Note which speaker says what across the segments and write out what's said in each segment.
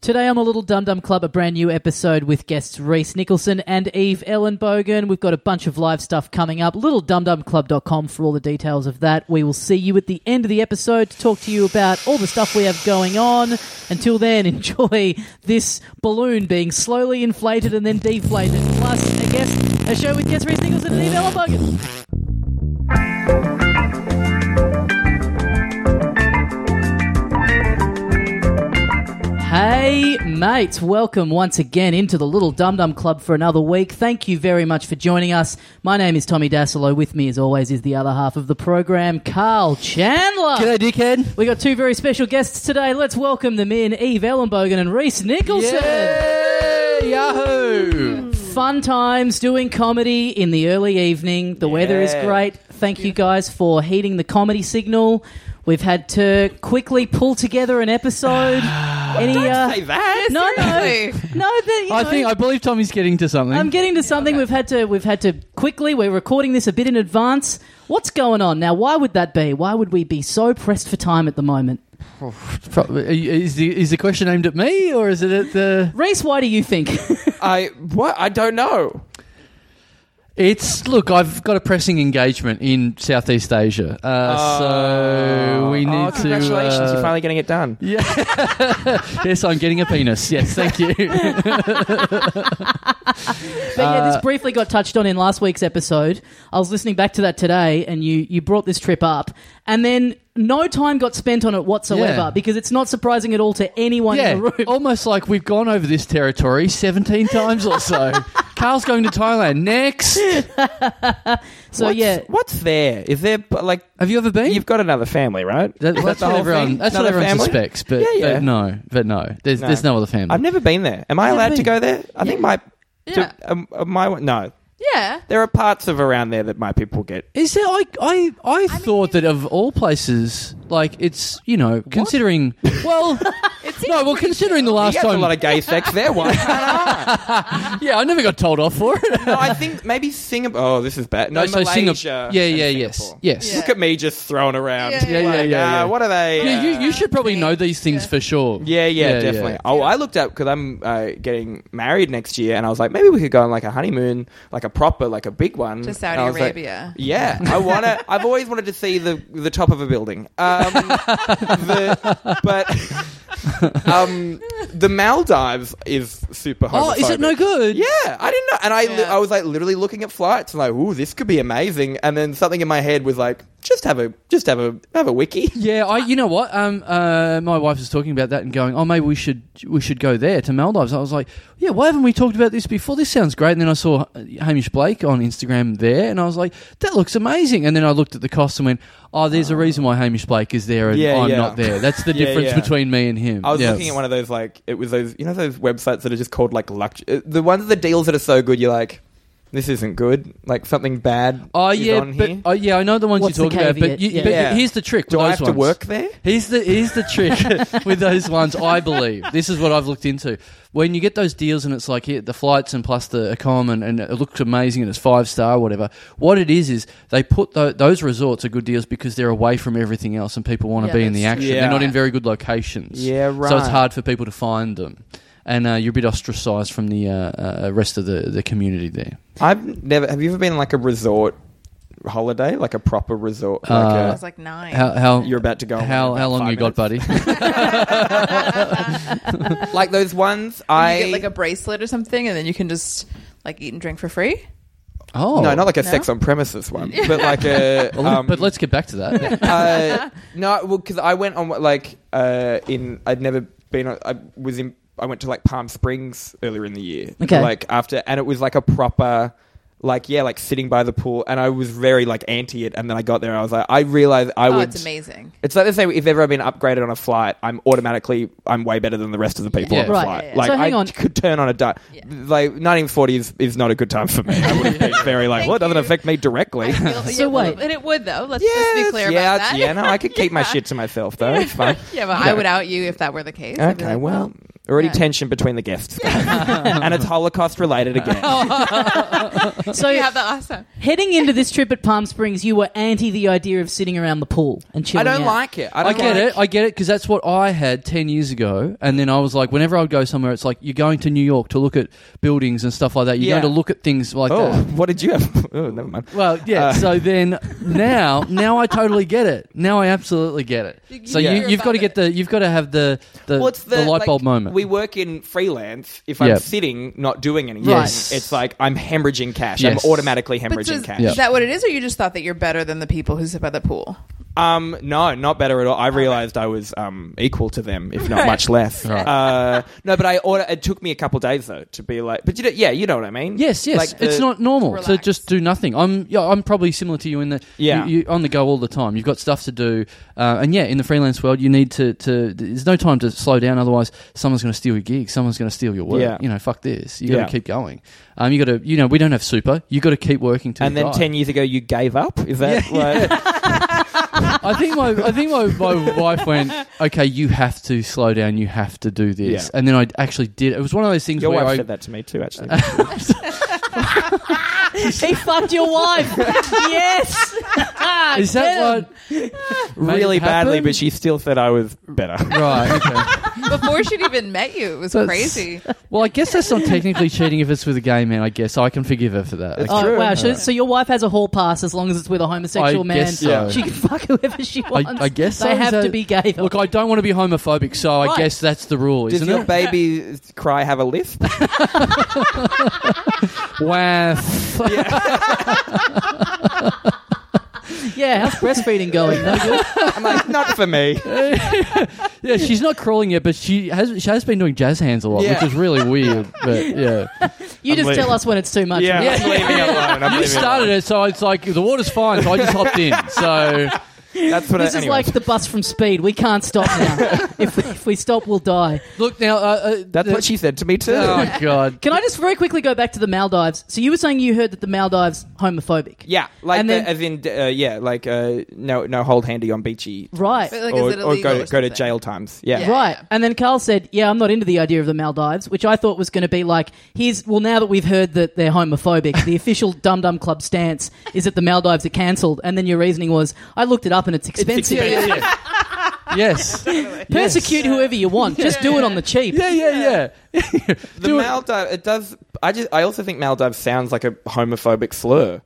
Speaker 1: Today on the Little Dum Dum Club, a brand new episode with guests Reese Nicholson and Eve Ellen Bogan. We've got a bunch of live stuff coming up. LittleDumDumClub.com for all the details of that. We will see you at the end of the episode to talk to you about all the stuff we have going on. Until then, enjoy this balloon being slowly inflated and then deflated. Plus, a guest, a show with guests Reese Nicholson and Eve Ellen Bogan. Hey, mates, welcome once again into the Little Dum Dum Club for another week. Thank you very much for joining us. My name is Tommy Dasilo. With me, as always, is the other half of the program, Carl Chandler.
Speaker 2: G'day, dickhead.
Speaker 1: We got two very special guests today. Let's welcome them in Eve Ellenbogen and Reese Nicholson.
Speaker 2: Yay! Yahoo!
Speaker 1: Fun times doing comedy in the early evening. The weather is
Speaker 2: Yeah.
Speaker 1: great. Thank you guys for heating the comedy signal. We've had to quickly pull together an episode. Any uh,
Speaker 2: Say that.
Speaker 1: no, no, no. But, you
Speaker 2: I
Speaker 1: know,
Speaker 2: think I believe Tommy's getting to something.
Speaker 1: I'm getting to something. We've had to. We've had to quickly. We're recording this a bit in advance. What's going on now? Why would that be? Why would we be so pressed for time at the moment?
Speaker 2: Probably- is the is the question aimed at me or is it at the?
Speaker 1: Reese, why do you think?
Speaker 3: I what? I don't know.
Speaker 2: It's look. I've got a pressing engagement in Southeast Asia, uh, so Uh, we need
Speaker 3: oh, congratulations!
Speaker 2: to. uh,
Speaker 3: You're finally getting it done.
Speaker 2: yes, I'm getting a penis. Yes, thank you.
Speaker 1: But yeah,
Speaker 2: Uh,
Speaker 1: this briefly got touched on in last week's episode. I was listening back to that today, and you you brought this trip up, and then no time got spent on it whatsoever
Speaker 2: Yeah.
Speaker 1: because it's not surprising at all to anyone in the
Speaker 2: yeah,
Speaker 1: room.
Speaker 2: almost like we've gone over this territory 17 times or so. Carl's going to Thailand next.
Speaker 1: so
Speaker 3: what's,
Speaker 1: yeah,
Speaker 3: what's there? Is there like
Speaker 2: Have you ever been?
Speaker 3: you've got another family, right?
Speaker 2: That,
Speaker 3: Is
Speaker 2: that's
Speaker 3: that the
Speaker 2: what
Speaker 3: whole
Speaker 2: everyone.
Speaker 3: thing?
Speaker 2: That's what
Speaker 3: Another
Speaker 2: everyone
Speaker 3: family?
Speaker 2: suspects, but,
Speaker 3: Yeah, yeah.
Speaker 2: but no, but no. There's
Speaker 3: No.
Speaker 2: there's no other family.
Speaker 3: I've never been there. Am I
Speaker 2: You've
Speaker 3: allowed to
Speaker 2: been.
Speaker 3: go there? I think my
Speaker 4: Yeah.
Speaker 3: to, um, uh, my no.
Speaker 4: Yeah.
Speaker 3: There are parts of around there that my people get.
Speaker 2: Is there? I I I thought that of all places, like it's you know considering. Well,
Speaker 4: It's
Speaker 2: no, well considering the
Speaker 3: You
Speaker 2: last
Speaker 3: get a
Speaker 2: time.
Speaker 3: lot of gay sex there. Why? can't I?
Speaker 2: yeah, I never got told off for it.
Speaker 3: no, I think maybe Singapore. Oh, this is bad. No,
Speaker 2: so
Speaker 3: Malaysia.
Speaker 2: Singap- Yeah,
Speaker 3: and
Speaker 2: yeah, yes,
Speaker 3: Singapore.
Speaker 2: yes.
Speaker 4: Yeah.
Speaker 3: Look at me just thrown around.
Speaker 4: Yeah, yeah,
Speaker 3: Like,
Speaker 2: yeah, yeah,
Speaker 3: uh,
Speaker 2: yeah.
Speaker 3: What are they?
Speaker 2: Yeah,
Speaker 3: uh,
Speaker 2: you, you should probably know these things for sure.
Speaker 3: Yeah, yeah, definitely. Oh, I looked up because I'm uh, getting married next year, and I was like, maybe we could go on like a honeymoon, like a proper, like a big one And
Speaker 4: To
Speaker 3: I
Speaker 4: Saudi
Speaker 3: was like,
Speaker 4: Arabia.
Speaker 3: yeah, I want to. I've always wanted to see the the top of a building. Um, the, but um, the Maldives is super.
Speaker 2: Oh, is it no
Speaker 3: homophobic.
Speaker 2: good?
Speaker 3: Yeah, I didn't know, and I li-
Speaker 4: Yeah.
Speaker 3: I was like literally looking at flights and like, ooh, this could be amazing. And then something in my head was like, just have a just have a have a wiki.
Speaker 2: Yeah, I. You know what? Um, uh, my wife was talking about that and going, "Oh, maybe we should we should go there to Maldives." I was like, "Yeah, why haven't we talked about this before? This sounds great." And then I saw uh, Hamish Blake on Instagram there, and I was like, "That looks amazing." And then I looked at the cost and went, "Oh, there's a reason why Hamish Blake is there and
Speaker 3: Yeah,
Speaker 2: I'm
Speaker 3: yeah.
Speaker 2: not there. That's the
Speaker 3: Yeah,
Speaker 2: difference
Speaker 3: yeah.
Speaker 2: between me and him."
Speaker 3: I was
Speaker 2: Yeah.
Speaker 3: looking at one of those like it was those you know those websites that are just called like luxury the ones the deals that are so good you're like this isn't good like something bad.
Speaker 2: Oh
Speaker 3: is
Speaker 2: yeah,
Speaker 3: on
Speaker 2: but
Speaker 3: here.
Speaker 2: oh, yeah, I know the ones
Speaker 1: What's
Speaker 2: you're
Speaker 1: the
Speaker 2: talking about. But,
Speaker 1: caveat?
Speaker 2: you,
Speaker 1: Yeah.
Speaker 2: but
Speaker 3: Yeah.
Speaker 2: here's the trick. With
Speaker 3: do I
Speaker 2: those
Speaker 3: have
Speaker 2: ones.
Speaker 3: to work there?
Speaker 2: Here's the here's the trick with those ones. I believe this is what I've looked into. When you get those deals and it's like here, the flights and plus the economy and, and it looks amazing and it's five star or whatever. What it is is they put tho- those resorts are good deals because they're away from everything else and people want to
Speaker 4: Yeah,
Speaker 2: be in the
Speaker 4: that's
Speaker 2: action.
Speaker 3: true.
Speaker 2: They're not in
Speaker 3: Yeah.
Speaker 2: very good locations.
Speaker 3: Yeah,
Speaker 2: So
Speaker 3: right.
Speaker 2: it's hard for people to find them, and uh, you're a bit ostracised from the uh, uh, rest of the, the community there.
Speaker 3: I've never. Have you ever been on, like a resort holiday, like a proper resort? Like
Speaker 4: I
Speaker 2: Uh,
Speaker 4: was like nine.
Speaker 2: How, how
Speaker 3: a, you're about to go. on
Speaker 2: how,
Speaker 3: about
Speaker 2: how long
Speaker 3: five
Speaker 2: you got,
Speaker 3: minutes.
Speaker 2: buddy?
Speaker 3: Like those ones.
Speaker 4: you
Speaker 3: I
Speaker 4: get like a bracelet or something, and then you can just like eat and drink for free.
Speaker 2: oh,
Speaker 3: no, not like a
Speaker 4: No?
Speaker 3: sex on premises one, but like a. um,
Speaker 2: but let's get back to that.
Speaker 3: uh, no, well, because I went on like uh, in I'd never been. on- I was in. I went to like Palm Springs earlier in the year.
Speaker 1: Okay.
Speaker 3: like after, and it was like a proper. Like yeah, like sitting by the pool, and I was very like anti it. And then I got there, and I was like, I realized I
Speaker 4: oh,
Speaker 3: would.
Speaker 4: it's amazing.
Speaker 3: It's like they say, if ever I've been upgraded on a flight, I'm automatically I'm way better than the rest of the people
Speaker 2: Yeah.
Speaker 3: on the
Speaker 1: Right.
Speaker 3: flight.
Speaker 4: Yeah, yeah.
Speaker 3: Like
Speaker 1: So hang
Speaker 3: I
Speaker 1: on.
Speaker 3: could turn on a dime.
Speaker 4: Yeah.
Speaker 3: Like 1940 is, is not a good time for me. I would have been very like,
Speaker 4: Thank
Speaker 3: well, it doesn't
Speaker 4: you.
Speaker 3: affect me directly.
Speaker 4: I feel-
Speaker 1: So
Speaker 4: yeah, well,
Speaker 1: wait.
Speaker 4: and it would though. Let's
Speaker 3: Yeah,
Speaker 4: just be clear
Speaker 3: yeah,
Speaker 4: about that.
Speaker 3: Yeah, no, I could keep my shit to myself though. It's fine.
Speaker 4: yeah, but I would out you if that were the case. I'd be
Speaker 3: Okay,
Speaker 4: like,
Speaker 3: well, Already
Speaker 4: Yeah.
Speaker 3: tension between the guests, and it's Holocaust related again.
Speaker 1: So
Speaker 4: you have that last time.
Speaker 1: heading into this trip at Palm Springs, you were anti the idea of sitting around the pool and
Speaker 3: I
Speaker 1: chilling.
Speaker 3: don't
Speaker 1: out.
Speaker 3: like it. I,
Speaker 2: I
Speaker 3: don't
Speaker 2: get
Speaker 3: like-
Speaker 2: it. I get it because that's what I had 10 years ago. And then I was like, whenever I would go somewhere, it's like, you're going to New York to look at buildings and stuff like that. You're
Speaker 3: Yeah.
Speaker 2: going to look at things like
Speaker 3: Oh,
Speaker 2: that.
Speaker 3: what did you have? Oh, never mind.
Speaker 2: Well, yeah.
Speaker 3: Uh,
Speaker 2: so then now, now I totally get it. Now I absolutely get it.
Speaker 4: You-
Speaker 2: So
Speaker 4: yeah.
Speaker 2: you, you've got to get the, you've got to have the, the,
Speaker 3: What's
Speaker 2: the light bulb
Speaker 3: like,
Speaker 2: moment.
Speaker 3: We work in freelance. If
Speaker 2: Yeah.
Speaker 3: I'm sitting, not doing anything,
Speaker 1: Yes.
Speaker 3: it's like I'm hemorrhaging cash.
Speaker 2: Yes.
Speaker 3: I'm automatically
Speaker 4: But
Speaker 3: hemorrhaging
Speaker 4: does,
Speaker 3: cash.
Speaker 2: Yeah.
Speaker 4: Is that what it is, or you just thought that you're better than the people who sit by the pool?
Speaker 3: Um, no, not better at all. I realized I was um, equal to them, if not
Speaker 4: Right.
Speaker 3: much less.
Speaker 2: Right.
Speaker 3: Uh, no, but I order. It took me a couple days though to be like, but you know, yeah, you know what I mean.
Speaker 2: Yes, yes.
Speaker 3: Like
Speaker 2: it's
Speaker 3: the-
Speaker 2: not normal to
Speaker 4: Relax.
Speaker 2: just do nothing. I'm yeah, I'm probably similar to you in that
Speaker 3: Yeah.
Speaker 2: you, you on the go all the time. You've got stuff to do. Uh, and yeah, in the freelance world, you need to, to there's no time to slow down otherwise someone's going to steal your gig, someone's going to steal your work.
Speaker 3: Yeah.
Speaker 2: You know, fuck this. You got
Speaker 3: Yeah.
Speaker 2: to keep going. Um you got to you know, we don't have super. You got to keep working to
Speaker 3: And
Speaker 2: the
Speaker 3: then
Speaker 2: guy.
Speaker 3: ten years ago, you gave up. Is that
Speaker 2: Yeah,
Speaker 3: like,
Speaker 2: I think my I think my, my wife went, "Okay, you have to slow down. You have to do this."
Speaker 3: Yeah.
Speaker 2: And then I actually did. It was one of those things
Speaker 3: your
Speaker 2: where
Speaker 3: wife
Speaker 2: I,
Speaker 3: said that to me too? Actually,
Speaker 1: He fucked your wife. yes.
Speaker 2: Is that what
Speaker 3: really
Speaker 2: made it
Speaker 3: badly,
Speaker 2: happen?
Speaker 3: but she still said I was better.
Speaker 2: right? Okay.
Speaker 4: Before she'd even met you, it was
Speaker 2: That's-
Speaker 4: crazy.
Speaker 2: Well, I guess that's not technically cheating if it's with a gay man. I guess I can forgive her for that.
Speaker 3: It's
Speaker 2: I,
Speaker 1: Oh
Speaker 3: True.
Speaker 1: wow! So, so your wife has a hall pass as long as it's with a homosexual
Speaker 2: I
Speaker 1: man.
Speaker 2: guess so.
Speaker 1: She can fuck whoever she wants.
Speaker 2: I guess
Speaker 1: they
Speaker 2: so.
Speaker 1: have
Speaker 2: Is
Speaker 1: to
Speaker 2: that-
Speaker 1: be gay. Though.
Speaker 2: look, I don't want to be homophobic, so I
Speaker 1: Right.
Speaker 2: guess that's the rule,
Speaker 3: Does
Speaker 2: isn't
Speaker 3: your
Speaker 2: it?
Speaker 3: baby cry have a lisp?
Speaker 2: Waff.
Speaker 1: yeah, how's breastfeeding going? No good?
Speaker 3: I'm like, not for me.
Speaker 2: yeah, she's not crawling yet, but she has. She has been doing jazz hands a lot,
Speaker 3: Yeah.
Speaker 2: which is really weird. But yeah,
Speaker 1: You just
Speaker 3: leaving.
Speaker 1: tell us when it's too much.
Speaker 3: Yeah,
Speaker 1: right?
Speaker 3: I'm leaving it alone. I'm
Speaker 2: you
Speaker 3: leaving it
Speaker 2: started it, so it's like the water's fine. So I just hopped in. So
Speaker 3: alone. That's what
Speaker 1: This
Speaker 3: I,
Speaker 1: is
Speaker 3: uh, anyway.
Speaker 1: like the bus from Speed. We can't stop now. if, if we stop, we'll die.
Speaker 2: look now. Uh, uh,
Speaker 3: That's
Speaker 2: uh,
Speaker 3: what she said to me too.
Speaker 2: Oh God.
Speaker 1: Can I just very quickly go back to the Maldives? So you were saying you heard that the Maldives homophobic.
Speaker 3: Yeah, like
Speaker 1: And
Speaker 3: the,
Speaker 1: then-
Speaker 3: as in uh, yeah, like uh, no no hold handy on beachy.
Speaker 1: Right.
Speaker 4: But like,
Speaker 3: or,
Speaker 4: is it
Speaker 3: or
Speaker 4: illegal
Speaker 3: go
Speaker 4: or
Speaker 3: to, go to
Speaker 4: something?
Speaker 3: jail times. Yeah.
Speaker 4: Yeah.
Speaker 1: Right. And then Carl said, Yeah, I'm not into the idea of the Maldives, which I thought was going to be like, here's, well, now that we've heard that they're homophobic, the official Dum Dum Club stance is that the Maldives are cancelled. And then your reasoning was, I looked it up and it's expensive.
Speaker 3: Yeah, yeah, yeah.
Speaker 2: Yes.
Speaker 1: Persecute whoever you want, just do it on the cheap.
Speaker 2: Yeah, yeah, yeah.
Speaker 3: The
Speaker 2: Do it-
Speaker 3: Maldives, it does. I just, I also think Maldives sounds like a homophobic slur.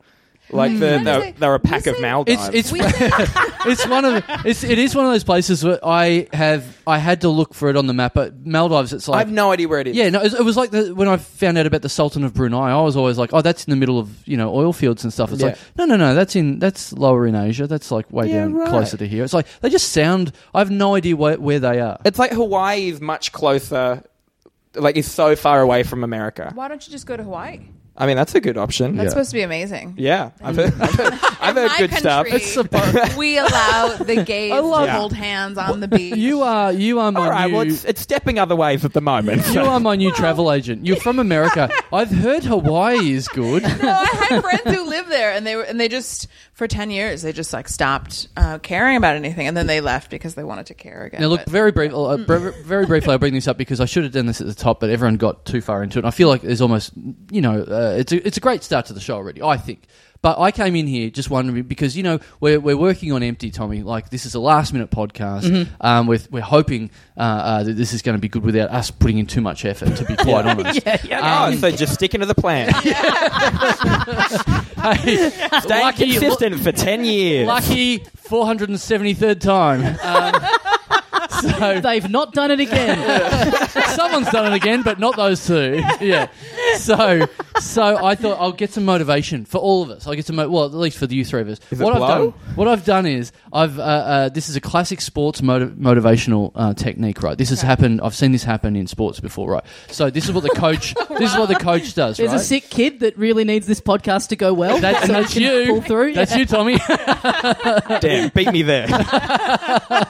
Speaker 2: Hmm.
Speaker 3: Like the,
Speaker 4: Mm.
Speaker 3: they're, they're a pack of
Speaker 4: Listen,
Speaker 3: Maldives.
Speaker 2: It's it's
Speaker 4: We-
Speaker 2: it's one of it's it is one of those places where I have I had to look for it on the map. But Maldives, it's
Speaker 3: I
Speaker 2: like
Speaker 3: have no idea where it is.
Speaker 2: yeah, no, it was- it was like the, when I found out about the Sultan of Brunei. I was always like, oh, that's in the middle of you know oil fields and stuff. It's
Speaker 3: Yeah.
Speaker 2: like no, no, no, that's in that's lower in Asia. That's like way
Speaker 3: Yeah,
Speaker 2: down
Speaker 3: right.
Speaker 2: closer to here. It's like they just sound. I have no idea where, where they are.
Speaker 3: It's like Hawaii is much closer. Like is so far away from America.
Speaker 4: Why don't you just go to Hawaii?
Speaker 3: I mean, that's a good option.
Speaker 4: That's
Speaker 2: Yeah.
Speaker 4: supposed to be amazing.
Speaker 3: Yeah, I've heard, I've heard, I've
Speaker 4: In
Speaker 3: heard
Speaker 4: my
Speaker 3: good stuff.
Speaker 4: country, we allow the gays
Speaker 2: I love-
Speaker 4: to hold hands on the beach.
Speaker 2: you are you are my
Speaker 3: All right,
Speaker 2: new.
Speaker 3: well, it's, it's stepping other ways at the moment.
Speaker 2: you are my new travel agent. You're from America. I've heard Hawaii is good.
Speaker 4: No, I had friends who lived there, and they were, and they just for ten years they just like stopped uh, caring about anything, and then they left because they wanted to care again.
Speaker 2: Now, look,
Speaker 4: But-
Speaker 2: very brief, uh, br- very briefly, I bring this up because I should have done this at the top, but everyone got too far into it. And I feel like there's almost, you know, uh, it's a, it's a great start to the show already, I think. But I came in here just wondering because you know we're, we're working on empty, Tommy. Like this is a last minute podcast. Um, we're, we're hoping uh, uh, that this is going to be good without us putting in too much effort. To be quite honest,
Speaker 1: Yeah, yeah.
Speaker 2: um,
Speaker 3: oh, so just sticking to the plan.
Speaker 2: Hey,
Speaker 3: Stay
Speaker 2: lucky,
Speaker 3: consistent for 10 years.
Speaker 2: lucky, four hundred and seventy third time. Um, so
Speaker 1: They've not done it again.
Speaker 2: Someone's done it again, but not those two. Yeah. So, so I thought I'll get some motivation for all of us. I'll get some, mo- well, at least for the you three of us.
Speaker 3: Is it
Speaker 2: what I've
Speaker 3: blow?
Speaker 2: done, what I've done is I've. Uh, uh, this is a classic sports motiv- motivational uh, technique, right? This has happened. I've seen this happen in sports before, right? So this is what the coach. This is what the coach does.
Speaker 1: There's
Speaker 2: right?
Speaker 1: a sick kid that really needs this podcast to go well.
Speaker 2: That's,
Speaker 1: so it
Speaker 2: that's
Speaker 1: can
Speaker 2: you.
Speaker 1: Pull through.
Speaker 2: That's
Speaker 1: Yeah.
Speaker 2: you, Tommy.
Speaker 3: Damn, beat me there.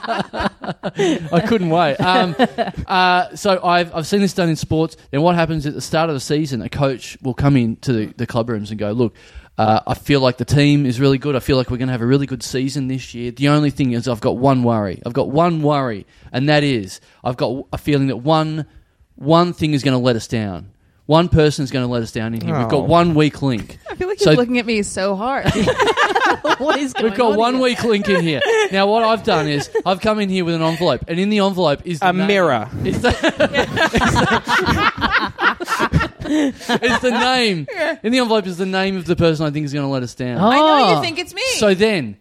Speaker 2: I couldn't wait. Um, uh, so I've, I've seen this done in sports. Then what happens at the start of the season? A coach will come in to the, the club rooms and go, "Look, uh, I feel like the team is really good. I feel like we're going to have a really good season this year. The only thing is, I've got one worry. I've got one worry, and that is I've got a feeling that one one thing is going to let us down. One person is going to let us down in here. We've got
Speaker 3: Oh.
Speaker 2: one weak link.
Speaker 4: I feel like
Speaker 2: So-
Speaker 4: you're looking at me so hard.
Speaker 1: what is going
Speaker 2: We've got
Speaker 1: on
Speaker 2: one
Speaker 1: here?
Speaker 2: weak link in here. Now, what I've done is I've come in here with an envelope, and in the envelope is the
Speaker 3: A
Speaker 2: name-
Speaker 3: mirror.
Speaker 2: It's the, it's the- it's the name. In the envelope is the name of the person I think is going to let us down.
Speaker 1: Oh.
Speaker 4: I know
Speaker 1: Ah.
Speaker 4: you think it's me.
Speaker 2: So then,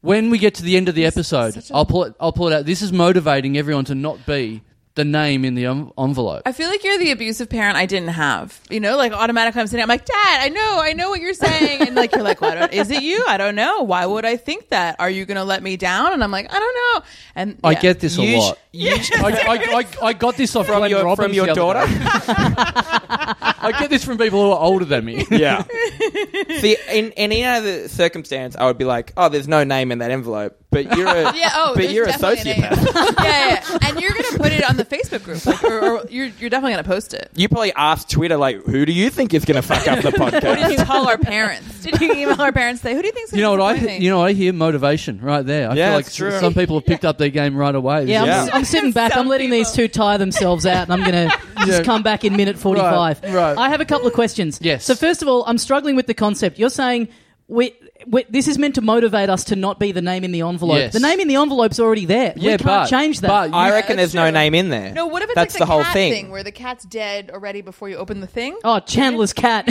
Speaker 2: when we get to the end of the episode,
Speaker 4: such a-
Speaker 2: I'll pull it. I'll pull it out. This is motivating everyone to not be the name in the en- envelope.
Speaker 4: I feel like you're the abusive parent I didn't have. You know, like automatically I'm sitting. I'm like, Dad, I know, I know what you're saying, and like you're like, Why don't, is it you? I don't know. Why would I think that? Are you gonna let me down? And I'm like, I don't know. And
Speaker 2: I
Speaker 4: yeah.
Speaker 2: get this a
Speaker 3: You sh-
Speaker 2: lot.
Speaker 3: you sh-
Speaker 2: I, I, I, I got this off
Speaker 3: from
Speaker 2: Glenn
Speaker 3: your
Speaker 2: Robbins
Speaker 3: from your
Speaker 2: the other
Speaker 3: daughter.
Speaker 2: day. I get this from people who are older than me.
Speaker 3: Yeah. See, in, in any other circumstance, I would be like, "Oh, there's no name in that envelope," but you're a
Speaker 4: Yeah. Oh,
Speaker 3: but
Speaker 4: there's
Speaker 3: you're a
Speaker 4: definitely an
Speaker 3: sociopath.
Speaker 4: A. yeah, yeah. And you're gonna put it on the Facebook group, like, or, or you're you're definitely gonna post it.
Speaker 3: You probably asked Twitter, like, "Who do you think is going to fuck up the
Speaker 4: Did you
Speaker 3: podcast?"
Speaker 4: call our parents? Did you email our parents? Say, who do you think's
Speaker 2: You know what I? You know what I hear motivation right there. I
Speaker 3: Yeah,
Speaker 2: feel like
Speaker 3: it's true.
Speaker 2: some people have picked up their game right away.
Speaker 1: Yeah, I'm,
Speaker 3: Yeah.
Speaker 1: s- I'm sitting back. I'm
Speaker 4: Some
Speaker 1: letting these two
Speaker 4: people.
Speaker 1: tie themselves out, and I'm going to
Speaker 2: Yeah.
Speaker 1: just come back in minute 45.
Speaker 2: Right, right.
Speaker 1: I have a couple of questions.
Speaker 2: Yes.
Speaker 1: So first of all, I'm struggling with the concept. You're saying we, we this is meant to motivate us to not be the name in the envelope.
Speaker 2: Yes.
Speaker 1: The name in the envelope's already there. we
Speaker 2: Yeah,
Speaker 1: can't
Speaker 2: but-
Speaker 1: change that.
Speaker 2: but you-
Speaker 3: I
Speaker 2: Yeah,
Speaker 3: reckon
Speaker 4: that's
Speaker 3: there's no
Speaker 4: true.
Speaker 3: name in there.
Speaker 4: no, what if it's
Speaker 3: that's
Speaker 4: like
Speaker 3: the, whole
Speaker 4: cat
Speaker 3: thing?
Speaker 4: where the cat's dead already before you open the thing?
Speaker 1: oh, Chandler's cat.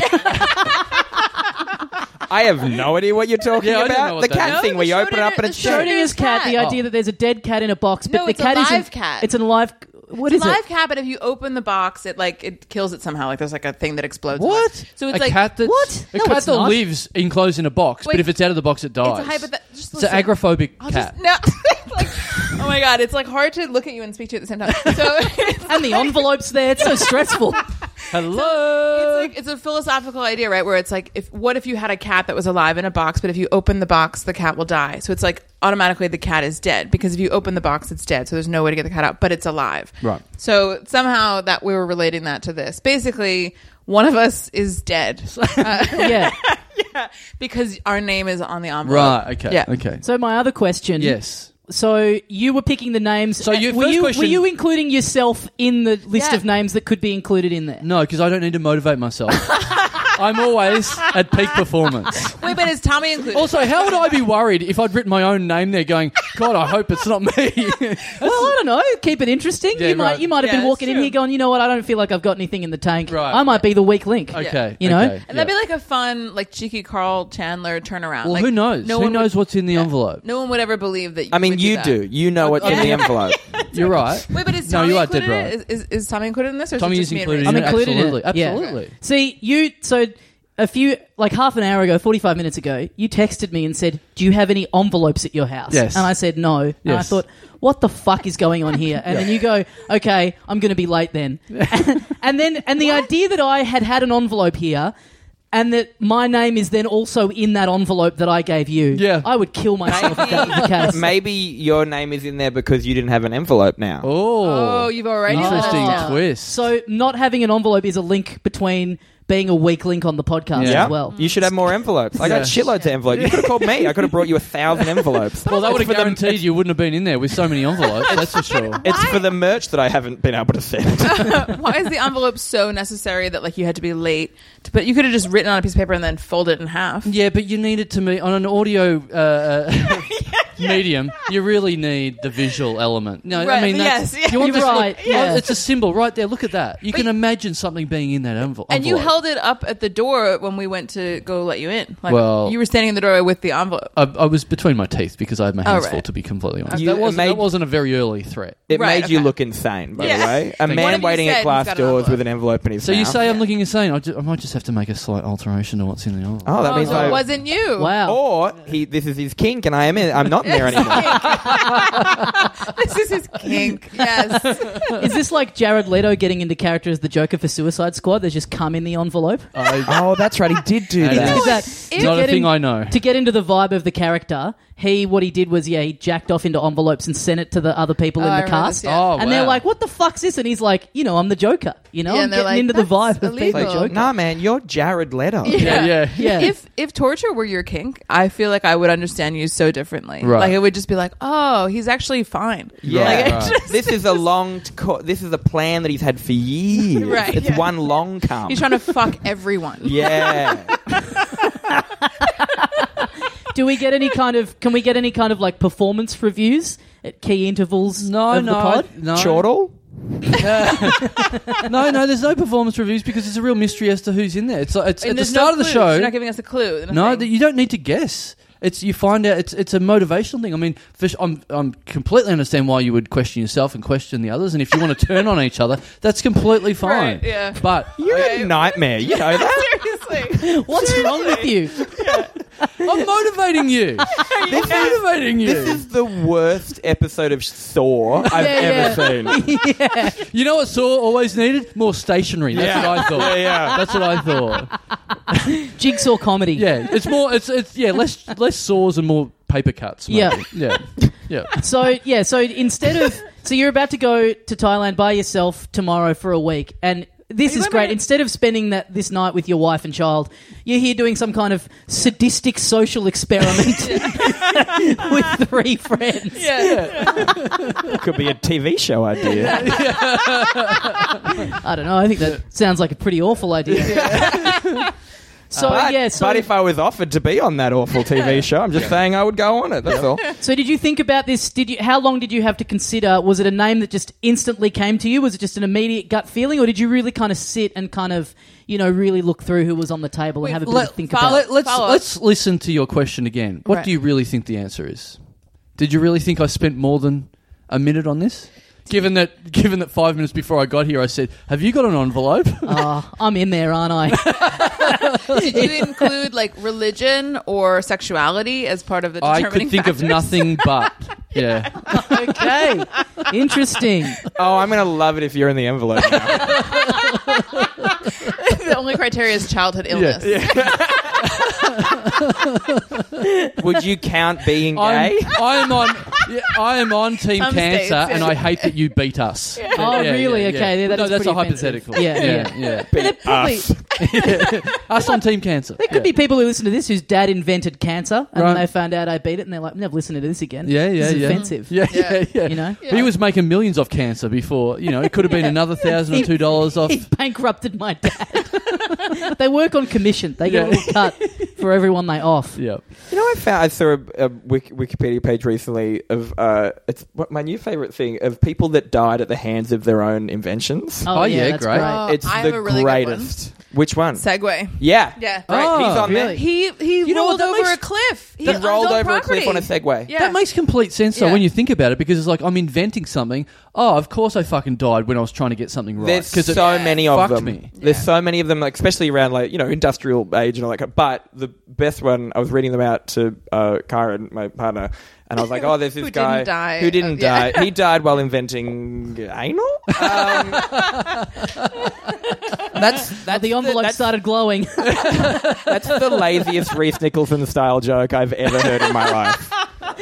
Speaker 3: I have no idea what you're talking
Speaker 2: Yeah, I don't know
Speaker 3: about.
Speaker 2: what
Speaker 3: The
Speaker 2: that
Speaker 3: cat
Speaker 2: is.
Speaker 3: thing
Speaker 4: No,
Speaker 3: where
Speaker 4: the
Speaker 3: you open it up and
Speaker 4: Schrodinger- the
Speaker 3: it's dead.
Speaker 1: Schrodinger's cat, the
Speaker 2: cat.
Speaker 1: idea that there's a dead cat in a box, but
Speaker 4: No,
Speaker 1: the
Speaker 4: it's a
Speaker 1: cat
Speaker 4: live
Speaker 1: isn't.
Speaker 4: cat.
Speaker 1: It's an alive. What
Speaker 4: It's
Speaker 1: is
Speaker 4: a live
Speaker 1: it?
Speaker 4: cat, but if you open the box, it like it kills it somehow. Like there's like a thing that explodes.
Speaker 2: What?
Speaker 4: So it's
Speaker 2: a
Speaker 4: like
Speaker 2: cat that
Speaker 1: What?
Speaker 2: a
Speaker 1: No,
Speaker 2: cat
Speaker 1: it's
Speaker 2: that
Speaker 1: not.
Speaker 2: lives enclosed in a box, but
Speaker 4: Wait,
Speaker 2: if it's out of the box, it dies.
Speaker 4: It's a hypothet- just
Speaker 2: It's an
Speaker 4: listen.
Speaker 2: agoraphobic
Speaker 4: I'll
Speaker 2: cat.
Speaker 4: Just, no, It's like, oh my god, it's like hard to look at you and speak to you at the same time. So it's
Speaker 1: And the
Speaker 4: like-
Speaker 1: envelope's there. It's so stressful.
Speaker 2: Hello.
Speaker 4: It's like it's a philosophical idea, right? Where it's like, if what if you had a cat that was alive in a box, but if you open the box, the cat will die. So it's like automatically the cat is dead because if you open the box, it's dead. So there's no way to get the cat out, but it's alive.
Speaker 2: Right.
Speaker 4: So somehow that we were relating that to this. Basically, one of us is dead uh,
Speaker 1: yeah.
Speaker 4: because our name is on the envelope.
Speaker 2: right. Okay.
Speaker 4: Yeah.
Speaker 2: Okay.
Speaker 1: So my other question.
Speaker 2: yes.
Speaker 1: So you were picking the names. Uh,
Speaker 2: So your
Speaker 1: were
Speaker 2: first
Speaker 1: you
Speaker 2: question-
Speaker 1: were you including yourself in the list
Speaker 4: Yeah.
Speaker 1: of names that could be included in there?
Speaker 2: No, because I don't need to motivate myself. I'm always at peak performance.
Speaker 4: Wait, but is Tommy included?
Speaker 2: Also, how would I be worried if I'd written my own name there going, God, I hope it's not me?
Speaker 1: Well, I don't know. Keep it interesting.
Speaker 2: Yeah,
Speaker 1: you might
Speaker 2: right.
Speaker 1: you might have
Speaker 4: Yeah,
Speaker 1: been walking
Speaker 4: that's
Speaker 1: in
Speaker 4: true.
Speaker 1: here going, you know what? I don't feel like I've got anything in the tank.
Speaker 2: Right.
Speaker 1: I might be the weak link.
Speaker 2: okay.
Speaker 1: You know?
Speaker 2: okay,
Speaker 4: and that'd
Speaker 2: yeah.
Speaker 4: be like a fun, like cheeky Carl Chandler turnaround.
Speaker 2: well,
Speaker 4: Like,
Speaker 2: who knows?
Speaker 4: No
Speaker 2: who
Speaker 4: one
Speaker 2: knows
Speaker 4: Would,
Speaker 2: what's in the envelope?
Speaker 4: no one would ever believe that. You
Speaker 3: I mean,
Speaker 4: would do
Speaker 3: you
Speaker 4: that.
Speaker 3: do. You know what's in the envelope.
Speaker 2: You're right.
Speaker 4: Wait, but is
Speaker 2: No,
Speaker 4: Tommy
Speaker 2: you are
Speaker 4: included?
Speaker 2: dead
Speaker 4: in it? Is, is, is Tommy included in this? Or
Speaker 2: Tommy
Speaker 4: is it
Speaker 2: is
Speaker 4: just me and
Speaker 2: included
Speaker 4: Rachel?
Speaker 1: I'm
Speaker 2: in it.
Speaker 1: included in
Speaker 2: Absolutely.
Speaker 1: it. Yeah.
Speaker 2: Absolutely.
Speaker 1: See, you so a few like half an hour ago, forty five minutes ago, you texted me and said, "Do you have any envelopes at your house?"
Speaker 2: Yes.
Speaker 1: And I said no. And I
Speaker 2: Yes.
Speaker 1: thought, "What the fuck is going on here?" And then you go, "Okay, I'm going to be late then." and then and the idea that I had had an envelope here. And that my name is then also in that envelope that I gave you.
Speaker 2: Yeah.
Speaker 1: I would kill myself if that was the case.
Speaker 3: Maybe your name is in there because you didn't have an envelope now.
Speaker 2: Oh,
Speaker 4: Oh, you've already
Speaker 1: Oh.
Speaker 2: interesting
Speaker 4: put that down.
Speaker 2: twist.
Speaker 1: So not having an envelope is a link between being a weak link on the podcast
Speaker 2: Yeah.
Speaker 1: as well.
Speaker 3: You should have more envelopes. I got
Speaker 2: Yeah.
Speaker 3: shitloads of envelopes. You could have called me. I could have brought you a thousand envelopes.
Speaker 2: well, that
Speaker 3: It's
Speaker 2: would have
Speaker 3: for the-
Speaker 2: guaranteed you wouldn't have been in there with so many envelopes. that's for sure.
Speaker 3: It's for the merch that I haven't been able to send.
Speaker 4: Why is the envelope so necessary that like you had to be late? To, but you could have just written on a piece of paper and then fold it in half.
Speaker 2: Yeah, but you need it to me on an audio uh, medium. You really need the visual element. No, I
Speaker 4: Right,
Speaker 2: mean that's,
Speaker 4: yes, yeah.
Speaker 2: you want
Speaker 1: You're
Speaker 2: this-
Speaker 1: right,
Speaker 2: look,
Speaker 1: yeah.
Speaker 2: oh, it's a symbol right there. Look at that. You
Speaker 4: But
Speaker 2: can
Speaker 4: you-
Speaker 2: imagine something being in that envel- envelope.
Speaker 4: And you held it up at the door when we went to go let you in. Like
Speaker 2: Well-
Speaker 4: you were standing in the doorway with the envelope.
Speaker 2: I, I was between my teeth because I had my hands
Speaker 4: right.
Speaker 2: full. To be completely honest,
Speaker 3: You
Speaker 2: that, wasn't,
Speaker 3: made-
Speaker 2: that wasn't a very early threat.
Speaker 3: It
Speaker 4: Right,
Speaker 3: made you
Speaker 4: okay.
Speaker 3: look insane, by the
Speaker 4: Yeah.
Speaker 3: way. A
Speaker 2: Thank you.
Speaker 3: man
Speaker 4: Whatever you
Speaker 3: waiting
Speaker 4: said,
Speaker 3: at
Speaker 4: he's
Speaker 3: glass
Speaker 4: got an
Speaker 3: doors
Speaker 4: envelope.
Speaker 3: with an envelope in his
Speaker 2: So
Speaker 3: mouth.
Speaker 2: you say I'm
Speaker 4: Yeah.
Speaker 2: looking insane. I, ju- I might just have to make a slight alteration to what's in the envelope.
Speaker 3: Oh, that
Speaker 4: Oh,
Speaker 3: means
Speaker 4: so
Speaker 3: I
Speaker 4: it wasn't you.
Speaker 1: Wow.
Speaker 3: Or he, this is his kink, and I am in. I'm not in there anymore.
Speaker 4: this is his kink. Yes.
Speaker 1: Is this like Jared Leto getting into character as the Joker for Suicide Squad? There's just cum in the envelope.
Speaker 2: I,
Speaker 3: oh, that's right. He did do
Speaker 2: He
Speaker 1: Is
Speaker 3: that.
Speaker 2: did.
Speaker 1: that-
Speaker 4: Ew.
Speaker 1: to
Speaker 2: not a
Speaker 1: get
Speaker 2: thing
Speaker 1: in-
Speaker 2: I know.
Speaker 1: To get into the vibe of the character, he what he did was yeah, he jacked off into envelopes and sent it to the other people
Speaker 4: Oh,
Speaker 1: in
Speaker 4: I
Speaker 1: the
Speaker 4: remember
Speaker 1: cast.
Speaker 4: this, yeah.
Speaker 2: Oh,
Speaker 1: and they're
Speaker 2: wow.
Speaker 1: like, "What the fuck's this?" And he's like, "You know, I'm the Joker. You know,
Speaker 4: Yeah,
Speaker 1: I'm
Speaker 4: and they're
Speaker 1: getting
Speaker 4: like,
Speaker 1: into the vibe
Speaker 4: "That's
Speaker 1: of being the
Speaker 4: illegal."
Speaker 1: Joker."
Speaker 3: Nah, man, you're Jared Leto.
Speaker 2: yeah, yeah.
Speaker 1: Yeah.
Speaker 4: If if torture were your kink, I feel like I would understand you so differently.
Speaker 2: Right.
Speaker 4: Like it would just be like, oh, he's actually fine.
Speaker 3: Yeah,
Speaker 4: Like, it
Speaker 2: right.
Speaker 4: just-
Speaker 3: this is a long. T- co- this is a plan that he's had for years.
Speaker 4: Right,
Speaker 3: it's
Speaker 4: yeah.
Speaker 3: one long come.
Speaker 4: he's trying to fuck everyone.
Speaker 3: yeah,
Speaker 1: Do we get any kind of? Can we get any kind of like performance reviews at key intervals?
Speaker 2: No,
Speaker 1: of
Speaker 2: no,
Speaker 1: The pod?
Speaker 2: no,
Speaker 3: Chortle.
Speaker 2: no, no. There's no performance reviews because it's a real mystery as to who's in there. It's like, it's
Speaker 4: And
Speaker 2: at the
Speaker 4: there's
Speaker 2: start
Speaker 4: no
Speaker 2: of the
Speaker 4: clues.
Speaker 2: show.
Speaker 4: You're not giving us a clue.
Speaker 2: No,
Speaker 4: Nothing.
Speaker 2: that you don't need to guess. It's you find out. It's it's a motivational thing. I mean, fish, I'm I'm completely understand why you would question yourself and question the others, and if you want to turn on each other, that's completely fine.
Speaker 4: Right, yeah.
Speaker 2: But
Speaker 3: You're a nightmare. You know that.
Speaker 4: Seriously.
Speaker 1: What's wrong with you?
Speaker 2: I'm motivating you. I'm motivating you.
Speaker 3: This is the worst episode of Saw I've
Speaker 1: Yeah,
Speaker 3: ever seen.
Speaker 1: yeah.
Speaker 2: you know what Saw always needed? More stationery. That's
Speaker 3: Yeah.
Speaker 2: what I
Speaker 3: Yeah,
Speaker 2: thought.
Speaker 3: yeah.
Speaker 2: That's what I thought.
Speaker 1: Jigsaw comedy.
Speaker 2: Yeah, it's more. It's it's yeah. Less less saws and more paper cuts. maybe.
Speaker 1: Yeah.
Speaker 2: yeah, yeah.
Speaker 1: So yeah, so instead of so you're about to go to Thailand by yourself tomorrow for a week, and this
Speaker 4: you
Speaker 1: is
Speaker 4: went
Speaker 1: great.
Speaker 4: on-
Speaker 1: Instead of spending that this night with your wife and child, you're here doing some kind of sadistic social experiment with three friends.
Speaker 4: Yeah.
Speaker 3: Could be a TV show idea.
Speaker 1: I don't know. I think that sounds like a pretty awful idea. So
Speaker 3: But,
Speaker 1: yeah, so,
Speaker 3: but if I was offered to be on that awful TV show, I'm just saying I would go on it. That's all.
Speaker 1: so did you think about this? Did you? How long did you have to consider? Was it a name that just instantly came to you? Was it just an immediate gut feeling, or did you really kind of sit and kind of you know really look through who was on the table and have a bit
Speaker 2: Let,
Speaker 1: of think
Speaker 4: follow-
Speaker 1: about?
Speaker 2: let, let's
Speaker 4: Follow up.
Speaker 2: let's listen to your question again. What
Speaker 4: Right.
Speaker 2: do you really think the answer is? Did you really think I spent more than a minute on this? Given that, given that five minutes before I got here, I said, "Have you got an envelope?"
Speaker 1: Oh, I'm in there, aren't I?
Speaker 4: Did you include like religion or sexuality as part of the
Speaker 2: I
Speaker 4: determining
Speaker 2: could think of
Speaker 4: factors?
Speaker 2: nothing but yeah.
Speaker 1: okay. Interesting.
Speaker 3: Oh, I'm gonna love it if you're in the envelope. Now.
Speaker 4: the only criteria is childhood illness.
Speaker 3: would you count being
Speaker 2: I'm,
Speaker 3: gay?
Speaker 2: I am on. Yeah, I am on Team
Speaker 4: Some
Speaker 2: Cancer,
Speaker 4: states, yeah.
Speaker 2: and I hate that you beat us.
Speaker 1: Oh, really? Okay, yeah, that
Speaker 2: no,
Speaker 1: is
Speaker 2: that's a
Speaker 1: pretty
Speaker 2: hypothetical.
Speaker 1: offensive. Yeah,
Speaker 2: yeah, yeah.
Speaker 1: But there probably
Speaker 3: us.
Speaker 2: Us on Team Cancer.
Speaker 1: there could be people who listen to this whose dad invented cancer and
Speaker 2: Right.
Speaker 1: they found out I beat it and they're like, never listen to this again.
Speaker 2: Yeah, yeah,
Speaker 1: this is
Speaker 2: yeah.
Speaker 1: offensive.
Speaker 2: Yeah, yeah, yeah.
Speaker 1: You know?
Speaker 2: He was making millions off cancer before. You know, it could have been another thousand or two dollars off.
Speaker 1: He bankrupted my dad. but they work on commission. They get a
Speaker 2: Yeah.
Speaker 1: little cut for everyone they off.
Speaker 2: Yeah.
Speaker 3: You know, I found I saw a, a Wik- Wikipedia page recently of uh, it's what my new favorite thing of people that died at the hands of their own inventions.
Speaker 1: Oh,
Speaker 2: Oh,
Speaker 1: yeah,
Speaker 2: yeah,
Speaker 1: that's
Speaker 2: great.
Speaker 4: Oh,
Speaker 3: it's
Speaker 4: I have
Speaker 3: the
Speaker 4: a really good one.
Speaker 3: greatest. Which one?
Speaker 4: Segway.
Speaker 3: yeah,
Speaker 4: Yeah.
Speaker 3: Right,
Speaker 2: Oh,
Speaker 3: he's on there.
Speaker 1: really?
Speaker 4: He he
Speaker 2: You know
Speaker 4: rolled
Speaker 2: what, that
Speaker 4: over
Speaker 2: makes-
Speaker 4: a cliff. He
Speaker 3: He rolled
Speaker 4: owned
Speaker 3: over
Speaker 4: property.
Speaker 3: a cliff on a Segway.
Speaker 4: Yeah.
Speaker 2: That makes complete sense though
Speaker 4: Yeah.
Speaker 2: when you think about it because it's like I'm inventing something. Oh, of course I fucking died when I was trying to get something right
Speaker 3: There's
Speaker 2: because
Speaker 3: so many of
Speaker 2: fucked
Speaker 3: them.
Speaker 2: me.
Speaker 3: There's so many of them, like, especially around like you know industrial age and all that. kind But the best one, I was reading them out to uh, Kyron, my partner, and I was like, "Oh, there's this
Speaker 4: Who
Speaker 3: guy
Speaker 4: didn't die.
Speaker 3: who didn't
Speaker 4: Oh, yeah.
Speaker 3: die. He died while inventing anal." Um, that's
Speaker 1: Oh,
Speaker 3: that's
Speaker 1: the envelope
Speaker 3: that's,
Speaker 1: started glowing.
Speaker 3: that's the laziest Reese Nicholson style joke I've ever heard in my life.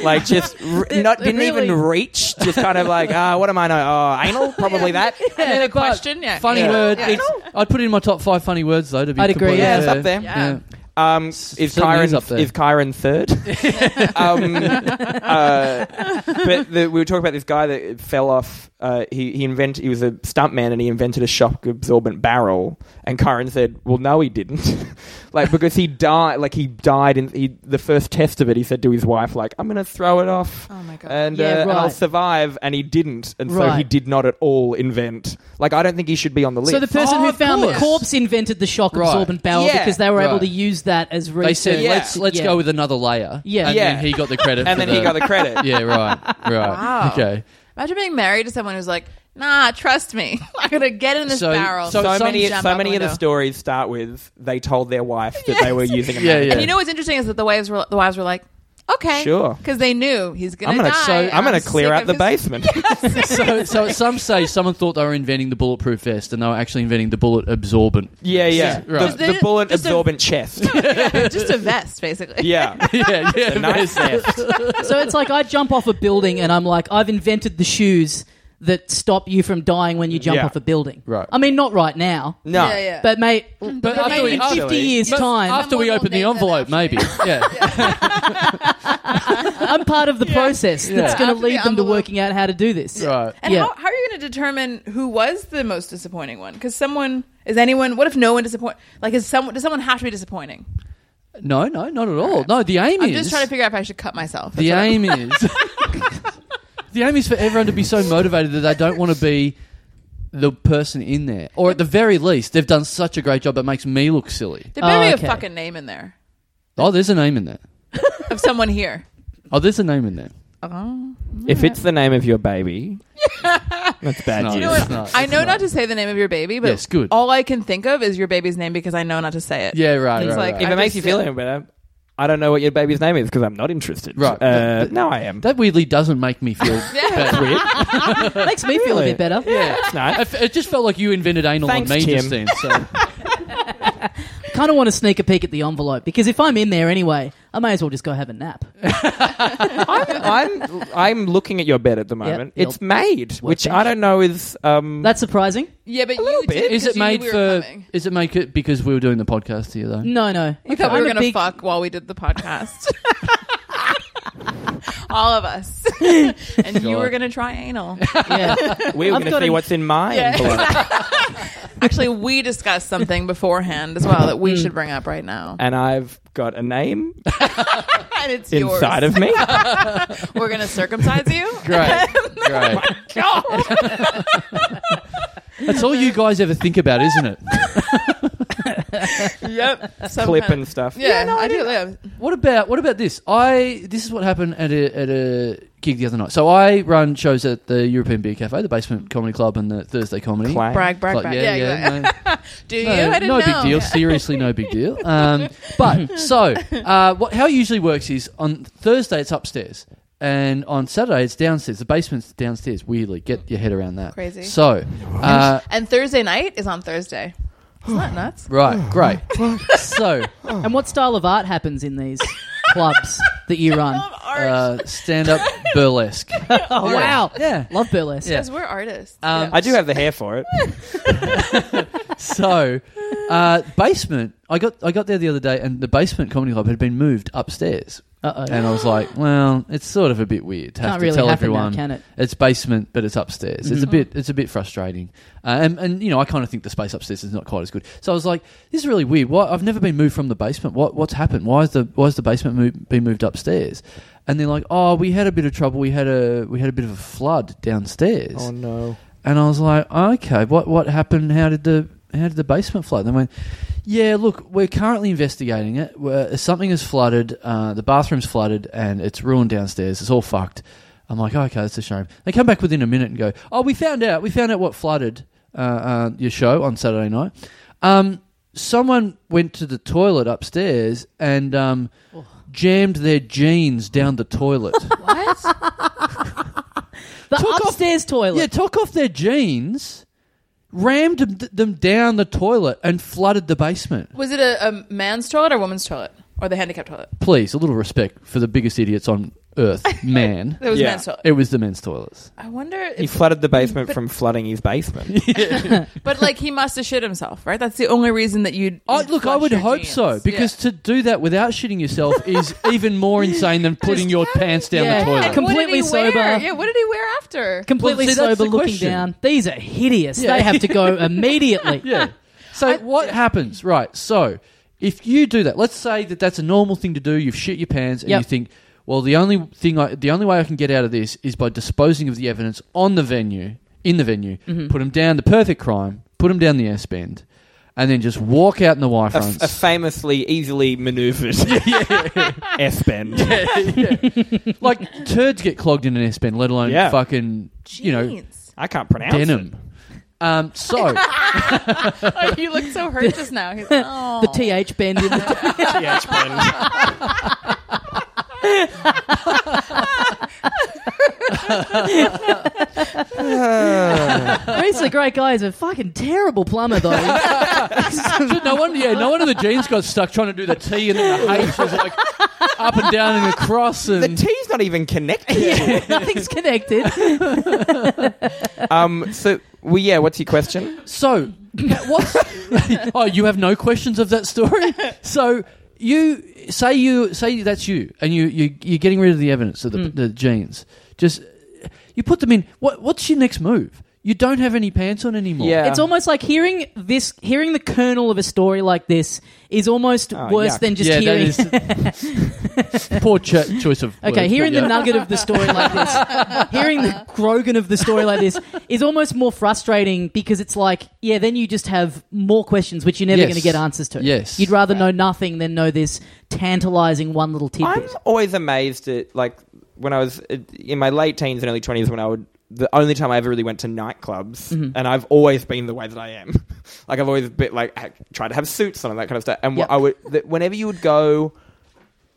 Speaker 3: Like just r- not didn't
Speaker 1: really-
Speaker 3: even reach. Just kind of like, ah, what am I? Know? Oh, anal, probably that.
Speaker 4: And then a
Speaker 2: But
Speaker 4: question. Yeah.
Speaker 2: Funny
Speaker 4: yeah.
Speaker 2: word.
Speaker 4: Yeah.
Speaker 2: It's- I'd put it in my top five funny words though. To be
Speaker 1: I'd agree,
Speaker 2: completely
Speaker 1: yeah.
Speaker 3: Yeah, it's
Speaker 2: fair.
Speaker 3: up there.
Speaker 4: Yeah.
Speaker 3: Um, is
Speaker 2: certainly
Speaker 3: Kyron
Speaker 2: is up there.
Speaker 3: is Kyron third? um, uh, but the, we were talking about this guy that fell off. Uh, he he invent he was a stuntman and he invented a shock absorbent barrel. And Kyron said, "Well, no, he didn't. like because he died. Like he died in he, the first test of it. He said to his wife, like I'm going to throw it off."
Speaker 4: Oh my god.
Speaker 3: And,
Speaker 1: Yeah,
Speaker 3: uh, and I'll
Speaker 1: right.
Speaker 3: survive, and he didn't, and so
Speaker 1: Right.
Speaker 3: he did not at all invent. Like I don't think he should be on the list.
Speaker 1: so the person
Speaker 2: Oh,
Speaker 1: who
Speaker 2: of
Speaker 1: found
Speaker 2: course.
Speaker 1: the corpse invented the shock
Speaker 2: Right.
Speaker 1: absorbent barrel
Speaker 3: Yeah.
Speaker 1: because they were able
Speaker 2: Right.
Speaker 1: to use that as research.
Speaker 2: They said
Speaker 3: Yeah.
Speaker 2: let's let's
Speaker 1: Yeah.
Speaker 2: go with another layer.
Speaker 1: Yeah.
Speaker 2: and
Speaker 3: Yeah.
Speaker 2: then he got the credit.
Speaker 3: and
Speaker 2: for
Speaker 3: then he got the credit.
Speaker 2: yeah right right
Speaker 4: Wow.
Speaker 2: okay.
Speaker 4: Imagine being married to someone who's like, nah, trust me. I'm gonna get in this
Speaker 2: So-
Speaker 4: barrel.
Speaker 2: so-
Speaker 3: so
Speaker 2: some
Speaker 3: many,
Speaker 4: jump
Speaker 3: so
Speaker 4: out
Speaker 3: many
Speaker 4: the
Speaker 3: of the
Speaker 4: window.
Speaker 3: stories start with they told their wife that they were using. A
Speaker 2: Yeah,
Speaker 3: mannequin.
Speaker 4: And you know what's interesting is that the wives were the wives were like, okay,
Speaker 3: Sure.
Speaker 4: because they knew he's gonna,
Speaker 3: I'm gonna,
Speaker 4: die.
Speaker 3: so,
Speaker 4: and
Speaker 3: I'm gonna
Speaker 4: sick
Speaker 3: clear out
Speaker 4: of
Speaker 3: the
Speaker 4: his-
Speaker 3: basement.
Speaker 2: so, so at some stage, someone thought they were inventing the bulletproof vest, and they were actually inventing the bullet absorbent.
Speaker 3: Yeah, yeah.
Speaker 2: Yeah, right.
Speaker 3: The, the
Speaker 4: Just-
Speaker 3: bullet
Speaker 4: just a-
Speaker 3: absorbent chest.
Speaker 4: Yeah, just a vest, basically.
Speaker 3: yeah,
Speaker 2: yeah, yeah.
Speaker 3: nice
Speaker 2: vest.
Speaker 3: vest.
Speaker 1: So it's like I jump off a building and I'm like, I've invented the shoes that stop you from dying when you jump
Speaker 3: Yeah.
Speaker 1: off a building.
Speaker 3: Right.
Speaker 1: I mean, not right now.
Speaker 3: No.
Speaker 4: Yeah, yeah.
Speaker 1: But mate,
Speaker 2: But
Speaker 1: maybe
Speaker 2: after we-
Speaker 1: in
Speaker 2: after-
Speaker 1: fifty years'
Speaker 2: But
Speaker 1: time,
Speaker 2: After we
Speaker 4: Someone will
Speaker 2: open the
Speaker 4: make that
Speaker 2: envelope, maybe. Yeah.
Speaker 1: I'm part of the process that's
Speaker 2: Yeah.
Speaker 1: going to
Speaker 4: After the
Speaker 1: lead them to
Speaker 4: envelope.
Speaker 1: working out how to do this.
Speaker 2: Right.
Speaker 4: And
Speaker 1: Yeah.
Speaker 4: how, how are you going to determine who was the most disappointing one? Because someone is anyone. What if no one disappoint? Like, is someone does someone have to be disappointing?
Speaker 2: No, no, not at all. No, the aim
Speaker 4: I'm
Speaker 2: is
Speaker 4: just trying to figure out if I should cut myself.
Speaker 2: the
Speaker 4: That's what I'm-
Speaker 2: aim is the aim is for everyone to be so motivated that they don't want to be the person in there, or at the very least, they've done such a great job that makes me look silly.
Speaker 4: There better
Speaker 1: Oh,
Speaker 4: be
Speaker 1: okay.
Speaker 4: a fucking name in there
Speaker 2: Oh, there's a name in there.
Speaker 4: of someone here.
Speaker 2: Oh, there's a name in there.
Speaker 4: Oh.
Speaker 3: If it's the name of your baby, that's bad
Speaker 2: No,
Speaker 3: news.
Speaker 4: You know
Speaker 2: It's
Speaker 4: what?
Speaker 2: not.
Speaker 4: I
Speaker 2: It's
Speaker 4: know
Speaker 2: not.
Speaker 4: not to say the name of your baby, but
Speaker 2: Yes, good.
Speaker 4: all I can think of is your baby's name because I know not to say it.
Speaker 2: Yeah, right,
Speaker 4: It's
Speaker 2: right,
Speaker 4: like-
Speaker 2: right.
Speaker 3: If it
Speaker 4: I
Speaker 3: makes
Speaker 4: just
Speaker 3: you feel
Speaker 4: feel-
Speaker 3: any better, I don't know what your baby's name is because I'm not interested.
Speaker 2: Right.
Speaker 3: Uh,
Speaker 2: Th-
Speaker 3: no, I am.
Speaker 2: That weirdly doesn't make me feel
Speaker 4: Yeah.
Speaker 2: bad.
Speaker 1: Makes me feel a
Speaker 3: Really?
Speaker 1: bit better.
Speaker 3: yeah, it's
Speaker 2: I
Speaker 3: nice.
Speaker 2: f- It just felt like you invented anal
Speaker 3: Thanks,
Speaker 2: on me
Speaker 3: Tim.
Speaker 2: just then. So.
Speaker 1: Kind of want to sneak a peek at the envelope because if I'm in there anyway, I may as well just go have a nap.
Speaker 3: I'm, I'm I'm looking at your bed at the moment.
Speaker 1: Yep.
Speaker 3: It's made, which
Speaker 1: it.
Speaker 3: I don't know is um.
Speaker 1: That's surprising.
Speaker 4: Yeah, but
Speaker 3: little
Speaker 4: you
Speaker 3: bit.
Speaker 4: did
Speaker 2: Is it
Speaker 4: because you knew
Speaker 2: made
Speaker 4: we were
Speaker 2: for?
Speaker 4: coming.
Speaker 2: Is it make it because we were doing the podcast here though?
Speaker 1: No, no.
Speaker 4: You thought we
Speaker 1: I'm
Speaker 4: were
Speaker 1: a
Speaker 4: gonna
Speaker 1: big-
Speaker 4: fuck while we did the podcast. All of us, and you
Speaker 2: God.
Speaker 4: were gonna try anal.
Speaker 1: Yeah.
Speaker 3: we were
Speaker 1: I've
Speaker 3: going to
Speaker 1: got
Speaker 3: see
Speaker 1: an-
Speaker 3: what's in my
Speaker 4: Yeah.
Speaker 3: envelope.
Speaker 4: Actually, we discussed something beforehand as well that we should bring up right now,
Speaker 2: Uh,
Speaker 3: and I've got a name
Speaker 4: and it's
Speaker 3: inside
Speaker 4: yours.
Speaker 3: of me.
Speaker 4: We're gonna circumcise you.
Speaker 2: Great, great. That's all you guys ever think about, isn't it?
Speaker 4: yep. Some
Speaker 3: Clip
Speaker 4: kind of-
Speaker 3: and stuff.
Speaker 4: Yeah, no, I, do. live.
Speaker 2: What about what about this? I this is what happened at a at a gig the other night. So I run shows at the European Beer Cafe, the Basement Comedy Club, and the Thursday Comedy.
Speaker 3: Claim.
Speaker 4: Brag, brag,
Speaker 2: Like,
Speaker 4: brag.
Speaker 2: yeah, yeah,
Speaker 4: exactly.
Speaker 2: no.
Speaker 4: Do you?
Speaker 2: No,
Speaker 4: I didn't
Speaker 2: no
Speaker 4: know.
Speaker 2: big deal. Seriously, no big deal. Um, but so, uh, what, how it usually works is on Thursday it's upstairs, and on Saturday it's downstairs. The basement's downstairs. Weirdly, get your head around that.
Speaker 4: Crazy.
Speaker 2: So, uh,
Speaker 4: And Thursday night is on Thursday. Isn't that nuts?
Speaker 2: right, great. so,
Speaker 1: and what style of art happens in these clubs that you run?
Speaker 4: Love art.
Speaker 2: uh, stand up burlesque.
Speaker 1: Oh, wow.
Speaker 2: Yeah.
Speaker 1: Love burlesque.
Speaker 2: Yeah.
Speaker 4: Because we're artists.
Speaker 2: Um,
Speaker 4: Yeah.
Speaker 3: I do have the hair for it.
Speaker 2: So, uh, basement. I got I got there the other day, and the basement comedy club had been moved upstairs.
Speaker 1: Uh-oh.
Speaker 2: And I was like, well, it's sort of a bit weird to have
Speaker 1: Can't
Speaker 2: to
Speaker 1: really
Speaker 2: tell
Speaker 1: happen now,
Speaker 2: everyone
Speaker 1: can it?
Speaker 2: it's basement, but it's upstairs. It's a bit it's a bit frustrating, uh, and and you know I kind of think the space upstairs is not quite as good. So I was like, this is really weird. Why I've never been moved from the basement. What what's happened? Why is the why is the basement move, been moved upstairs? And they're like, oh, we had a bit of trouble. We had a we had a bit of a flood downstairs.
Speaker 3: Oh, no.
Speaker 2: And I was like, okay, what what happened? How did the how did the basement flood? And they went, yeah, look, we're currently investigating it. We're, something has flooded. Uh, the bathroom's flooded, and it's ruined downstairs. It's all fucked. I'm like, okay, that's a shame. They come back within a minute and go, oh, we found out. We found out what flooded uh, uh, your show on Saturday night. Um, someone went to the toilet upstairs and um, jammed their jeans down the toilet.
Speaker 4: what?
Speaker 1: The
Speaker 2: Took off-
Speaker 1: upstairs toilet.
Speaker 2: Yeah, took off their jeans, rammed them- them down the toilet, and flooded the basement.
Speaker 4: Was it a, a man's toilet or woman's toilet? Or the handicapped toilet?
Speaker 2: Please, a little respect for the biggest idiots on earth, man.
Speaker 4: It was
Speaker 3: Yeah.
Speaker 4: man's toilet.
Speaker 2: it was the men's toilets.
Speaker 4: I wonder
Speaker 3: He
Speaker 4: if.
Speaker 3: flooded the basement from flooding his basement.
Speaker 4: but, like, he must have shit himself, right? That's the only reason that you'd.
Speaker 2: Oh,
Speaker 4: you'd
Speaker 2: look, I
Speaker 4: flush
Speaker 2: would
Speaker 4: your
Speaker 2: hope
Speaker 4: jeans.
Speaker 2: so because
Speaker 4: Yeah.
Speaker 2: to do that without shitting yourself is even more insane than putting your pants down
Speaker 1: Yeah.
Speaker 2: the toilet.
Speaker 4: And what did
Speaker 1: Completely
Speaker 4: he wear?
Speaker 1: sober.
Speaker 4: Yeah, what did he wear after?
Speaker 1: Completely
Speaker 2: Well, see, that's
Speaker 1: sober
Speaker 2: the
Speaker 1: looking
Speaker 2: question.
Speaker 1: down. These are hideous.
Speaker 2: Yeah.
Speaker 1: They have to go immediately.
Speaker 2: yeah. So what happens? Right. So if you do that, let's say that that's a normal thing to do. You've shit your pants, and
Speaker 1: Yep.
Speaker 2: you think, well, the only thing, I, the only way I can get out of this is by disposing of the evidence on the venue, in the venue, put them down. The perfect crime. Put them down the S bend, and then just walk out in the Y
Speaker 3: A, f-
Speaker 2: fronts.
Speaker 3: a famously easily maneuvered S bend.
Speaker 2: like turds get clogged in an S bend, let alone
Speaker 3: Yeah.
Speaker 2: fucking you know
Speaker 4: Jeans.
Speaker 3: I can't pronounce
Speaker 2: denim. Um, so
Speaker 4: oh, you look so hurt just now. He's, oh.
Speaker 1: The TH bend in the
Speaker 3: it. TH bend.
Speaker 1: Reese the Great Guy is a fucking terrible plumber, though.
Speaker 2: no one, yeah, no one in the jeans got stuck trying to do the T and then the H was like up and down and across
Speaker 3: The
Speaker 2: and
Speaker 3: T's not even connected.
Speaker 1: yeah, nothing's connected.
Speaker 3: Um, so, well, yeah, what's your question?
Speaker 2: so what's oh you have no questions of that story so you say you say that's you and you, you you're getting rid of the evidence of the,
Speaker 1: Mm.
Speaker 2: the genes just you put them in what what's your next move you don't have any pants on anymore
Speaker 3: Yeah.
Speaker 1: It's almost like hearing this, hearing the kernel of a story like this is almost
Speaker 3: Oh,
Speaker 1: worse
Speaker 3: yuck.
Speaker 1: than just
Speaker 2: yeah,
Speaker 1: hearing.
Speaker 2: that is poor cho- choice of words,
Speaker 1: Okay, hearing
Speaker 2: but
Speaker 1: the
Speaker 2: yeah.
Speaker 1: nugget of the story like this, hearing the grogan of the story like this is almost more frustrating because it's like, yeah, then you just have more questions which you're never
Speaker 2: Yes.
Speaker 1: going to get answers to.
Speaker 2: Yes.
Speaker 1: You'd rather know nothing than know this tantalizing one little
Speaker 3: I'm
Speaker 1: tidbit.
Speaker 3: always amazed at like when I was uh, in my late teens and early twenties when I would the only time I ever really went to nightclubs, and I've always been the way that I am. like I've always been like ha- tried to have suits on and that kind of stuff. And
Speaker 1: Yep.
Speaker 3: I would that whenever you would go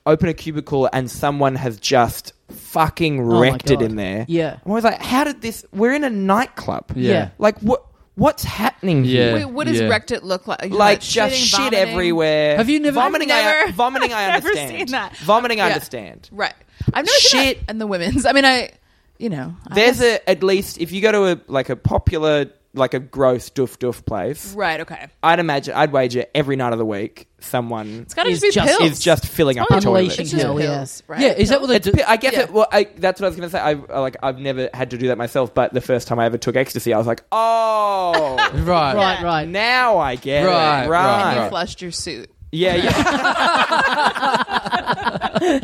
Speaker 3: open a cubicle and someone has just fucking
Speaker 1: my
Speaker 3: wrecked it
Speaker 1: God.
Speaker 3: in there.
Speaker 1: Yeah.
Speaker 3: I'm always like, how did this? We're in a nightclub.
Speaker 2: Yeah.
Speaker 1: Yeah.
Speaker 3: Like what? What's happening
Speaker 2: Yeah.
Speaker 3: here?
Speaker 4: Wait, what does
Speaker 2: Yeah.
Speaker 4: wrecked it look like? You know,
Speaker 3: like just
Speaker 4: shitting,
Speaker 3: shit
Speaker 4: vomiting?
Speaker 3: everywhere.
Speaker 2: Have you never-
Speaker 3: vomiting?
Speaker 4: I've
Speaker 3: I
Speaker 4: never-
Speaker 3: vomiting. I
Speaker 4: I've never
Speaker 3: understand.
Speaker 4: seen that.
Speaker 3: Vomiting. I
Speaker 4: Yeah.
Speaker 3: understand.
Speaker 4: Right. I've never seen
Speaker 3: Shit.
Speaker 4: that and the women's. I mean, I, you know, I
Speaker 3: There's
Speaker 4: guess-
Speaker 3: a at least if you go to a like a popular like a gross doof doof place,
Speaker 4: right. Okay,
Speaker 3: I'd imagine I'd wager every night of the week someone
Speaker 4: it's got to
Speaker 1: Is
Speaker 4: just be
Speaker 1: just-
Speaker 4: pills.
Speaker 3: is just filling up the
Speaker 1: probably
Speaker 3: toilet.
Speaker 1: unleashing
Speaker 4: it's just
Speaker 1: hell, yeah.
Speaker 4: pills, right?
Speaker 2: yeah is that what they
Speaker 3: It's
Speaker 2: do
Speaker 3: pi- I guess
Speaker 4: yeah.
Speaker 3: it. Well, I, that's what I was going to say. I I, like I've never had to do that myself, but the first time I ever took ecstasy, I was like, oh,
Speaker 2: right
Speaker 1: Right, right.
Speaker 3: now I get it.
Speaker 2: Right,
Speaker 3: Right,
Speaker 2: right,
Speaker 4: You
Speaker 2: right.
Speaker 4: flushed your suit.
Speaker 3: yeah, yeah.
Speaker 4: And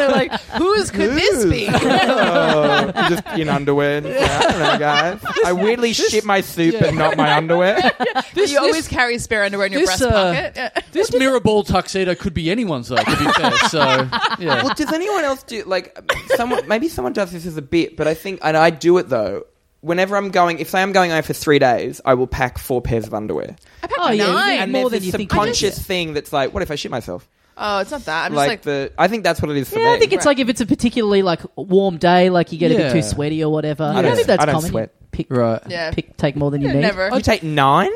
Speaker 4: they're like, whose could this be?
Speaker 3: Oh, just in underwear. Yeah, I don't know, guys. I weirdly shit my soup, but not my underwear.
Speaker 2: this,
Speaker 4: you always
Speaker 2: this,
Speaker 4: carry spare underwear in your
Speaker 2: this,
Speaker 4: breast
Speaker 2: uh,
Speaker 4: pocket. Yeah.
Speaker 2: this mirror ball tuxedo could be anyone's though to be fair so yeah
Speaker 3: Well, does anyone else do like someone? Maybe someone does this as a bit, but I think, and I do it though. Whenever I'm going, if say I'm going away for three days, I will pack four pairs of underwear.
Speaker 1: Oh, yeah,
Speaker 4: nine.
Speaker 1: you need
Speaker 3: And
Speaker 1: more
Speaker 3: there's
Speaker 1: than
Speaker 3: this
Speaker 1: you think. you need.
Speaker 3: subconscious thing that's like, what if I shit myself?
Speaker 4: Oh, it's not that. I'm
Speaker 3: Like,
Speaker 4: just like,
Speaker 3: the, I think that's what it is for
Speaker 1: Yeah,
Speaker 3: me.
Speaker 1: I think it's
Speaker 4: Right.
Speaker 1: like if it's a particularly like warm day, like you get a bit
Speaker 2: Yeah.
Speaker 1: too sweaty or whatever. I,
Speaker 3: don't-
Speaker 1: think that's
Speaker 3: I don't
Speaker 1: common. You
Speaker 3: sweat.
Speaker 1: Pick,
Speaker 2: right
Speaker 4: yeah.
Speaker 1: pick, take more than you need.
Speaker 4: Never.
Speaker 3: you take nine.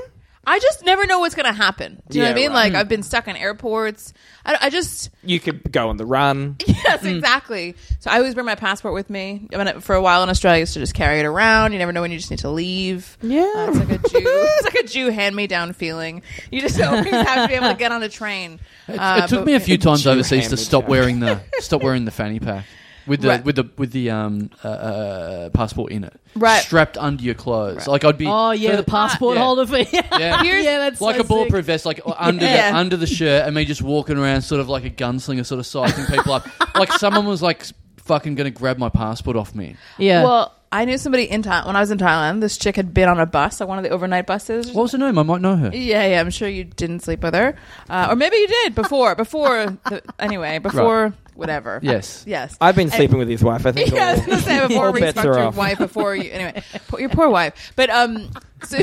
Speaker 4: I just never know what's going to happen. Do you know
Speaker 3: Yeah,
Speaker 4: what I mean?
Speaker 3: right.
Speaker 4: Like, I've been stuck in airports. I, I just,
Speaker 3: You could go on the run.
Speaker 4: yes, exactly. So I always bring my passport with me. I mean, for a while in Australia, I used to just carry it around. You never know when you just need to leave.
Speaker 3: Yeah.
Speaker 4: Uh, it's like a Jew. it's like a Jew hand me down feeling. You just always have to be able to get on a train.
Speaker 2: It,
Speaker 4: Uh,
Speaker 2: it took
Speaker 4: but-
Speaker 2: me a few times
Speaker 3: Two
Speaker 2: overseas to
Speaker 3: hammered
Speaker 2: stop
Speaker 3: down.
Speaker 2: wearing the stop wearing the fanny pack with the
Speaker 4: Right.
Speaker 2: with the with the um uh, uh, passport in it,
Speaker 4: Right.
Speaker 2: Strapped under your clothes, like I'd be.
Speaker 1: Oh yeah, the passport
Speaker 2: Yeah.
Speaker 1: holder for yeah,
Speaker 2: Yeah.
Speaker 4: Here's-
Speaker 1: yeah that's
Speaker 2: like
Speaker 1: so
Speaker 2: a bulletproof
Speaker 1: sick.
Speaker 2: vest, like uh, under the
Speaker 4: Yeah.
Speaker 2: under the shirt, and me just walking around, sort of like a gunslinger, sort of sizing people up. Like someone was like fucking gonna grab my passport off me.
Speaker 1: Yeah,
Speaker 4: Well, I knew somebody in Thailand. When I was in Thailand, this chick had been on a bus, like one of the overnight buses.
Speaker 2: What was her name? I might know her.
Speaker 4: Yeah, yeah, I'm sure you didn't sleep with her, uh, or maybe you did before. Before, the, anyway, before whatever.
Speaker 2: Yes.
Speaker 4: yes.
Speaker 3: I've been sleeping with his wife. I think.
Speaker 4: yeah, I was gonna say before
Speaker 3: All bets are
Speaker 4: restructured
Speaker 3: off.
Speaker 4: wife, before you. Anyway, po- your poor wife. But um, so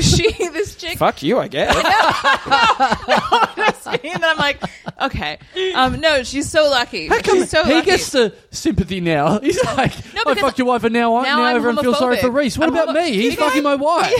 Speaker 4: she, this chick,
Speaker 3: Fuck you, I guess.
Speaker 4: and I'm like, okay, um, no, she's so lucky. She's so
Speaker 2: he
Speaker 4: lucky.
Speaker 2: gets the sympathy now. He's like, I
Speaker 4: because
Speaker 2: fucked your wife, and now I
Speaker 4: now
Speaker 2: now,
Speaker 4: I'm
Speaker 2: everyone feels sorry for
Speaker 4: homophobic.
Speaker 2: Reese. What
Speaker 4: I'm
Speaker 2: about
Speaker 4: homo-
Speaker 2: me? He's
Speaker 4: Yeah.
Speaker 2: fucking my wife.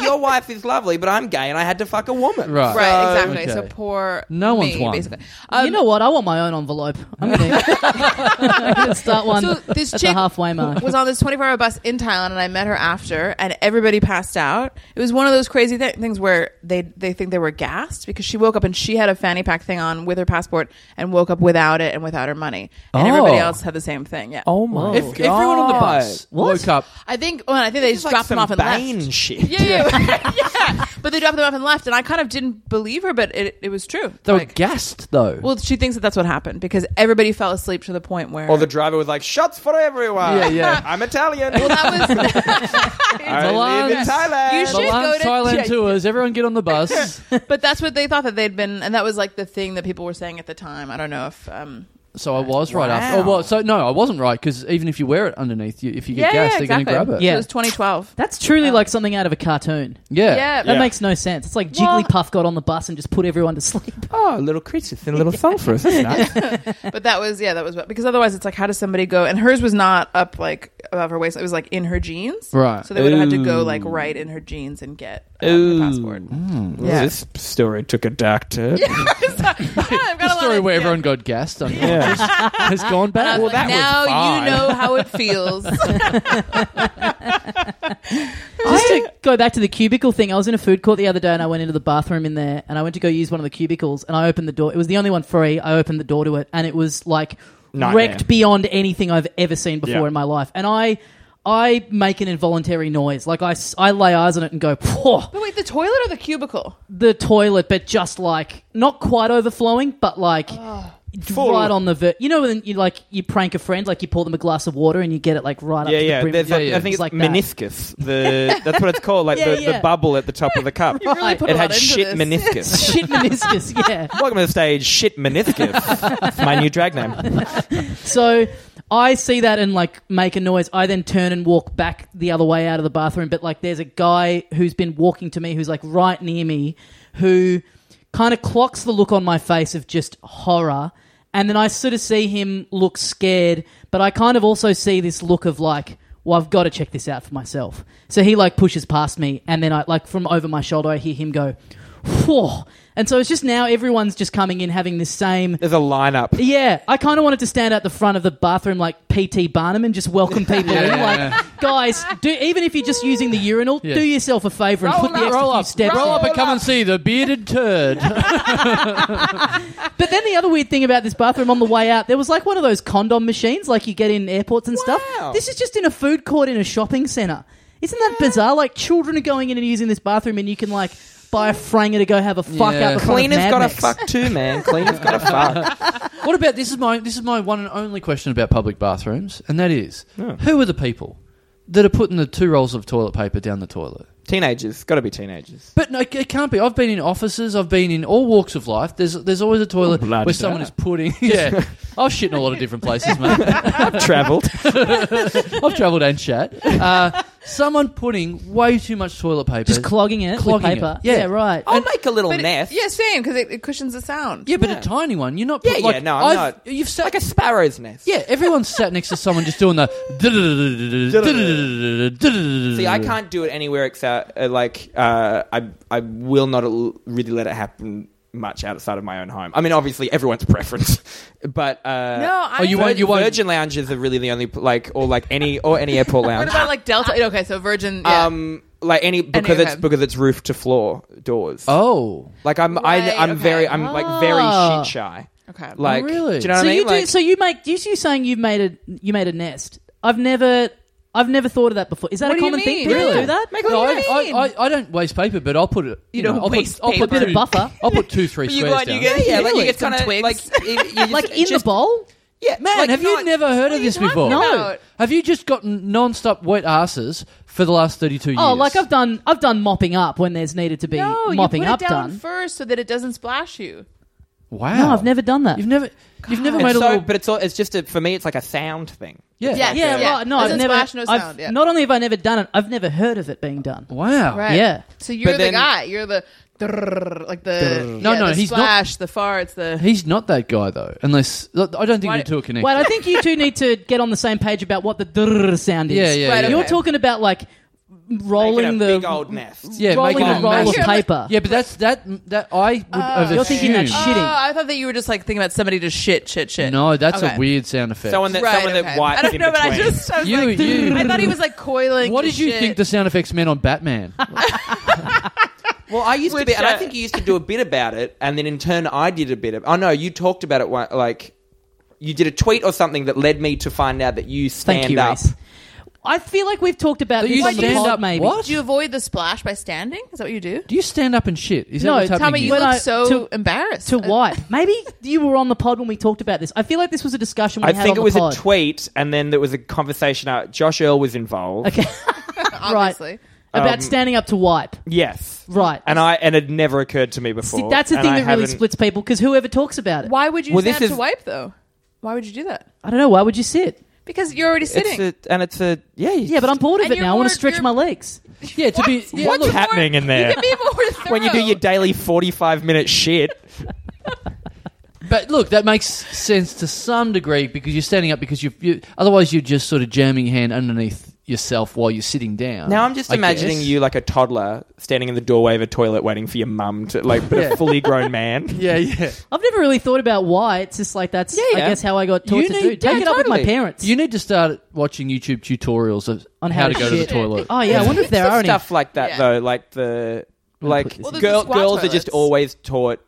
Speaker 3: Your wife is lovely, but I'm gay and I had to fuck a woman.
Speaker 2: Right.
Speaker 4: right,
Speaker 3: So-
Speaker 4: exactly.
Speaker 2: Oh,
Speaker 4: So
Speaker 2: Okay.
Speaker 4: poor
Speaker 2: No
Speaker 4: me,
Speaker 2: one's won.
Speaker 4: Basically, um,
Speaker 1: you know what? I want my own envelope. I'm gonna, I'm gonna start one
Speaker 4: So this
Speaker 1: at
Speaker 4: chick
Speaker 1: the halfway mark.
Speaker 4: was on this 24 hour bus in Thailand, and I met her after, and everybody passed out. It was one of those crazy th- things where they they think they were gassed because she woke up and she had a fanny pack thing on with her passport and woke up without it and without her money, and everybody
Speaker 2: Oh.
Speaker 4: else had the same thing. Yeah,
Speaker 3: Oh my
Speaker 2: If, everyone on the bus
Speaker 1: What?
Speaker 2: woke up,
Speaker 4: I think. Well, I think they
Speaker 3: It's
Speaker 4: just
Speaker 3: like
Speaker 4: dropped them
Speaker 3: some
Speaker 4: off and
Speaker 3: Bane
Speaker 4: left.
Speaker 3: shit.
Speaker 4: Yeah, yeah, yeah. But they dropped them off and left, and I kind of didn't believe her, but it, it was true.
Speaker 2: they were
Speaker 4: Like,
Speaker 2: gassed though.
Speaker 4: well, she thinks that that's what happened because everybody fell asleep to the point where.
Speaker 3: Or the driver was like, "Shots for everyone."
Speaker 2: Yeah, yeah.
Speaker 3: I'm Italian.
Speaker 4: well, that was.
Speaker 3: I live in
Speaker 2: Milan's-
Speaker 3: Thailand.
Speaker 4: You should-
Speaker 2: Milan
Speaker 4: go to-
Speaker 2: Thailand
Speaker 4: yeah.
Speaker 2: tours. Everyone get on the bus.
Speaker 4: But that's what they thought that they'd been, and that was like the thing that people were saying at the time. I don't know if, um,
Speaker 2: So I was right after. Oh,
Speaker 3: Wow.
Speaker 2: well, so no, I wasn't right because even if you wear it underneath, you, if you get gassed, they're going to grab it.
Speaker 1: Yeah.
Speaker 4: it was 2012.
Speaker 1: That's truly like something out of a cartoon.
Speaker 2: Yeah.
Speaker 4: yeah,
Speaker 1: That
Speaker 3: Yeah.
Speaker 1: makes no sense. It's like
Speaker 4: Well-
Speaker 1: Jigglypuff got on the bus and just put everyone to sleep.
Speaker 3: oh, little Croesus and a little Sulphurus. That's nice.
Speaker 4: but that was yeah, that was because otherwise it's like how does somebody go? And hers was not up like above her waist; it was like in her jeans,
Speaker 2: Right.
Speaker 4: So they would have had to
Speaker 3: Ooh.
Speaker 4: go like right in her jeans and get um, her passport.
Speaker 3: Well,
Speaker 4: Yeah.
Speaker 3: This story took a dark turn.
Speaker 4: Yeah, I've got a
Speaker 2: story
Speaker 4: wanted-
Speaker 2: where
Speaker 4: yeah.
Speaker 2: everyone got gassed on
Speaker 3: Yeah.
Speaker 2: has gone back.
Speaker 3: Well, that was
Speaker 4: now
Speaker 3: fine.
Speaker 4: you know how it feels.
Speaker 1: Just to go back to the cubicle thing, I was in a food court the other day and I went into the bathroom in there and I went to go use one of the cubicles and I opened the door. It was the only one free. I opened the door to it and it was like
Speaker 3: Nightmare.
Speaker 1: wrecked beyond anything I've ever seen before
Speaker 3: Yeah.
Speaker 1: in my life. And I I make an involuntary noise. Like I, s- I lay eyes on it and go, Phew,
Speaker 4: but wait, the toilet or the cubicle?
Speaker 1: the toilet, but just like not quite overflowing, but like
Speaker 3: Ah, Full.
Speaker 1: right on the ver- you know when you like you prank a friend, like you pour them a glass of water and you get it like right up
Speaker 3: Yeah,
Speaker 1: to
Speaker 3: yeah.
Speaker 1: the brim.
Speaker 3: There's
Speaker 2: Yeah,
Speaker 3: that-
Speaker 2: yeah.
Speaker 3: I think
Speaker 1: It's like
Speaker 3: it's
Speaker 1: that.
Speaker 3: meniscus. The that's what it's called, like
Speaker 1: Yeah,
Speaker 3: the,
Speaker 1: yeah.
Speaker 3: the bubble at the top of the cup.
Speaker 4: You really put
Speaker 3: it
Speaker 4: a
Speaker 3: had
Speaker 4: lot into
Speaker 3: shit
Speaker 4: this.
Speaker 3: meniscus.
Speaker 1: Shit meniscus, yeah.
Speaker 3: Welcome to the stage, shit meniscus. It's my new drag name.
Speaker 1: So I see that and like make a noise. I then turn and walk back the other way out of the bathroom. But like there's a guy who's been walking to me who's like right near me who kind of clocks the look on my face of just horror. And then I sort of see him look scared, but I kind of also see this look of like, well, I've got to check this out for myself. So he like pushes past me, and then I like from over my shoulder, I hear him go, whoa. And so it's just now everyone's just coming in having this same
Speaker 3: There's a lineup.
Speaker 1: yeah, I kind of wanted to stand out the front of the bathroom like P.T. Barnum and just welcome people in. Like, guys, do, even if you're just using the urinal,
Speaker 2: Yeah.
Speaker 1: do yourself a favour and
Speaker 4: Roll
Speaker 1: put the
Speaker 4: up,
Speaker 1: extra
Speaker 4: roll
Speaker 1: few
Speaker 2: up,
Speaker 1: steps.
Speaker 2: Roll
Speaker 1: in.
Speaker 2: up and come and see the bearded turd.
Speaker 1: But then the other weird thing about this bathroom on the way out, there was like one of those condom machines like you get in airports and
Speaker 3: Wow.
Speaker 1: stuff. This is just in a food court in a shopping centre. Isn't that bizarre? Like children are going in and using this bathroom, and you can like buy a franger to go have a fuck
Speaker 2: Yeah.
Speaker 1: out. The front of
Speaker 3: Cleaner's
Speaker 1: Mad
Speaker 3: got to
Speaker 1: Max.
Speaker 3: fuck too, man. Cleaner's got to fuck.
Speaker 2: What about this is my this is my one and only question about public bathrooms, and that is who are the people that are putting the two rolls of toilet paper down the toilet?
Speaker 3: Teenagers, got to be teenagers.
Speaker 2: But no, it it can't be. I've been in offices. I've been in all walks of life. There's there's always a toilet
Speaker 3: Oh, bloody
Speaker 2: where someone
Speaker 3: hell.
Speaker 2: is putting. Yeah, I've shit in a lot of different places, mate.
Speaker 3: I've travelled.
Speaker 2: I've travelled and shat. Uh, someone putting way too much toilet paper.
Speaker 1: Just clogging it
Speaker 2: Clogging
Speaker 1: with
Speaker 2: it.
Speaker 1: paper.
Speaker 2: Yeah.
Speaker 1: right.
Speaker 3: I'll make a little
Speaker 4: But it-
Speaker 3: nest.
Speaker 4: yeah, same because it, it cushions the sound.
Speaker 2: yeah, but a tiny one. You're not. put-
Speaker 3: Yeah, yeah,
Speaker 2: like,
Speaker 3: no, I'm
Speaker 2: I've-
Speaker 3: not.
Speaker 2: You've sat
Speaker 3: like a sparrow's nest.
Speaker 2: Yeah, everyone's sat next to someone just doing the.
Speaker 3: See, I can't do it anywhere except uh, like uh, I I will not l- really let it happen much outside of my own home. I mean, obviously everyone's preference, but uh,
Speaker 4: No, I.
Speaker 2: Oh, you
Speaker 4: mean-
Speaker 2: won't- you won't-
Speaker 3: Virgin lounges are really the only pl- like or like any or any airport
Speaker 4: What
Speaker 3: lounge.
Speaker 4: about like Delta? Okay, so Virgin. Yeah.
Speaker 3: um, like any because
Speaker 4: Any
Speaker 3: it's
Speaker 4: room.
Speaker 3: because it's roof to floor doors.
Speaker 2: Oh,
Speaker 3: Like I'm
Speaker 4: Right,
Speaker 3: I, I'm
Speaker 4: okay.
Speaker 3: very I'm like
Speaker 1: Ah.
Speaker 3: very sheet shy.
Speaker 4: okay.
Speaker 3: Oh, Like
Speaker 2: really?
Speaker 3: do you know
Speaker 1: so
Speaker 3: what I mean?
Speaker 1: you do.
Speaker 3: Like-
Speaker 1: so you make. You you saying you've made a you made a nest. I've never. I've never thought of that before. Is that
Speaker 4: What
Speaker 1: a
Speaker 4: do you
Speaker 1: common
Speaker 4: mean?
Speaker 1: thing? People
Speaker 4: Really?
Speaker 1: do that?
Speaker 4: Make
Speaker 2: no,
Speaker 4: what
Speaker 2: I,
Speaker 4: do you mean?
Speaker 2: I, I, I don't waste paper, but I'll put it. You,
Speaker 4: don't
Speaker 2: know, I'll
Speaker 4: waste
Speaker 2: put, I'll put
Speaker 4: paper.
Speaker 1: Bit of
Speaker 2: two-
Speaker 1: buffer.
Speaker 2: I'll put two, three
Speaker 4: You
Speaker 2: squares
Speaker 4: got- you
Speaker 2: down.
Speaker 4: get-
Speaker 3: yeah, like
Speaker 4: Really?
Speaker 3: you get
Speaker 4: Some
Speaker 3: kind of
Speaker 4: twigs.
Speaker 3: like you- you just-
Speaker 1: Like in
Speaker 3: just-
Speaker 1: the bowl?
Speaker 3: Yeah,
Speaker 2: Man,
Speaker 3: like
Speaker 2: have
Speaker 3: not-
Speaker 2: you never heard
Speaker 4: What
Speaker 2: of
Speaker 4: are
Speaker 2: this
Speaker 4: you talking
Speaker 2: before?
Speaker 4: about?
Speaker 2: Have you just gotten non-stop wet asses for the last thirty-two years?
Speaker 1: Oh, like I've done. I've done mopping up when there's needed to be
Speaker 4: No, you put
Speaker 1: mopping
Speaker 4: it
Speaker 1: up
Speaker 4: down
Speaker 1: done.
Speaker 4: first so that it doesn't splash you.
Speaker 2: Wow,
Speaker 1: No, I've never done that.
Speaker 2: You've never. You've never
Speaker 3: It's
Speaker 2: made a
Speaker 3: so-
Speaker 2: little.
Speaker 3: but it's all, it's just a, for me it's like a sound thing.
Speaker 2: yeah.
Speaker 4: Yeah.
Speaker 1: yeah, right. No, I've
Speaker 4: Doesn't
Speaker 1: never.
Speaker 4: splash, no
Speaker 1: I've-
Speaker 4: sound, yeah.
Speaker 1: Not only have I never done it, I've never heard of it being done.
Speaker 2: Wow.
Speaker 4: Right.
Speaker 1: Yeah.
Speaker 4: So you're
Speaker 3: But
Speaker 4: the
Speaker 3: then-
Speaker 4: guy. You're the drrrr, like the
Speaker 2: No,
Speaker 4: yeah,
Speaker 2: no,
Speaker 4: the
Speaker 2: he's not-
Speaker 4: splash, the farts, the
Speaker 2: He's not that guy though, unless I don't think
Speaker 4: Why-
Speaker 2: the two are connected.
Speaker 1: Well, I think you two need to get on the same page about what the drrrr sound is.
Speaker 2: Yeah, yeah,
Speaker 4: Right, yeah.
Speaker 1: You're
Speaker 4: okay.
Speaker 1: talking about like
Speaker 3: Making
Speaker 1: rolling
Speaker 3: a
Speaker 1: the
Speaker 3: big old nest.
Speaker 2: yeah,
Speaker 1: rolling
Speaker 2: making
Speaker 1: the
Speaker 2: a
Speaker 1: roll of
Speaker 2: massive-
Speaker 1: paper.
Speaker 2: Yeah, but that's that. That I would. have
Speaker 1: You're thinking that
Speaker 2: assumed.
Speaker 1: shitting.
Speaker 4: Oh, I thought Uh, that you were just like thinking about somebody just shit, shit, shit.
Speaker 2: No, that's
Speaker 4: Okay.
Speaker 2: a weird sound effect.
Speaker 3: Someone that
Speaker 4: Right,
Speaker 3: someone
Speaker 4: okay.
Speaker 3: that wipes
Speaker 4: I don't
Speaker 3: in
Speaker 4: know,
Speaker 3: between.
Speaker 4: but I just I was
Speaker 2: You-
Speaker 4: like,
Speaker 2: you.
Speaker 4: I thought he was like coiling.
Speaker 2: what
Speaker 4: the
Speaker 2: did you
Speaker 4: shit.
Speaker 2: think the sound effects meant on Batman?
Speaker 3: Well, I used to
Speaker 4: Which,
Speaker 3: be, and I
Speaker 4: uh,
Speaker 3: think you used to do a bit about it, and then in turn I did a bit. Of, oh no, you talked about it one, like you did a tweet or something that led me to find out that you stand
Speaker 1: Thank you,
Speaker 3: up.
Speaker 1: Reese. I feel like we've talked about
Speaker 2: Do
Speaker 1: this
Speaker 2: you
Speaker 1: on the
Speaker 2: stand
Speaker 1: pod,
Speaker 2: up?
Speaker 1: maybe.
Speaker 2: What?
Speaker 4: Do you avoid the splash by standing? Is that what you do?
Speaker 2: Do you stand up and shit? Is
Speaker 1: No,
Speaker 2: that what's
Speaker 1: tell
Speaker 2: happening
Speaker 4: Tommy, you
Speaker 2: here?
Speaker 1: When
Speaker 4: look
Speaker 1: I-
Speaker 4: so
Speaker 1: to-
Speaker 4: embarrassed. uh,
Speaker 1: to
Speaker 4: I-
Speaker 1: wipe. Maybe you were on the pod when we talked about this. I feel like this was a discussion we
Speaker 3: I
Speaker 1: had
Speaker 3: think
Speaker 1: on
Speaker 3: it was
Speaker 1: the pod.
Speaker 3: a tweet, and then there was a conversation. Uh, Josh Earl was involved.
Speaker 1: Okay,
Speaker 4: Obviously.
Speaker 1: about
Speaker 3: Um,
Speaker 1: standing up to wipe.
Speaker 3: Yes,
Speaker 1: Right.
Speaker 3: and I and it never occurred to me before.
Speaker 1: See, that's the
Speaker 3: and
Speaker 1: thing
Speaker 3: I
Speaker 1: that really
Speaker 3: haven't-
Speaker 1: splits people because whoever talks about it,
Speaker 4: Why would you
Speaker 3: Well,
Speaker 4: stand
Speaker 3: this
Speaker 4: to
Speaker 3: is-
Speaker 4: wipe though? Why would you do that?
Speaker 1: I don't know. Why would you sit?
Speaker 4: Because you're already
Speaker 3: It's
Speaker 4: sitting.
Speaker 3: a, and it's a yeah. you-
Speaker 1: Yeah, but I'm bored of
Speaker 4: And
Speaker 1: it
Speaker 4: you're
Speaker 1: now. I want
Speaker 4: bored-
Speaker 1: to stretch
Speaker 4: you're-
Speaker 1: my legs.
Speaker 2: Yeah, to be. Yeah,
Speaker 3: What's
Speaker 2: look,
Speaker 3: happening in there?
Speaker 4: You can be more thorough.
Speaker 3: when you do your daily forty-five minute shit,
Speaker 2: but look, that makes sense to some degree because you're standing up because you. you otherwise, you're just sort of jamming your hand underneath yourself while you're sitting down.
Speaker 3: Now I'm just
Speaker 2: I
Speaker 3: imagining
Speaker 2: guess.
Speaker 3: you like a toddler standing in the doorway of a toilet waiting for your mum to like but a fully grown man.
Speaker 2: Yeah, yeah.
Speaker 1: I've never really thought about why. It's just like that's,
Speaker 2: Yeah, yeah.
Speaker 1: I guess, how I got taught
Speaker 2: You
Speaker 1: to
Speaker 2: need-
Speaker 1: do. Take
Speaker 2: yeah,
Speaker 1: it up with my
Speaker 2: totally.
Speaker 1: parents.
Speaker 2: You need to start watching YouTube tutorials of
Speaker 1: On
Speaker 2: on
Speaker 1: how
Speaker 2: how,
Speaker 1: to
Speaker 2: to go to the
Speaker 1: shit.
Speaker 2: toilet.
Speaker 1: oh yeah, I wonder if there are any.
Speaker 3: stuff like that
Speaker 4: Yeah.
Speaker 3: though, like the like
Speaker 1: put this
Speaker 4: in.
Speaker 3: girl,
Speaker 4: Well, there's
Speaker 3: girls are
Speaker 4: toilets.
Speaker 3: just always taught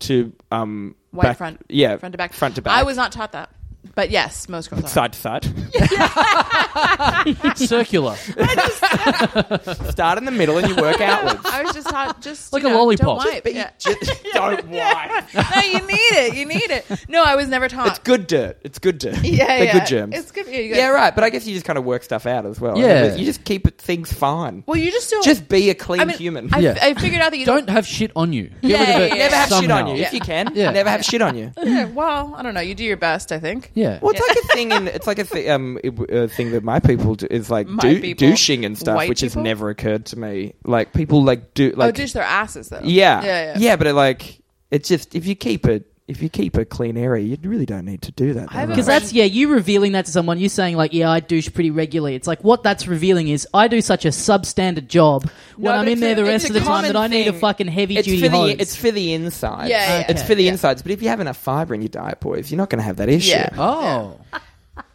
Speaker 3: to um
Speaker 4: White
Speaker 3: back-
Speaker 4: front.
Speaker 3: yeah
Speaker 4: Front to back.
Speaker 3: front to back
Speaker 4: I was not taught that. But yes, most girls are.
Speaker 3: side to side
Speaker 2: Circular.
Speaker 3: start in the middle and you work outwards
Speaker 4: I was just taught just
Speaker 2: Like
Speaker 4: you
Speaker 2: a
Speaker 4: know,
Speaker 2: lollipop.
Speaker 4: Don't wipe.
Speaker 3: but
Speaker 4: Yeah.
Speaker 3: you just don't wipe
Speaker 4: no, you need it. You need it. No, I was never taught.
Speaker 3: it's good dirt it's good dirt
Speaker 4: Yeah,
Speaker 3: They're
Speaker 4: yeah.
Speaker 3: good germs
Speaker 4: It's good. Yeah, you
Speaker 3: yeah
Speaker 4: gotta-
Speaker 3: right but I guess you just kind of work stuff out as well
Speaker 2: Yeah.
Speaker 3: you just keep it, things fine
Speaker 4: Well, you just don't.
Speaker 3: just be a clean
Speaker 4: I mean,
Speaker 3: human
Speaker 4: I,
Speaker 2: Yeah.
Speaker 4: I figured out that you don't.
Speaker 2: Don't have shit on you. Get
Speaker 4: Yeah,
Speaker 2: rid of
Speaker 4: yeah,
Speaker 2: it
Speaker 4: yeah.
Speaker 3: never have shit on
Speaker 2: somehow.
Speaker 3: you if you can
Speaker 2: Yeah.
Speaker 3: never have shit on you
Speaker 4: Yeah, well, I don't know. You do your best. I think.
Speaker 2: Yeah.
Speaker 3: Well, it's like a thing, in it's like a thi- um, it- uh, thing that my people do is like
Speaker 4: My
Speaker 3: dou-
Speaker 4: people?
Speaker 3: douching and stuff,
Speaker 4: White
Speaker 3: which
Speaker 4: people?
Speaker 3: has never occurred to me. Like people like do
Speaker 4: oh,
Speaker 3: like
Speaker 4: douche their asses though.
Speaker 3: yeah.
Speaker 4: Yeah. Yeah.
Speaker 3: but it, like it's just if you keep it if you keep a clean area, you really don't need to do that.
Speaker 4: I have
Speaker 3: though,
Speaker 4: a
Speaker 1: Because
Speaker 3: right?
Speaker 1: that's yeah, you revealing that to someone, you saying like, yeah, I douche pretty regularly. It's like what that's revealing is I do such a substandard job when
Speaker 3: but
Speaker 1: I'm in
Speaker 3: it's
Speaker 1: there
Speaker 3: a-
Speaker 1: the rest
Speaker 4: it's
Speaker 1: of
Speaker 4: a
Speaker 1: the time that
Speaker 4: common
Speaker 1: I need a
Speaker 4: thing.
Speaker 1: fucking heavy
Speaker 3: it's
Speaker 1: duty
Speaker 3: for
Speaker 1: hose.
Speaker 3: the it's for the insides.
Speaker 4: Yeah, yeah,
Speaker 3: it's for the
Speaker 4: yeah.
Speaker 3: insides. But if you have enough fiber in your diet, boys, you're not going to have that issue.
Speaker 4: Yeah.
Speaker 2: Oh.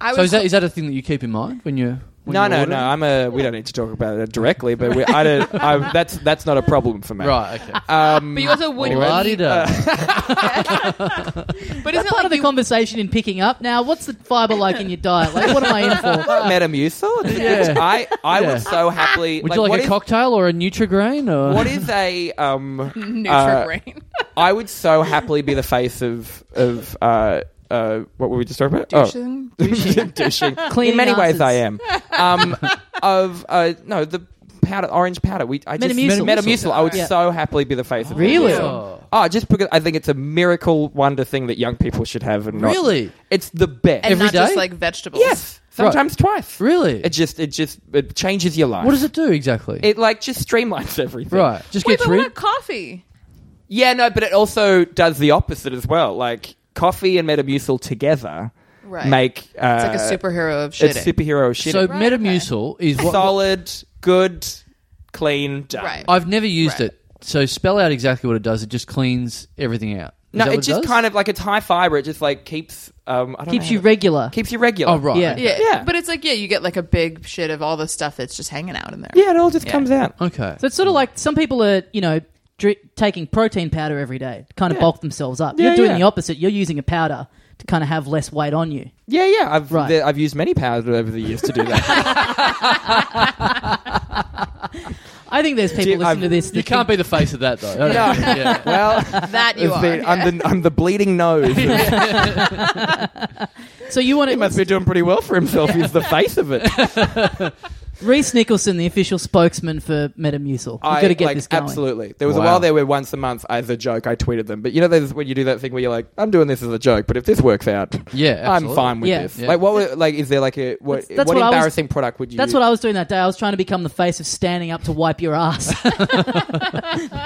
Speaker 4: I
Speaker 2: So
Speaker 4: was
Speaker 2: is that is that a thing that you keep in mind when you? When
Speaker 3: No,
Speaker 2: you
Speaker 3: no,
Speaker 2: order?
Speaker 3: no. I'm a. We don't need to talk about it directly, but we, I don't. I, that's that's not a problem for me.
Speaker 2: Right. Okay.
Speaker 3: Um, Uh,
Speaker 4: But you also would. eat-
Speaker 2: La-di-da.
Speaker 4: But isn't it
Speaker 1: part
Speaker 4: like
Speaker 1: of the
Speaker 4: you,
Speaker 1: conversation in picking up. Now, what's the fiber like in your diet? Like, what am I in for?
Speaker 3: Metamucil.
Speaker 2: Yeah.
Speaker 3: I I
Speaker 2: Yeah.
Speaker 3: would so happily.
Speaker 2: Would you like
Speaker 3: what
Speaker 2: a
Speaker 3: is-
Speaker 2: cocktail or a Nutrigrain or?
Speaker 3: What is a um?
Speaker 4: Nutrigrain?
Speaker 3: I would so happily be the face of of uh uh. What were we just talking about? Oh.
Speaker 4: Douching?
Speaker 3: douching.
Speaker 1: Cleaning
Speaker 3: In many
Speaker 1: asses.
Speaker 3: ways, I am. Um, of uh, no, the powder, orange powder. We I just
Speaker 1: Metamucil.
Speaker 3: Metamucil. I would
Speaker 1: Yeah.
Speaker 3: so happily be the face of
Speaker 1: Really?
Speaker 3: Metamucil.
Speaker 2: Oh.
Speaker 3: Oh, just because I think it's a miracle wonder thing that young people should have, and not-
Speaker 2: Really?
Speaker 3: it's the best.
Speaker 4: and
Speaker 2: Every
Speaker 4: not just
Speaker 2: day?
Speaker 4: like vegetables.
Speaker 3: yes, sometimes twice.
Speaker 2: Really?
Speaker 3: It just it just it changes your life.
Speaker 2: what does it do exactly?
Speaker 3: It like just streamlines everything.
Speaker 2: right. Just
Speaker 4: Wait,
Speaker 2: gets
Speaker 4: but
Speaker 2: rid.
Speaker 4: what coffee?
Speaker 3: Yeah, no, but it also does the opposite as well. Like coffee and Metamucil together
Speaker 4: Right.
Speaker 3: make uh,
Speaker 4: it's like a superhero of shitting.
Speaker 3: It's superhero shit.
Speaker 2: So
Speaker 4: Right, okay.
Speaker 2: Metamucil is what.
Speaker 3: solid, good, clean, done.
Speaker 4: Right.
Speaker 2: I've never used
Speaker 4: Right.
Speaker 2: it. So spell out exactly what it does. It just cleans everything out. Is
Speaker 3: No,
Speaker 2: that
Speaker 3: it
Speaker 2: what
Speaker 3: just
Speaker 2: does?
Speaker 3: kind of like it's high fiber. It just like keeps um I don't know
Speaker 1: Keeps
Speaker 3: how
Speaker 1: you
Speaker 3: to-
Speaker 1: regular.
Speaker 3: keeps you regular.
Speaker 2: Oh right.
Speaker 1: Yeah.
Speaker 2: okay.
Speaker 4: yeah.
Speaker 3: Yeah.
Speaker 4: But it's like yeah, you get like a big shit of all the stuff that's just hanging out in there.
Speaker 3: Yeah, it all just
Speaker 4: Yeah.
Speaker 3: comes out.
Speaker 2: Okay.
Speaker 1: So it's sort of like some people are, you know, dri- taking protein powder every day, to kind of
Speaker 3: Yeah.
Speaker 1: bulk themselves up.
Speaker 3: Yeah,
Speaker 1: You're doing
Speaker 3: yeah.
Speaker 1: the opposite. You're using a powder to kind of have less weight on you.
Speaker 3: Yeah, yeah. I've
Speaker 1: Right.
Speaker 3: there- I've used many powders over the years to do that.
Speaker 1: I think there's people
Speaker 3: Gee,
Speaker 1: listening
Speaker 3: I've-
Speaker 1: to this.
Speaker 2: You
Speaker 1: that
Speaker 2: can't
Speaker 1: think-
Speaker 2: be the face of that though.
Speaker 3: No.
Speaker 2: Yeah.
Speaker 3: well,
Speaker 4: That you
Speaker 3: it's
Speaker 4: are.
Speaker 3: been- I'm the I'm the bleeding nose.
Speaker 1: So you want
Speaker 3: he must
Speaker 1: to
Speaker 3: be doing pretty well for himself. He's the face of it.
Speaker 1: Reese Nicholson, the official spokesman for Metamucil. You've got to get
Speaker 3: like,
Speaker 1: this going.
Speaker 3: Absolutely. There was a
Speaker 2: Wow.
Speaker 3: while there where once a month, as a joke, I tweeted them. But you know, there's when you do that thing where you're like, I'm doing this as a joke, but if this works out,
Speaker 2: Yeah,
Speaker 3: I'm
Speaker 2: absolutely.
Speaker 3: fine with
Speaker 1: Yeah.
Speaker 3: this.
Speaker 2: Yeah.
Speaker 3: Like, what? Would, like, is there like a what?
Speaker 1: That's- that's
Speaker 3: what,
Speaker 1: what I was-
Speaker 3: embarrassing product would you?
Speaker 1: That's what I was doing that day. I was trying to become the face of standing up to wipe your ass. the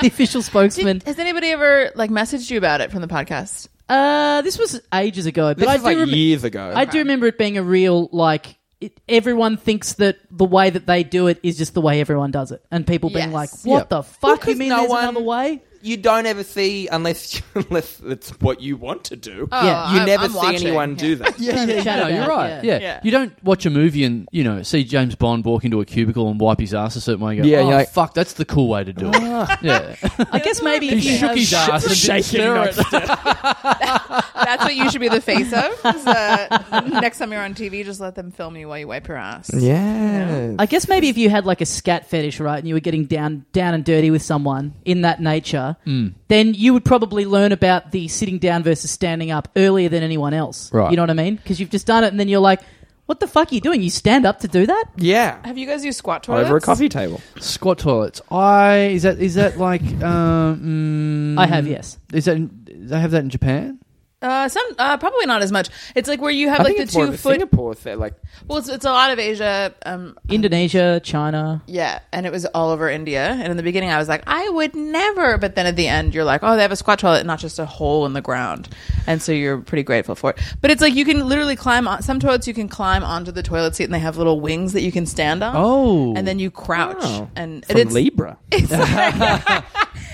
Speaker 1: official
Speaker 4: Did-
Speaker 1: spokesman.
Speaker 4: has anybody ever like messaged you about it from the podcast?
Speaker 1: Uh, this was ages ago, but
Speaker 3: This
Speaker 1: I
Speaker 3: was
Speaker 1: do
Speaker 3: like
Speaker 1: rem-
Speaker 3: years ago.
Speaker 1: I do remember it being a real like. It, everyone thinks that the way that they do it is just the way everyone does it, and people being
Speaker 4: Yes.
Speaker 1: like, "What
Speaker 2: Yeah.
Speaker 1: the fuck? you
Speaker 3: 'cause
Speaker 1: mean
Speaker 3: no
Speaker 1: there's
Speaker 3: one-
Speaker 1: another way?"
Speaker 3: you don't ever see unless unless it's what you want to do.
Speaker 4: Oh,
Speaker 1: Yeah.
Speaker 3: you
Speaker 4: I'm-
Speaker 3: never
Speaker 4: I'm
Speaker 3: see
Speaker 4: watching.
Speaker 3: anyone do that.
Speaker 2: Yeah, yeah,
Speaker 1: chat
Speaker 2: no,
Speaker 1: about,
Speaker 2: you're right.
Speaker 1: yeah.
Speaker 2: Yeah.
Speaker 4: Yeah.
Speaker 2: you don't watch a movie and you know see James Bond walk into a cubicle and wipe his ass a certain way. And go,
Speaker 3: Yeah,
Speaker 2: yeah,
Speaker 3: you're like-
Speaker 2: fuck, that's the cool way to do it. yeah,
Speaker 1: I guess maybe
Speaker 2: he
Speaker 1: if you
Speaker 2: shook
Speaker 1: have-
Speaker 2: his ass and didn't
Speaker 3: Shaking
Speaker 2: stir it.
Speaker 4: That's what you should be the face of. is, uh, next time you're on TV, just let them film you while you wipe your ass.
Speaker 3: Yeah.
Speaker 1: I guess maybe if you had like a scat fetish, right, and you were getting down, down and dirty with someone in that nature,
Speaker 2: Mm.
Speaker 1: then you would probably learn about the sitting down versus standing up earlier than anyone else.
Speaker 2: Right.
Speaker 1: You know what I mean? Because you've just done it, and then you're like, "What the fuck are you doing? You stand up to do that?"
Speaker 3: Yeah.
Speaker 4: Have you guys used squat toilets?
Speaker 3: Over a coffee table.
Speaker 2: Squat toilets. I is that is that like um, mm,
Speaker 1: I have yes.
Speaker 2: Is that in, they have that in Japan?
Speaker 4: Uh, some uh, probably not as much. It's like where you have
Speaker 3: I think
Speaker 4: like the
Speaker 3: it's more
Speaker 4: two
Speaker 3: of a
Speaker 4: foot.
Speaker 3: Singapore thing. Like,
Speaker 4: Well, it's, it's a lot of Asia. Um,
Speaker 1: Indonesia, China.
Speaker 4: yeah, and it was all over India. And in the beginning, I was like, I would never. But then at the end, you're like, oh, they have a squat toilet, not just a hole in the ground. And so you're pretty grateful for it. But it's like you can literally climb on some toilets. You can climb onto the toilet seat, and they have little wings that you can stand on.
Speaker 2: Oh.
Speaker 4: and then you crouch,
Speaker 3: Wow.
Speaker 4: and
Speaker 3: from
Speaker 4: it's
Speaker 3: Libra.
Speaker 4: it's, like-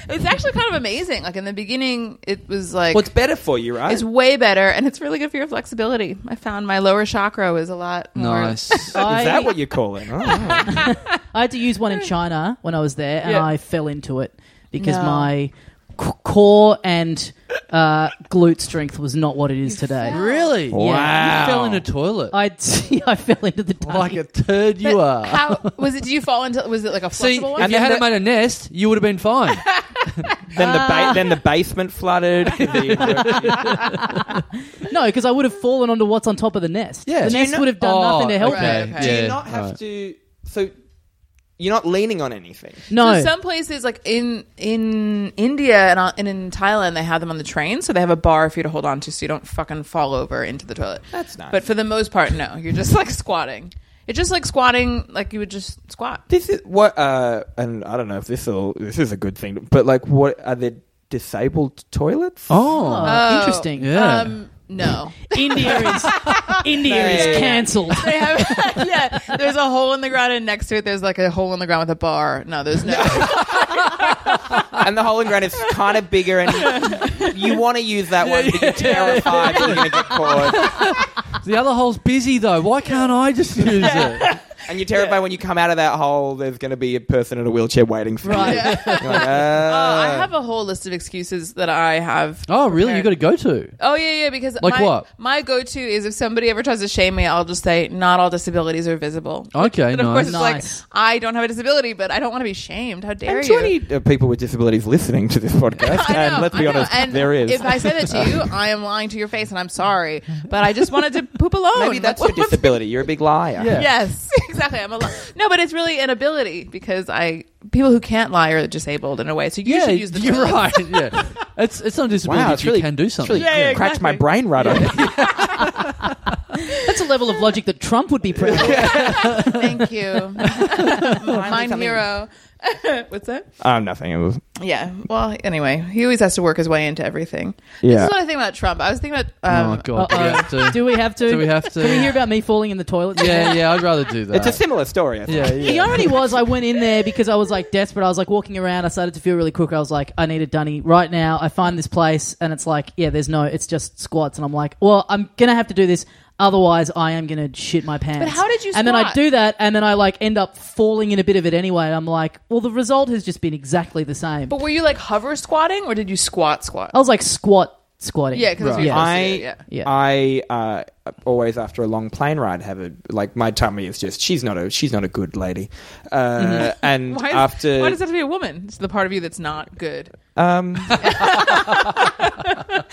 Speaker 4: it's actually kind of amazing. Like in the beginning, it was like
Speaker 3: Well, it's better for you, right?
Speaker 4: It's way better, and it's really good for your flexibility. I found my lower chakra was a lot more.
Speaker 2: Nice.
Speaker 1: I,
Speaker 3: Is that what you call it? Oh.
Speaker 1: I had to use one in China when I was there, and
Speaker 2: Yeah.
Speaker 1: I fell into it because
Speaker 4: No.
Speaker 1: my c- core and uh, glute strength was not what it is today.
Speaker 2: really?
Speaker 3: Wow.
Speaker 2: You fell in a toilet.
Speaker 1: I I fell into the tub.
Speaker 2: like a turd you
Speaker 4: But
Speaker 2: are.
Speaker 4: How was it? Did you fall into? Was it like a
Speaker 2: See,
Speaker 4: flexible one?
Speaker 2: if you hadn't made a nest, you would have been fine.
Speaker 3: then the ba- then the basement flooded. The-
Speaker 1: no, because I would have fallen onto what's on top of the nest.
Speaker 2: Yeah.
Speaker 1: the
Speaker 2: Do you
Speaker 1: nest
Speaker 3: know-
Speaker 1: would have done
Speaker 2: Oh,
Speaker 1: nothing to help
Speaker 4: okay.
Speaker 1: me.
Speaker 3: Do you
Speaker 2: Yeah,
Speaker 3: not have
Speaker 2: right.
Speaker 3: to? So you're not leaning on anything.
Speaker 1: No,
Speaker 4: So some places like in in India and, on- and in Thailand they have them on the train, so they have a bar for you to hold on to, so you don't fucking fall over into the toilet.
Speaker 3: That's nice.
Speaker 4: But for the most part, no, you're just like squatting. It's just like squatting, like you would just squat.
Speaker 3: This is what, uh, and I don't know if this will, this is a good thing, but like, what are there disabled toilets?
Speaker 1: Oh,
Speaker 2: oh,
Speaker 1: interesting.
Speaker 2: yeah.
Speaker 4: Um, no.
Speaker 1: India is India
Speaker 3: Yeah, yeah,
Speaker 1: is
Speaker 3: yeah.
Speaker 1: cancelled.
Speaker 4: They have- yeah, there's a hole in the ground, and next to it, there's like a hole in the ground with a bar. No, there's no.
Speaker 3: and the hole in ground is kind of bigger, and you want to use that one, but you're terrified that you're going to get caught,
Speaker 2: the other hole's busy though. Why can't I just use it?
Speaker 3: and you're terrified when you come out of that hole. There's going to be a person in a wheelchair waiting for
Speaker 1: Right.
Speaker 3: you.
Speaker 4: Yeah.
Speaker 3: You're like,
Speaker 4: Uh,
Speaker 3: "Ah."
Speaker 4: I have a whole list of excuses that I have.
Speaker 2: Oh, really? You got to
Speaker 4: prepared.
Speaker 2: go to.
Speaker 4: Oh yeah, yeah. Because
Speaker 2: Like
Speaker 4: my,
Speaker 2: what?
Speaker 4: My go-to is if somebody ever tries to shame me, I'll just say, "Not all disabilities are visible."
Speaker 2: Okay,
Speaker 4: And of course,
Speaker 2: nice.
Speaker 4: it's
Speaker 1: Nice.
Speaker 4: like I don't have a disability, but I don't want to be shamed. How dare
Speaker 3: And
Speaker 4: you?
Speaker 3: to any uh, people with disabilities listening to this podcast,
Speaker 4: I know,
Speaker 3: and let's be
Speaker 4: I know.
Speaker 3: honest,
Speaker 4: And
Speaker 3: there is.
Speaker 4: If I say that to you, I am lying to your face, and I'm sorry. But I just wanted to poop alone.
Speaker 3: Maybe
Speaker 4: Like,
Speaker 3: that's
Speaker 4: what
Speaker 3: your disability. You're a big liar.
Speaker 2: Yeah.
Speaker 4: Yes, exactly. I'm a li- no, but it's really an ability because I people who can't lie are disabled in a way. So you
Speaker 2: yeah,
Speaker 4: should use the
Speaker 2: you're
Speaker 4: toilet.
Speaker 2: right. Yeah, it's it's not a disability.
Speaker 3: Wow,
Speaker 2: if
Speaker 3: it's really
Speaker 2: you can do something.
Speaker 3: It's really
Speaker 4: Yeah, yeah,
Speaker 3: cracked my
Speaker 4: exactly.
Speaker 3: brain right on.
Speaker 1: That's a level of logic that Trump would be proud of.
Speaker 4: Thank you, mine
Speaker 3: something-
Speaker 4: hero. What's that?
Speaker 3: I'm Um, nothing. It was
Speaker 4: Yeah. Well, anyway, he always has to work his way into everything. This
Speaker 3: Yeah.
Speaker 4: is what I think about Trump. I was thinking about.
Speaker 2: Oh
Speaker 4: Um,
Speaker 2: god, do we
Speaker 1: Uh-oh.
Speaker 2: have to?
Speaker 1: Do we have to?
Speaker 2: Do we have to?
Speaker 1: Can we hear about me falling in the toilet?
Speaker 2: yeah, yeah. I'd rather do that.
Speaker 3: It's a similar story. I think.
Speaker 2: yeah,
Speaker 1: The
Speaker 2: yeah.
Speaker 1: irony was, I went in there because I was like desperate. I was like walking around. I started to feel really crook. I was like, I need a dunny right now. I find this place, and it's like, yeah, there's no, it's just squats. And I'm like, well, I'm gonna have to do this, otherwise, I am gonna shit my pants.
Speaker 4: But how did you
Speaker 1: And then I
Speaker 4: squat?
Speaker 1: do that, and then I like end up falling in a bit of it anyway. And I'm like, well, the result has just been exactly the same.
Speaker 4: But were you like hover squatting or did you squat squat?
Speaker 1: I was like squat squatting.
Speaker 4: yeah, because
Speaker 2: Right.
Speaker 4: yeah.
Speaker 3: I
Speaker 4: yeah.
Speaker 1: Yeah.
Speaker 3: I uh, always after a long plane ride have a like my tummy is just she's not a she's not a good lady, uh, and
Speaker 4: Mm-hmm. Why,
Speaker 3: after
Speaker 4: why does it have to be a woman? It's the part of you that's not good.
Speaker 3: um, I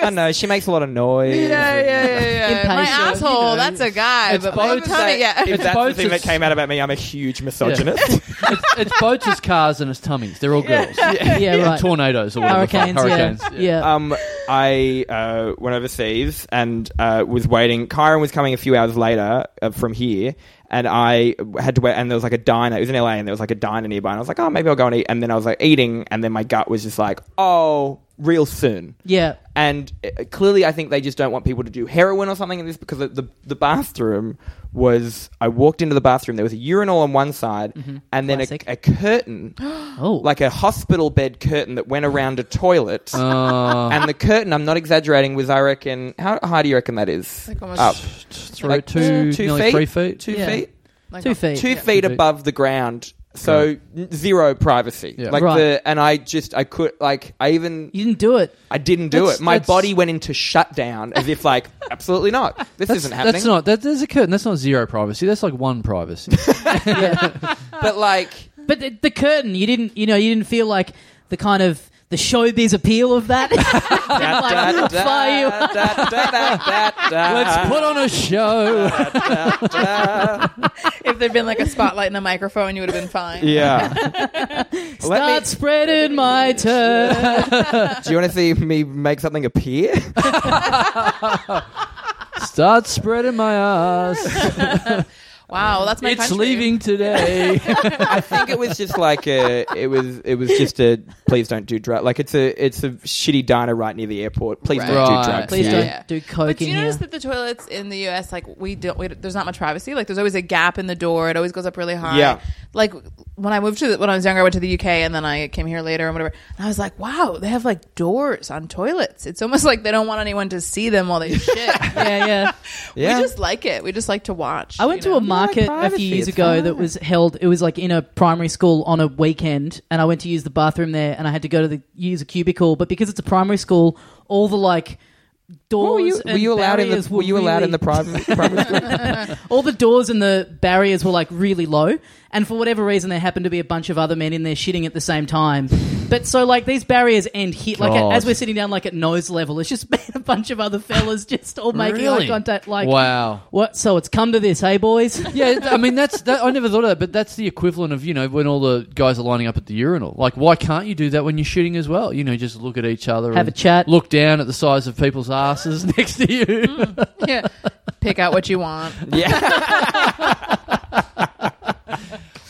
Speaker 3: don't know she makes a lot of noise.
Speaker 4: Yeah, yeah, yeah, yeah. My
Speaker 1: Impatient.
Speaker 4: asshole, that's a guy.
Speaker 2: It's
Speaker 4: but my
Speaker 2: both
Speaker 4: tummy,
Speaker 2: that-
Speaker 4: yeah.
Speaker 3: If
Speaker 2: It's
Speaker 3: that's the
Speaker 2: both
Speaker 3: thing that
Speaker 2: it's-
Speaker 3: came out about me, I'm a huge misogynist.
Speaker 2: it's, it's boats, it's cars, and it's tummies. They're all girls.
Speaker 1: yeah,
Speaker 2: And
Speaker 1: right.
Speaker 2: Tornadoes or whatever. the fuck,
Speaker 1: Hurricanes,
Speaker 2: Hurricanes.
Speaker 1: yeah, yeah.
Speaker 3: um, I uh, went overseas and uh, was waiting. Kyron was coming a few hours later uh, from here, and I had to wait. And there was like a diner. It was in LA, and there was like a diner nearby. And I was like, oh, maybe I'll go and eat. And then I was like eating, and then my gut was just like, oh, real soon.
Speaker 1: yeah.
Speaker 3: And uh, clearly, I think they just don't want people to do heroin or something in this because the, the, the bathroom was. I walked into the bathroom, there was a urinal on one side, and then
Speaker 1: Classic.
Speaker 3: a, a curtain,
Speaker 1: Oh,
Speaker 3: like a hospital bed curtain that went around a toilet
Speaker 2: Uh,
Speaker 3: and the curtain, I'm not exaggerating, was I reckon how high do you reckon that is?
Speaker 4: Like almost-
Speaker 3: Up.
Speaker 2: three,
Speaker 3: Like
Speaker 2: two,
Speaker 3: two
Speaker 2: nearly
Speaker 3: feet?
Speaker 2: three feet.
Speaker 3: Two
Speaker 1: Yeah.
Speaker 3: feet,
Speaker 4: Like,
Speaker 1: two feet.
Speaker 3: two
Speaker 4: Yeah.
Speaker 3: feet
Speaker 2: Two feet.
Speaker 3: above the ground. So n- zero privacy.
Speaker 2: Yeah.
Speaker 3: Like
Speaker 1: Right.
Speaker 3: the and I just I could like I even
Speaker 1: You didn't do it.
Speaker 3: I didn't do
Speaker 2: That's-
Speaker 3: it. My
Speaker 2: that's-
Speaker 3: body went into shutdown as if like absolutely not. This
Speaker 2: That's,
Speaker 3: isn't happening.
Speaker 2: that's not. That, there's a curtain. That's not zero privacy. That's like one privacy.
Speaker 1: Yeah.
Speaker 3: but like
Speaker 1: But the, the curtain, you didn't, you know, you didn't feel like the kind of the showbiz appeal of that.
Speaker 3: da, da, da,
Speaker 1: Didn't, like, fire you
Speaker 3: da,
Speaker 1: up.
Speaker 3: da, da, da, da.
Speaker 2: Let's put on a show.
Speaker 4: If there'd been like a spotlight and a microphone, you would have been fine.
Speaker 3: Yeah. Let me-
Speaker 1: Start spreading my turd.
Speaker 3: Do you want to see me make something appear?
Speaker 2: Start spreading my ass.
Speaker 4: Wow, well, that's my.
Speaker 2: it's
Speaker 4: country.
Speaker 2: leaving today.
Speaker 3: I think it was just like a. It was. It was just a. Please don't do drugs. Like it's a. It's a shitty diner right near the airport. Please don't
Speaker 2: Right.
Speaker 3: do drugs.
Speaker 1: Please
Speaker 3: here.
Speaker 1: don't
Speaker 4: Yeah.
Speaker 1: do coke
Speaker 4: But do you
Speaker 1: in here.
Speaker 4: notice that the toilets in the U.S. like we don't, we, there's not much privacy. Like there's always a gap in the door. It always goes up really high.
Speaker 3: Yeah.
Speaker 4: Like when I moved to the, when I was younger, I went to the UK and then I came here later and whatever. And I was like, wow, they have like doors on toilets. It's almost like they don't want anyone to see them while they shit.
Speaker 1: yeah, yeah.
Speaker 3: Yeah.
Speaker 4: We just like it. We just like to watch.
Speaker 1: I went
Speaker 4: you
Speaker 1: to a market
Speaker 4: know?
Speaker 1: a
Speaker 3: privacy,
Speaker 1: few years
Speaker 3: it's
Speaker 1: ago
Speaker 3: fine.
Speaker 1: that was held. It was like in a primary school on a weekend, and I went to use the bathroom there, and I had to go to the use a cubicle. But because it's a primary school, all the like doors
Speaker 3: Well, were you,
Speaker 1: and
Speaker 3: were you allowed in the?
Speaker 1: barriers
Speaker 3: Were you allowed
Speaker 1: really-
Speaker 3: in the private? private school?
Speaker 1: all the doors and the barriers were like really low, and for whatever reason, there happened to be a bunch of other men in there shitting at the same time. But so like these barriers end here, like
Speaker 2: God.
Speaker 1: as we're sitting down, like at nose level, it's just been a bunch of other fellas just all making
Speaker 2: Really?
Speaker 1: eye contact. Like
Speaker 2: wow.
Speaker 1: What? So it's come to this, hey boys.
Speaker 2: Yeah, I mean that's that. I never thought of that, but that's the equivalent of you know when all the guys are lining up at the urinal. Like, why can't you do that when you're shooting as well? You know, just look at each other,
Speaker 1: Have
Speaker 2: and
Speaker 1: a chat. Mm.
Speaker 2: look down at the size of people's asses next to you.
Speaker 4: yeah. Pick out what you want.
Speaker 3: yeah.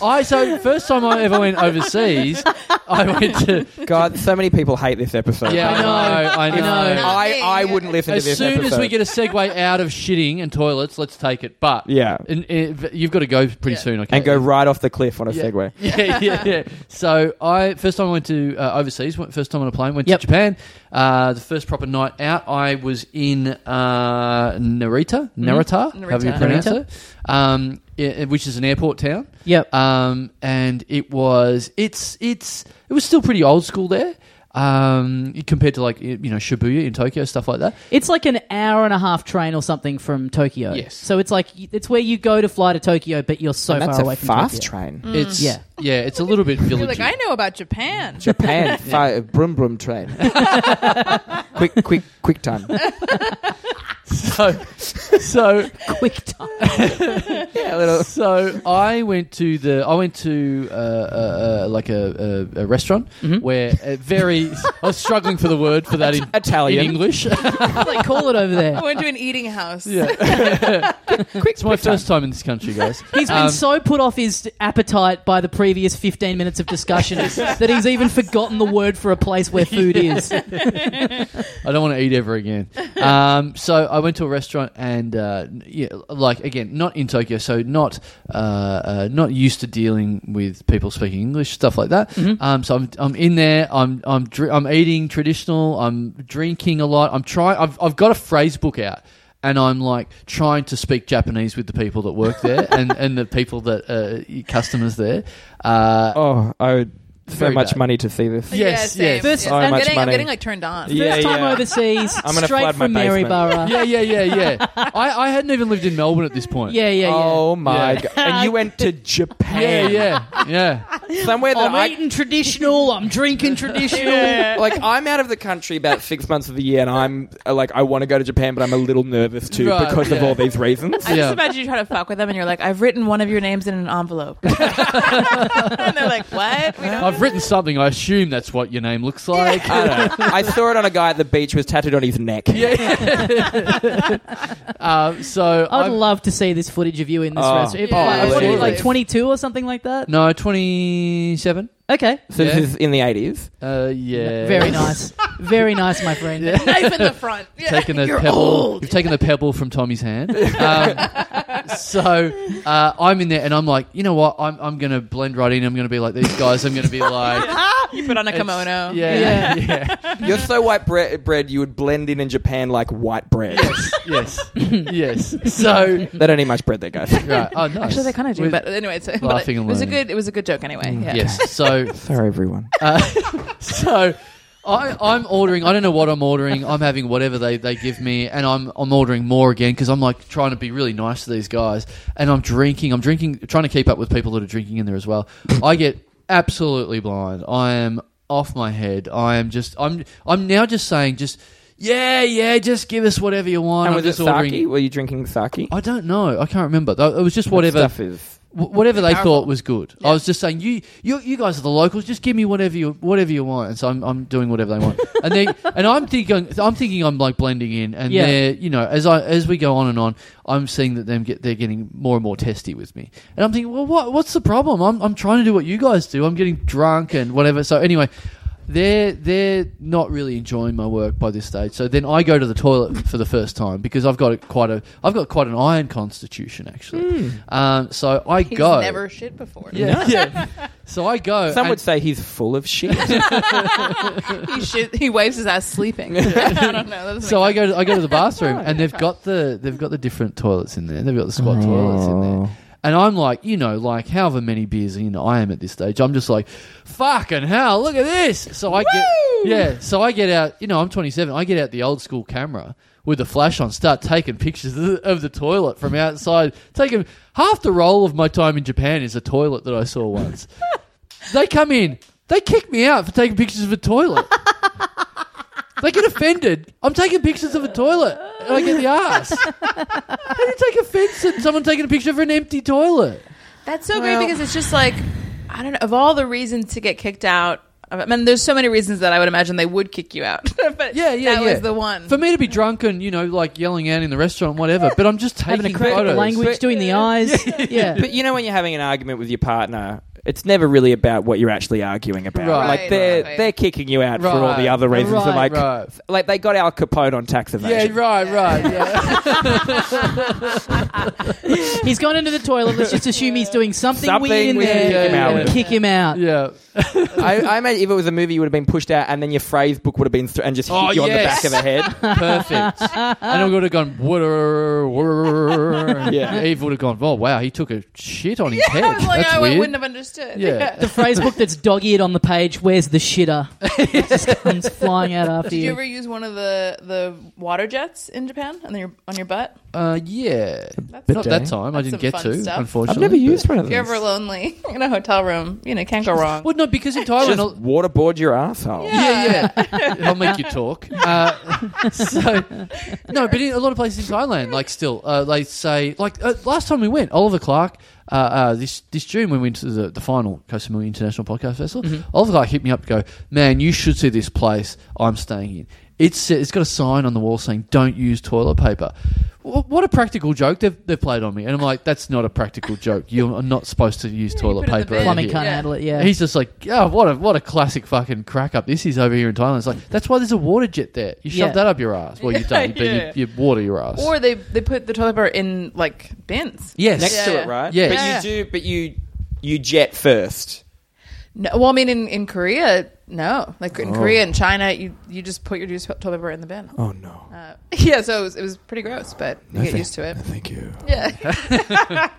Speaker 2: I so first time I ever went overseas, I went to
Speaker 3: God, so many people hate this episode.
Speaker 2: yeah, I know, I know.
Speaker 1: I know.
Speaker 3: I, I wouldn't listen
Speaker 2: As
Speaker 3: to this
Speaker 2: soon
Speaker 3: episode.
Speaker 2: as we get a segue out of shitting and toilets, let's take it. But
Speaker 3: Yeah.
Speaker 2: and, uh, you've got to go pretty
Speaker 4: Yeah.
Speaker 2: soon. Okay,
Speaker 3: and go right off the cliff on a segue.
Speaker 2: yeah, yeah, yeah. So I first time I went to uh, overseas. Went, first time on a plane. Went
Speaker 1: Yep.
Speaker 2: to Japan. Uh, the first proper night out. I was in uh, Narita, Narita,
Speaker 4: Mhm.
Speaker 2: however you
Speaker 4: Narita.
Speaker 2: pronounce
Speaker 1: Mm-hmm. Narita.
Speaker 2: it, um, i- which is an airport town.
Speaker 1: Yep.
Speaker 2: Um, and it was it's it's it was still pretty old school there. Um, compared to like you know Shibuya in Tokyo, stuff like that.
Speaker 1: It's like an hour and a half train or something from Tokyo.
Speaker 2: Yes.
Speaker 1: So it's like it's where you go to fly to Tokyo, but you're so
Speaker 3: And that's
Speaker 1: far
Speaker 3: a
Speaker 1: away from
Speaker 3: fast
Speaker 1: Tokyo.
Speaker 3: train.
Speaker 2: It's
Speaker 1: Mm. Yeah.
Speaker 2: yeah, yeah. It's a little bit
Speaker 4: You're
Speaker 2: village.
Speaker 4: like, I know about Japan.
Speaker 3: Japan, fi- broom broom train. quick, quick, quick time.
Speaker 2: So, so
Speaker 1: Quick time.
Speaker 3: Yeah, a little.
Speaker 2: so I went to the I went to uh, uh, uh, like a, a, a restaurant where a very I was struggling for the word for that in,
Speaker 3: Italian.
Speaker 2: in English.
Speaker 1: What do they call it over
Speaker 4: I
Speaker 1: there?
Speaker 4: went to an eating house.
Speaker 2: it's my first time in this country, guys.
Speaker 1: He's been
Speaker 2: Um,
Speaker 1: so put off his appetite by the previous 15 minutes of discussion that he's even forgotten the word for a place where food is.
Speaker 2: I don't want to eat ever again. Um, so I went to a restaurant and uh, n- yeah, like again, not in Tokyo, so not uh, uh, not used to dealing with people speaking English, stuff like that. Um, so I'm, I'm in there. I'm I'm dr- I'm eating traditional. I'm drinking a lot. I'm trying. I've I've got a phrase book out. And I'm like trying to speak Japanese with the people that work there and, and the people that uh, customers there. Uh,
Speaker 3: Oh, I would so
Speaker 2: Very
Speaker 3: much
Speaker 2: bad.
Speaker 3: money to see this.
Speaker 2: Yes,
Speaker 4: yeah, same.
Speaker 2: yes.
Speaker 1: This-
Speaker 4: yeah.
Speaker 1: So
Speaker 4: I'm,
Speaker 3: much
Speaker 4: getting, I'm
Speaker 3: money.
Speaker 4: getting like turned on.
Speaker 3: Yeah,
Speaker 1: First time
Speaker 3: yeah.
Speaker 1: overseas,
Speaker 3: I'm gonna
Speaker 1: straight
Speaker 3: flood my
Speaker 1: from
Speaker 3: basement.
Speaker 1: Maryborough.
Speaker 2: yeah, yeah, yeah, yeah. I, I hadn't even lived in Melbourne at this point.
Speaker 1: yeah, yeah, yeah.
Speaker 3: Oh my
Speaker 2: Yeah.
Speaker 3: god! And you went to
Speaker 2: Yeah,
Speaker 3: Japan,
Speaker 2: yeah, yeah.
Speaker 3: somewhere that
Speaker 1: I'm
Speaker 3: I
Speaker 1: eating traditional. I'm drinking traditional.
Speaker 3: like. I'm out of the country about six months of the year, and I'm uh, like, I want to go to Japan, but I'm a little nervous too
Speaker 2: Right,
Speaker 3: because of
Speaker 2: yeah.
Speaker 3: all these reasons.
Speaker 4: I
Speaker 2: Yeah.
Speaker 4: just imagine you try to fuck with them, and you're like, "I've written one of your names in an envelope," and they're like, "What? We
Speaker 2: I've
Speaker 4: don't
Speaker 2: written something. I assume that's what your name looks like.
Speaker 3: I don't know. I saw it on a guy at the beach who was tattooed on his neck.
Speaker 2: Uh, so
Speaker 1: I would
Speaker 2: I'm-
Speaker 1: love to see this footage of you in this
Speaker 3: Oh.
Speaker 1: restaurant. If-
Speaker 4: Yeah.
Speaker 1: like, what are you, like
Speaker 3: Absolutely.
Speaker 1: 22 or something like that?
Speaker 2: no twenty-seven.
Speaker 1: Okay.
Speaker 3: So
Speaker 2: Yeah.
Speaker 3: this is in the eighties.
Speaker 2: Uh, yeah,
Speaker 1: Very nice. Very nice, my friend.
Speaker 4: knife in the front." Yeah.
Speaker 2: Taking the pebble, you've taken the pebble from Tommy's hand. Um, so uh, I'm in there, and I'm like, you know what? I'm, I'm going to blend right in. I'm going to be like these guys. I'm going to be like,
Speaker 4: you put on a kimono.
Speaker 2: yeah, yeah, yeah,
Speaker 3: You're so white bre- bread, you would blend in in Japan like white bread.
Speaker 2: yes, yes. So
Speaker 3: they don't eat much bread there, guys.
Speaker 2: right, oh, nice.
Speaker 4: Actually, they kind of do,
Speaker 2: With-
Speaker 4: but anyway, it's, but
Speaker 2: laughing Mm,
Speaker 4: it was a
Speaker 2: alone.
Speaker 4: good. It was a good joke anyway. Yeah.
Speaker 2: yes. So
Speaker 3: Sorry, everyone.
Speaker 2: Uh, so I, I'm ordering. I don't know what I'm ordering. I'm having whatever they, they give me, and I'm I'm ordering more again because I'm like trying to be really nice to these guys, and I'm drinking. I'm drinking, trying to keep up with people that are drinking in there as well. I get absolutely blind. I am off my head. I am just. I'm I'm now just saying just. Yeah, yeah, just give us whatever you want.
Speaker 3: and
Speaker 2: I'm
Speaker 3: was it
Speaker 2: just
Speaker 3: sake?
Speaker 2: ordering.
Speaker 3: Were you drinking sake?
Speaker 2: I don't know. I can't remember. Though It was just whatever.
Speaker 3: That stuff is
Speaker 2: wh- whatever they
Speaker 4: Powerful.
Speaker 2: thought was good. I was just saying, you, you, you guys are the locals. Just give me whatever you, whatever you want. And so I'm, I'm doing whatever they want. and they, and I'm thinking, I'm thinking, I'm like blending in. And
Speaker 1: Yeah.
Speaker 2: they're, you know, as I, as we go on and on, I'm seeing that them get, they're getting more and more testy with me. And I'm thinking, well, what, what's the problem? I'm, I'm trying to do what you guys do. I'm getting drunk and whatever. So anyway. They're they're not really enjoying my work by this stage. So then I go to the toilet for the first time because I've got a, quite a I've got quite an iron constitution actually. Um, so I
Speaker 4: He's
Speaker 2: go.
Speaker 4: never shit before.
Speaker 2: yeah. yeah. So I go.
Speaker 3: Some
Speaker 2: and-
Speaker 3: would say he's full of shit.
Speaker 4: he shit, he wipes his ass sleeping. I don't know. That
Speaker 2: so I go. To, I go to the bathroom, and they've got the they've got the different toilets in there. They've got the squat toilets in there. And I'm like, you know, like however many beers in I am at this stage, I'm just like, fucking hell, look at this. So I
Speaker 4: Woo!
Speaker 2: get, yeah, so I get out. You know, I'm 27. I get out the old school camera with the flash on, start taking pictures of the, of the toilet from outside. Taking half the role of my time in Japan is a toilet that I saw once. they come in, they kick me out for taking pictures of a toilet. They get offended. I'm taking pictures of a toilet and I get the ass. How do you take offense at someone taking a picture of an empty toilet?
Speaker 4: That's so
Speaker 3: Well-
Speaker 4: great because it's just like I don't know of all the reasons to get kicked out. I mean, there's so many reasons that I would imagine they would kick you out. but
Speaker 2: Yeah, yeah,
Speaker 4: that
Speaker 2: yeah.
Speaker 4: was the one.
Speaker 2: For me to be drunk and, you know, like yelling out in the restaurant, whatever, but I'm just taking
Speaker 1: Having a crack at the
Speaker 2: photos.
Speaker 1: language, doing the eyes. Yeah.
Speaker 3: but you know when you're having an argument with your partner, it's never really about what you're actually arguing about.
Speaker 2: Right.
Speaker 3: like they're
Speaker 4: Right.
Speaker 3: they're kicking you out for all
Speaker 2: Right.
Speaker 3: the other reasons. that,
Speaker 1: Right,
Speaker 3: like
Speaker 2: right.
Speaker 3: like they got Al Capone on tax
Speaker 2: Yeah,
Speaker 3: evasion.
Speaker 2: right, right. Yeah.
Speaker 1: He's gone into the toilet. Let's just assume he's doing something,
Speaker 3: Something
Speaker 1: weird in
Speaker 3: we
Speaker 1: there.
Speaker 2: can kick him out
Speaker 1: and
Speaker 2: with.
Speaker 1: kick him out.
Speaker 2: yeah.
Speaker 3: I, I imagine if it was a movie, you would have been pushed out, and then your phrase book would have been thr and just hit
Speaker 2: Oh,
Speaker 3: you on the
Speaker 2: yes.
Speaker 3: back of the head.
Speaker 2: Perfect. And I would have gone, "Wurr, wurr."
Speaker 3: Yeah.
Speaker 2: Eve would have gone, oh, wow, he took a shit on his head.
Speaker 4: I was like, "Oh,
Speaker 2: That's
Speaker 4: I
Speaker 2: weird.
Speaker 4: wouldn't have understood.
Speaker 2: Yeah.
Speaker 1: The phrase book that's dog-eared on the page. Where's the shitter? It just comes flying out after
Speaker 4: Did you
Speaker 1: you.
Speaker 4: ever use one of the the water jets in Japan on your on your butt?
Speaker 2: uh, yeah. Not
Speaker 3: Bidet.
Speaker 2: that time. I didn't
Speaker 4: That's some
Speaker 2: get
Speaker 4: fun
Speaker 2: to,
Speaker 4: stuff.
Speaker 2: unfortunately.
Speaker 3: I've never
Speaker 2: but-
Speaker 3: used one of
Speaker 4: If
Speaker 3: those.
Speaker 4: you're ever lonely in a hotel room, you know, can't go wrong.
Speaker 2: Well, no, because in Thailand,
Speaker 3: Just waterboard your asshole.
Speaker 2: yeah, yeah. I'll make you talk. Uh, so, no, but in a lot of places in Thailand, like still, uh, they say, like uh, last time we went, Oliver Clark, uh, uh, this this June when we went to the, the final Kosamui International Podcast Festival,
Speaker 4: Mm-hmm.
Speaker 2: Oliver Clark hit me up to go, man, you should see this place I'm staying in. It's uh, it's got a sign on the wall saying don't use toilet paper. Wh- What a practical joke they've, they've played on me, and I'm like, that's not a practical joke. You're not supposed to use toilet
Speaker 4: put it in the
Speaker 2: paper.
Speaker 4: bin.
Speaker 2: over
Speaker 1: Plumbing
Speaker 2: here."
Speaker 1: can't
Speaker 4: Yeah.
Speaker 1: handle it. Yeah.
Speaker 2: He's just like, oh, what a what a classic fucking crack up this is over here in Thailand. It's like that's why there's a water jet there. You shove
Speaker 1: Yeah.
Speaker 2: that up your ass. Well, you don't,
Speaker 4: Yeah.
Speaker 2: but you, you water your ass.
Speaker 4: Or they they put the toilet paper in like bins.
Speaker 2: yes,
Speaker 3: Next to
Speaker 4: Yeah.
Speaker 3: it, right?
Speaker 2: Yeah.
Speaker 3: But
Speaker 4: Yeah.
Speaker 3: you do. But you you jet first.
Speaker 4: No, well, I mean, in, in Korea, no. Like in Korea and China, you, you just put your juice toilet paper in the bin.
Speaker 3: Oh no!
Speaker 4: Uh, yeah, so it was, it was pretty gross, but you get
Speaker 3: thank-
Speaker 4: used to it.
Speaker 3: no, Thank you.
Speaker 4: Yeah,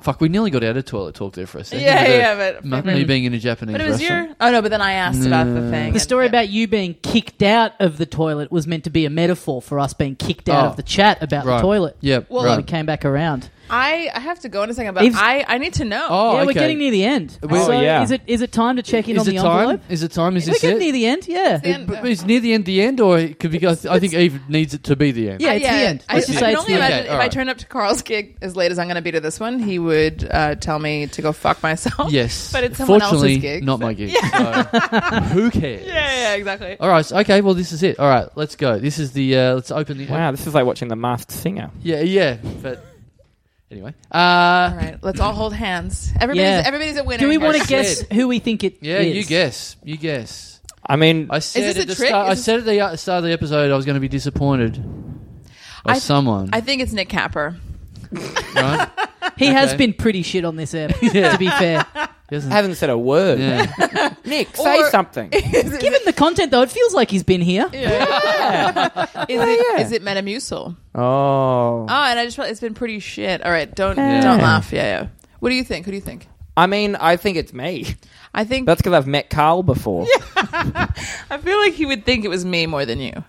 Speaker 2: fuck, we nearly got out of toilet talk there for a second.
Speaker 4: Yeah,
Speaker 2: with the-
Speaker 4: yeah, but-
Speaker 2: m- me being in a Japanese
Speaker 4: but it was
Speaker 2: restaurant.
Speaker 4: your. Oh no, but then I asked about the thing.
Speaker 1: The story about you being kicked out of the toilet was meant to be a metaphor for us being kicked out
Speaker 2: Oh.
Speaker 1: of the chat about
Speaker 2: Right.
Speaker 1: the toilet.
Speaker 2: Yep,
Speaker 1: Well,
Speaker 2: right.
Speaker 1: we came back around.
Speaker 4: I I have to go in a second, but
Speaker 1: Eve's-
Speaker 4: I I need to know.
Speaker 2: Oh,
Speaker 1: yeah, we're
Speaker 2: okay.
Speaker 1: getting near the end.
Speaker 2: Well,
Speaker 1: so
Speaker 3: yeah.
Speaker 1: is it is it time to check in
Speaker 2: Is
Speaker 1: on
Speaker 2: it
Speaker 1: the
Speaker 2: time?
Speaker 1: envelope?
Speaker 2: Is it time? Is
Speaker 1: we're
Speaker 2: this
Speaker 1: getting
Speaker 2: it?
Speaker 1: near the end. Yeah.
Speaker 4: the end.
Speaker 2: But- but it's near the end. The end, or it could be. I think Eve needs it to be the end.
Speaker 1: Yeah, it's
Speaker 4: yeah,
Speaker 1: the end.
Speaker 4: I,
Speaker 1: Let's just
Speaker 4: I
Speaker 1: say
Speaker 4: can
Speaker 1: it's
Speaker 4: only
Speaker 1: the end.
Speaker 4: imagine
Speaker 2: Okay,
Speaker 4: if
Speaker 2: all
Speaker 4: I
Speaker 2: right.
Speaker 4: turned up to Carl's gig as late as I'm going to be to this one, he would uh, tell me to go fuck myself.
Speaker 2: Yes,
Speaker 4: but it's someone
Speaker 2: Fortunately,
Speaker 4: else's gig.
Speaker 2: Not
Speaker 4: so-
Speaker 2: my gig. so who cares?
Speaker 4: Yeah, yeah, exactly.
Speaker 2: All right. so- Okay. Well, this is it. All right. Let's go. This is the. Uh, let's open the.
Speaker 3: Wow, this is like watching The Masked Singer.
Speaker 2: Yeah. Yeah. But anyway. Uh,
Speaker 4: All right, let's all hold hands. Everybody's
Speaker 1: Yeah.
Speaker 4: everybody's a winner.
Speaker 1: Do we
Speaker 4: here.
Speaker 1: want to
Speaker 2: Yes.
Speaker 1: guess who we think it
Speaker 2: Yeah,
Speaker 1: is?
Speaker 2: you guess. You guess.
Speaker 3: I mean,
Speaker 2: I said
Speaker 4: this a
Speaker 2: at the
Speaker 4: trick?
Speaker 2: start.
Speaker 4: Is
Speaker 2: I
Speaker 4: this-
Speaker 2: said at the uh, start of the episode I was going to be disappointed by
Speaker 4: I-
Speaker 2: someone.
Speaker 4: I think it's Nick Capper.
Speaker 2: right?
Speaker 1: He has
Speaker 2: Okay.
Speaker 1: been pretty shit on this app, to be fair.
Speaker 2: He hasn't-
Speaker 3: I haven't said a word.
Speaker 2: yeah.
Speaker 3: Nick, say
Speaker 4: Or-
Speaker 3: something.
Speaker 1: Given the content, though, it feels like he's been here.
Speaker 4: Is
Speaker 1: Oh,
Speaker 4: it,
Speaker 3: yeah.
Speaker 4: is it Metamucil?
Speaker 3: oh,
Speaker 4: Oh, and I just felt it's been pretty shit. All right, don't
Speaker 2: Yeah.
Speaker 4: don't laugh. Yeah, yeah. What do you think? Who do you think?
Speaker 3: I mean, I think it's me.
Speaker 4: I think
Speaker 3: That's because I've met Carl before.
Speaker 4: I feel like he would think it was me more than you.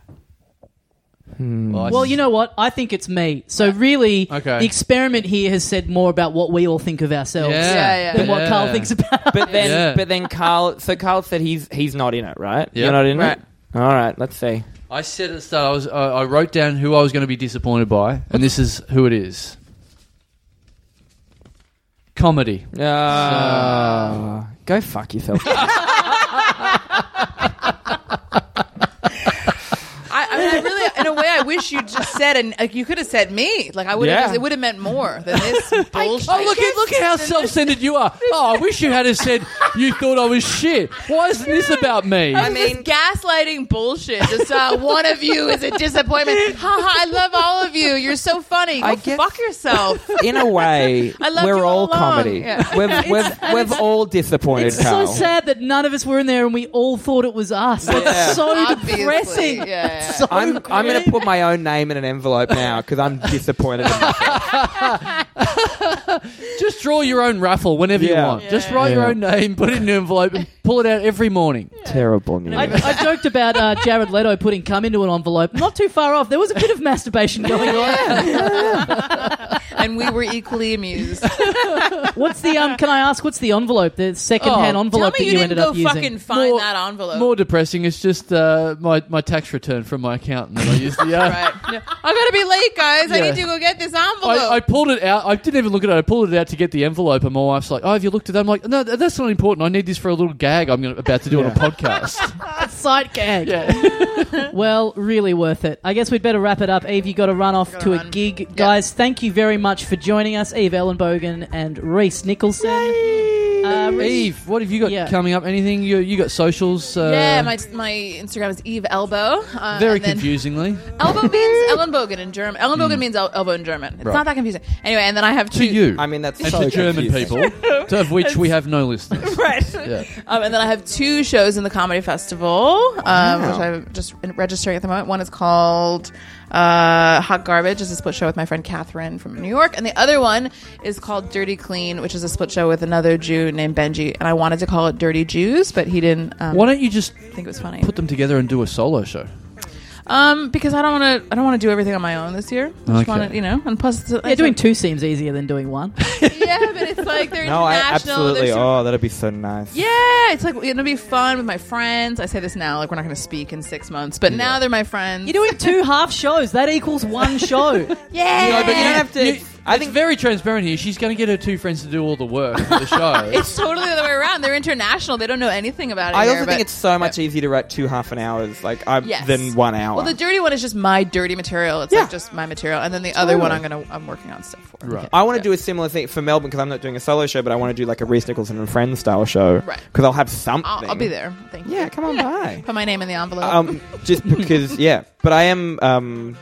Speaker 2: I-
Speaker 1: Well, you know what? I think it's me. So really,
Speaker 2: Okay.
Speaker 1: the experiment here has said more about what we all think of ourselves
Speaker 2: Yeah.
Speaker 4: Yeah, yeah.
Speaker 1: than what
Speaker 2: Yeah.
Speaker 1: Carl thinks about.
Speaker 3: But then,
Speaker 2: Yeah.
Speaker 3: but then Carl. So Carl said he's he's not in it, right?
Speaker 2: Yep.
Speaker 3: You're not in
Speaker 4: Right.
Speaker 3: it. All right, let's see.
Speaker 2: I said at the start I was. I I wrote down who I was going to be disappointed by, and this is who it is. comedy.
Speaker 3: Uh, Go fuck yourself.
Speaker 4: I, I mean, I really, in a way, I wish you just said, and like, you could have said me. Like, I would
Speaker 3: Yeah.
Speaker 4: have. It would have meant more than this bullshit.
Speaker 2: Oh, look at look at how self-centered you are. Oh, I wish you had have said you thought I was shit. Why isn't this about me?
Speaker 4: I mean, gaslighting bullshit. Just uh, one of you is a disappointment. Ha ha! I love all of you. You're so funny. Go
Speaker 3: I get-
Speaker 4: fuck yourself.
Speaker 3: In a way,
Speaker 4: I loved
Speaker 3: we're
Speaker 4: you all
Speaker 3: all
Speaker 4: along.
Speaker 3: comedy.
Speaker 4: Yeah.
Speaker 3: We've, we've, we've all disappointed
Speaker 1: It's so
Speaker 3: Carl.
Speaker 1: sad that none of us were in there and we all thought it was us. That's
Speaker 3: Yeah.
Speaker 1: so
Speaker 4: Obviously.
Speaker 1: depressing.
Speaker 4: Yeah, yeah.
Speaker 1: So
Speaker 3: I'm, I'm going to
Speaker 1: grim.
Speaker 3: put my own name in an envelope now because I'm disappointed. in myself.
Speaker 2: Just draw your own raffle whenever you
Speaker 3: Yeah.
Speaker 2: want.
Speaker 4: Yeah.
Speaker 2: Just write your
Speaker 3: Yeah.
Speaker 2: own name, put it in an envelope, and pull it out every morning.
Speaker 3: Terrible news.
Speaker 1: I, I joked about uh, Jared Leto putting cum into an envelope. Not too far off. There was a bit of masturbation going on.
Speaker 4: And we were equally amused.
Speaker 1: What's the um? Can I ask? What's the envelope? The secondhand
Speaker 2: Oh,
Speaker 1: envelope
Speaker 4: Tell me
Speaker 1: that
Speaker 4: you,
Speaker 1: you, ended
Speaker 4: didn't go
Speaker 1: up using.
Speaker 4: fucking find
Speaker 2: More-
Speaker 4: that envelope.
Speaker 2: More depressing. It's just uh, my my tax return from my accountant that I used. The, uh,
Speaker 4: right. I gotta be late, guys. I
Speaker 2: Yeah.
Speaker 4: need to go get this envelope.
Speaker 2: I, I pulled it out. I didn't even look at it. I pulled it out to get the envelope, and my wife's like, "Oh, have you looked at that?" I'm like, "No, th- that's not important. I need this for a little gag I'm gonna, about to do on
Speaker 3: Yeah.
Speaker 2: a podcast."
Speaker 1: Sight gag.
Speaker 2: yeah.
Speaker 1: Well, really worth it. I guess we'd better wrap it up. Eve, you got to run off
Speaker 4: Gotta
Speaker 1: to a
Speaker 4: run.
Speaker 1: gig, guys. Thank you very much for joining us, Eve Ellenbogen and Reese Nicholson. Uh, Reece-
Speaker 2: Eve, what have you got
Speaker 1: Yeah.
Speaker 2: coming up? Anything you you got socials? Uh,
Speaker 4: yeah, my, my Instagram is Eve Elbow. Uh,
Speaker 2: very
Speaker 4: and then-
Speaker 2: confusingly.
Speaker 4: Elbow means Ellenbogen in German. Ellenbogen means el- elbow in German. It's
Speaker 2: Mm. Right.
Speaker 4: not that confusing. Anyway, and then I have two.
Speaker 2: To you
Speaker 3: I mean, that's
Speaker 2: and
Speaker 3: so
Speaker 2: to German
Speaker 3: confusing.
Speaker 2: people, to of which we have no listeners.
Speaker 4: Right.
Speaker 2: Yeah.
Speaker 4: Um, and then I have two shows in the comedy festival, um, which I'm just registering at the moment. One is called uh, Hot Garbage, is a split show with my friend Catherine from New York, and the other one is called Dirty Clean, which is a split show with another Jew named Benji. And I wanted to call it Dirty Jews, but he didn't. Um,
Speaker 2: Why don't you just
Speaker 4: I think it was funny.
Speaker 2: put them together and do a solo show?
Speaker 4: Um, because I don't want to. I don't want to do everything on my own this year. I just
Speaker 2: Okay.
Speaker 4: want to, you know. And plus,
Speaker 1: yeah, doing two seems easier than doing one.
Speaker 4: yeah, but it's like they're
Speaker 3: No, I
Speaker 4: international. they're
Speaker 3: absolutely.
Speaker 4: super-
Speaker 3: Oh, that'd be so nice.
Speaker 4: Yeah, it's like it'll be fun with my friends. I say this now, like we're not going to speak in six months, but now they're my friends.
Speaker 1: You're doing two half shows. That equals one show.
Speaker 4: yeah,
Speaker 3: No, but you don't have to.
Speaker 2: You-
Speaker 3: I
Speaker 2: it's
Speaker 3: think
Speaker 2: very transparent here. She's going to get her two friends to do all the work for the show.
Speaker 4: it's totally the other way around. They're international. They don't know anything about it.
Speaker 3: I
Speaker 4: here,
Speaker 3: also
Speaker 4: but-
Speaker 3: think it's so much easier to write two half an hours like I'm,
Speaker 4: Yes.
Speaker 3: than one hour.
Speaker 4: well, the dirty one is just my dirty material. It's
Speaker 3: Yeah.
Speaker 4: like just my material, and then the other one I'm gonna I'm working on stuff for.
Speaker 2: Right.
Speaker 3: I want to do a similar thing for Melbourne because I'm not doing a solo show, but I want to do like a Reese Nicholson and Friends style show.
Speaker 4: Right.
Speaker 3: Because I'll have something.
Speaker 4: I'll, I'll be there. Thank you.
Speaker 3: Yeah, come on by.
Speaker 4: Put my name in the envelope.
Speaker 3: Um, just because, yeah. But I am. Um,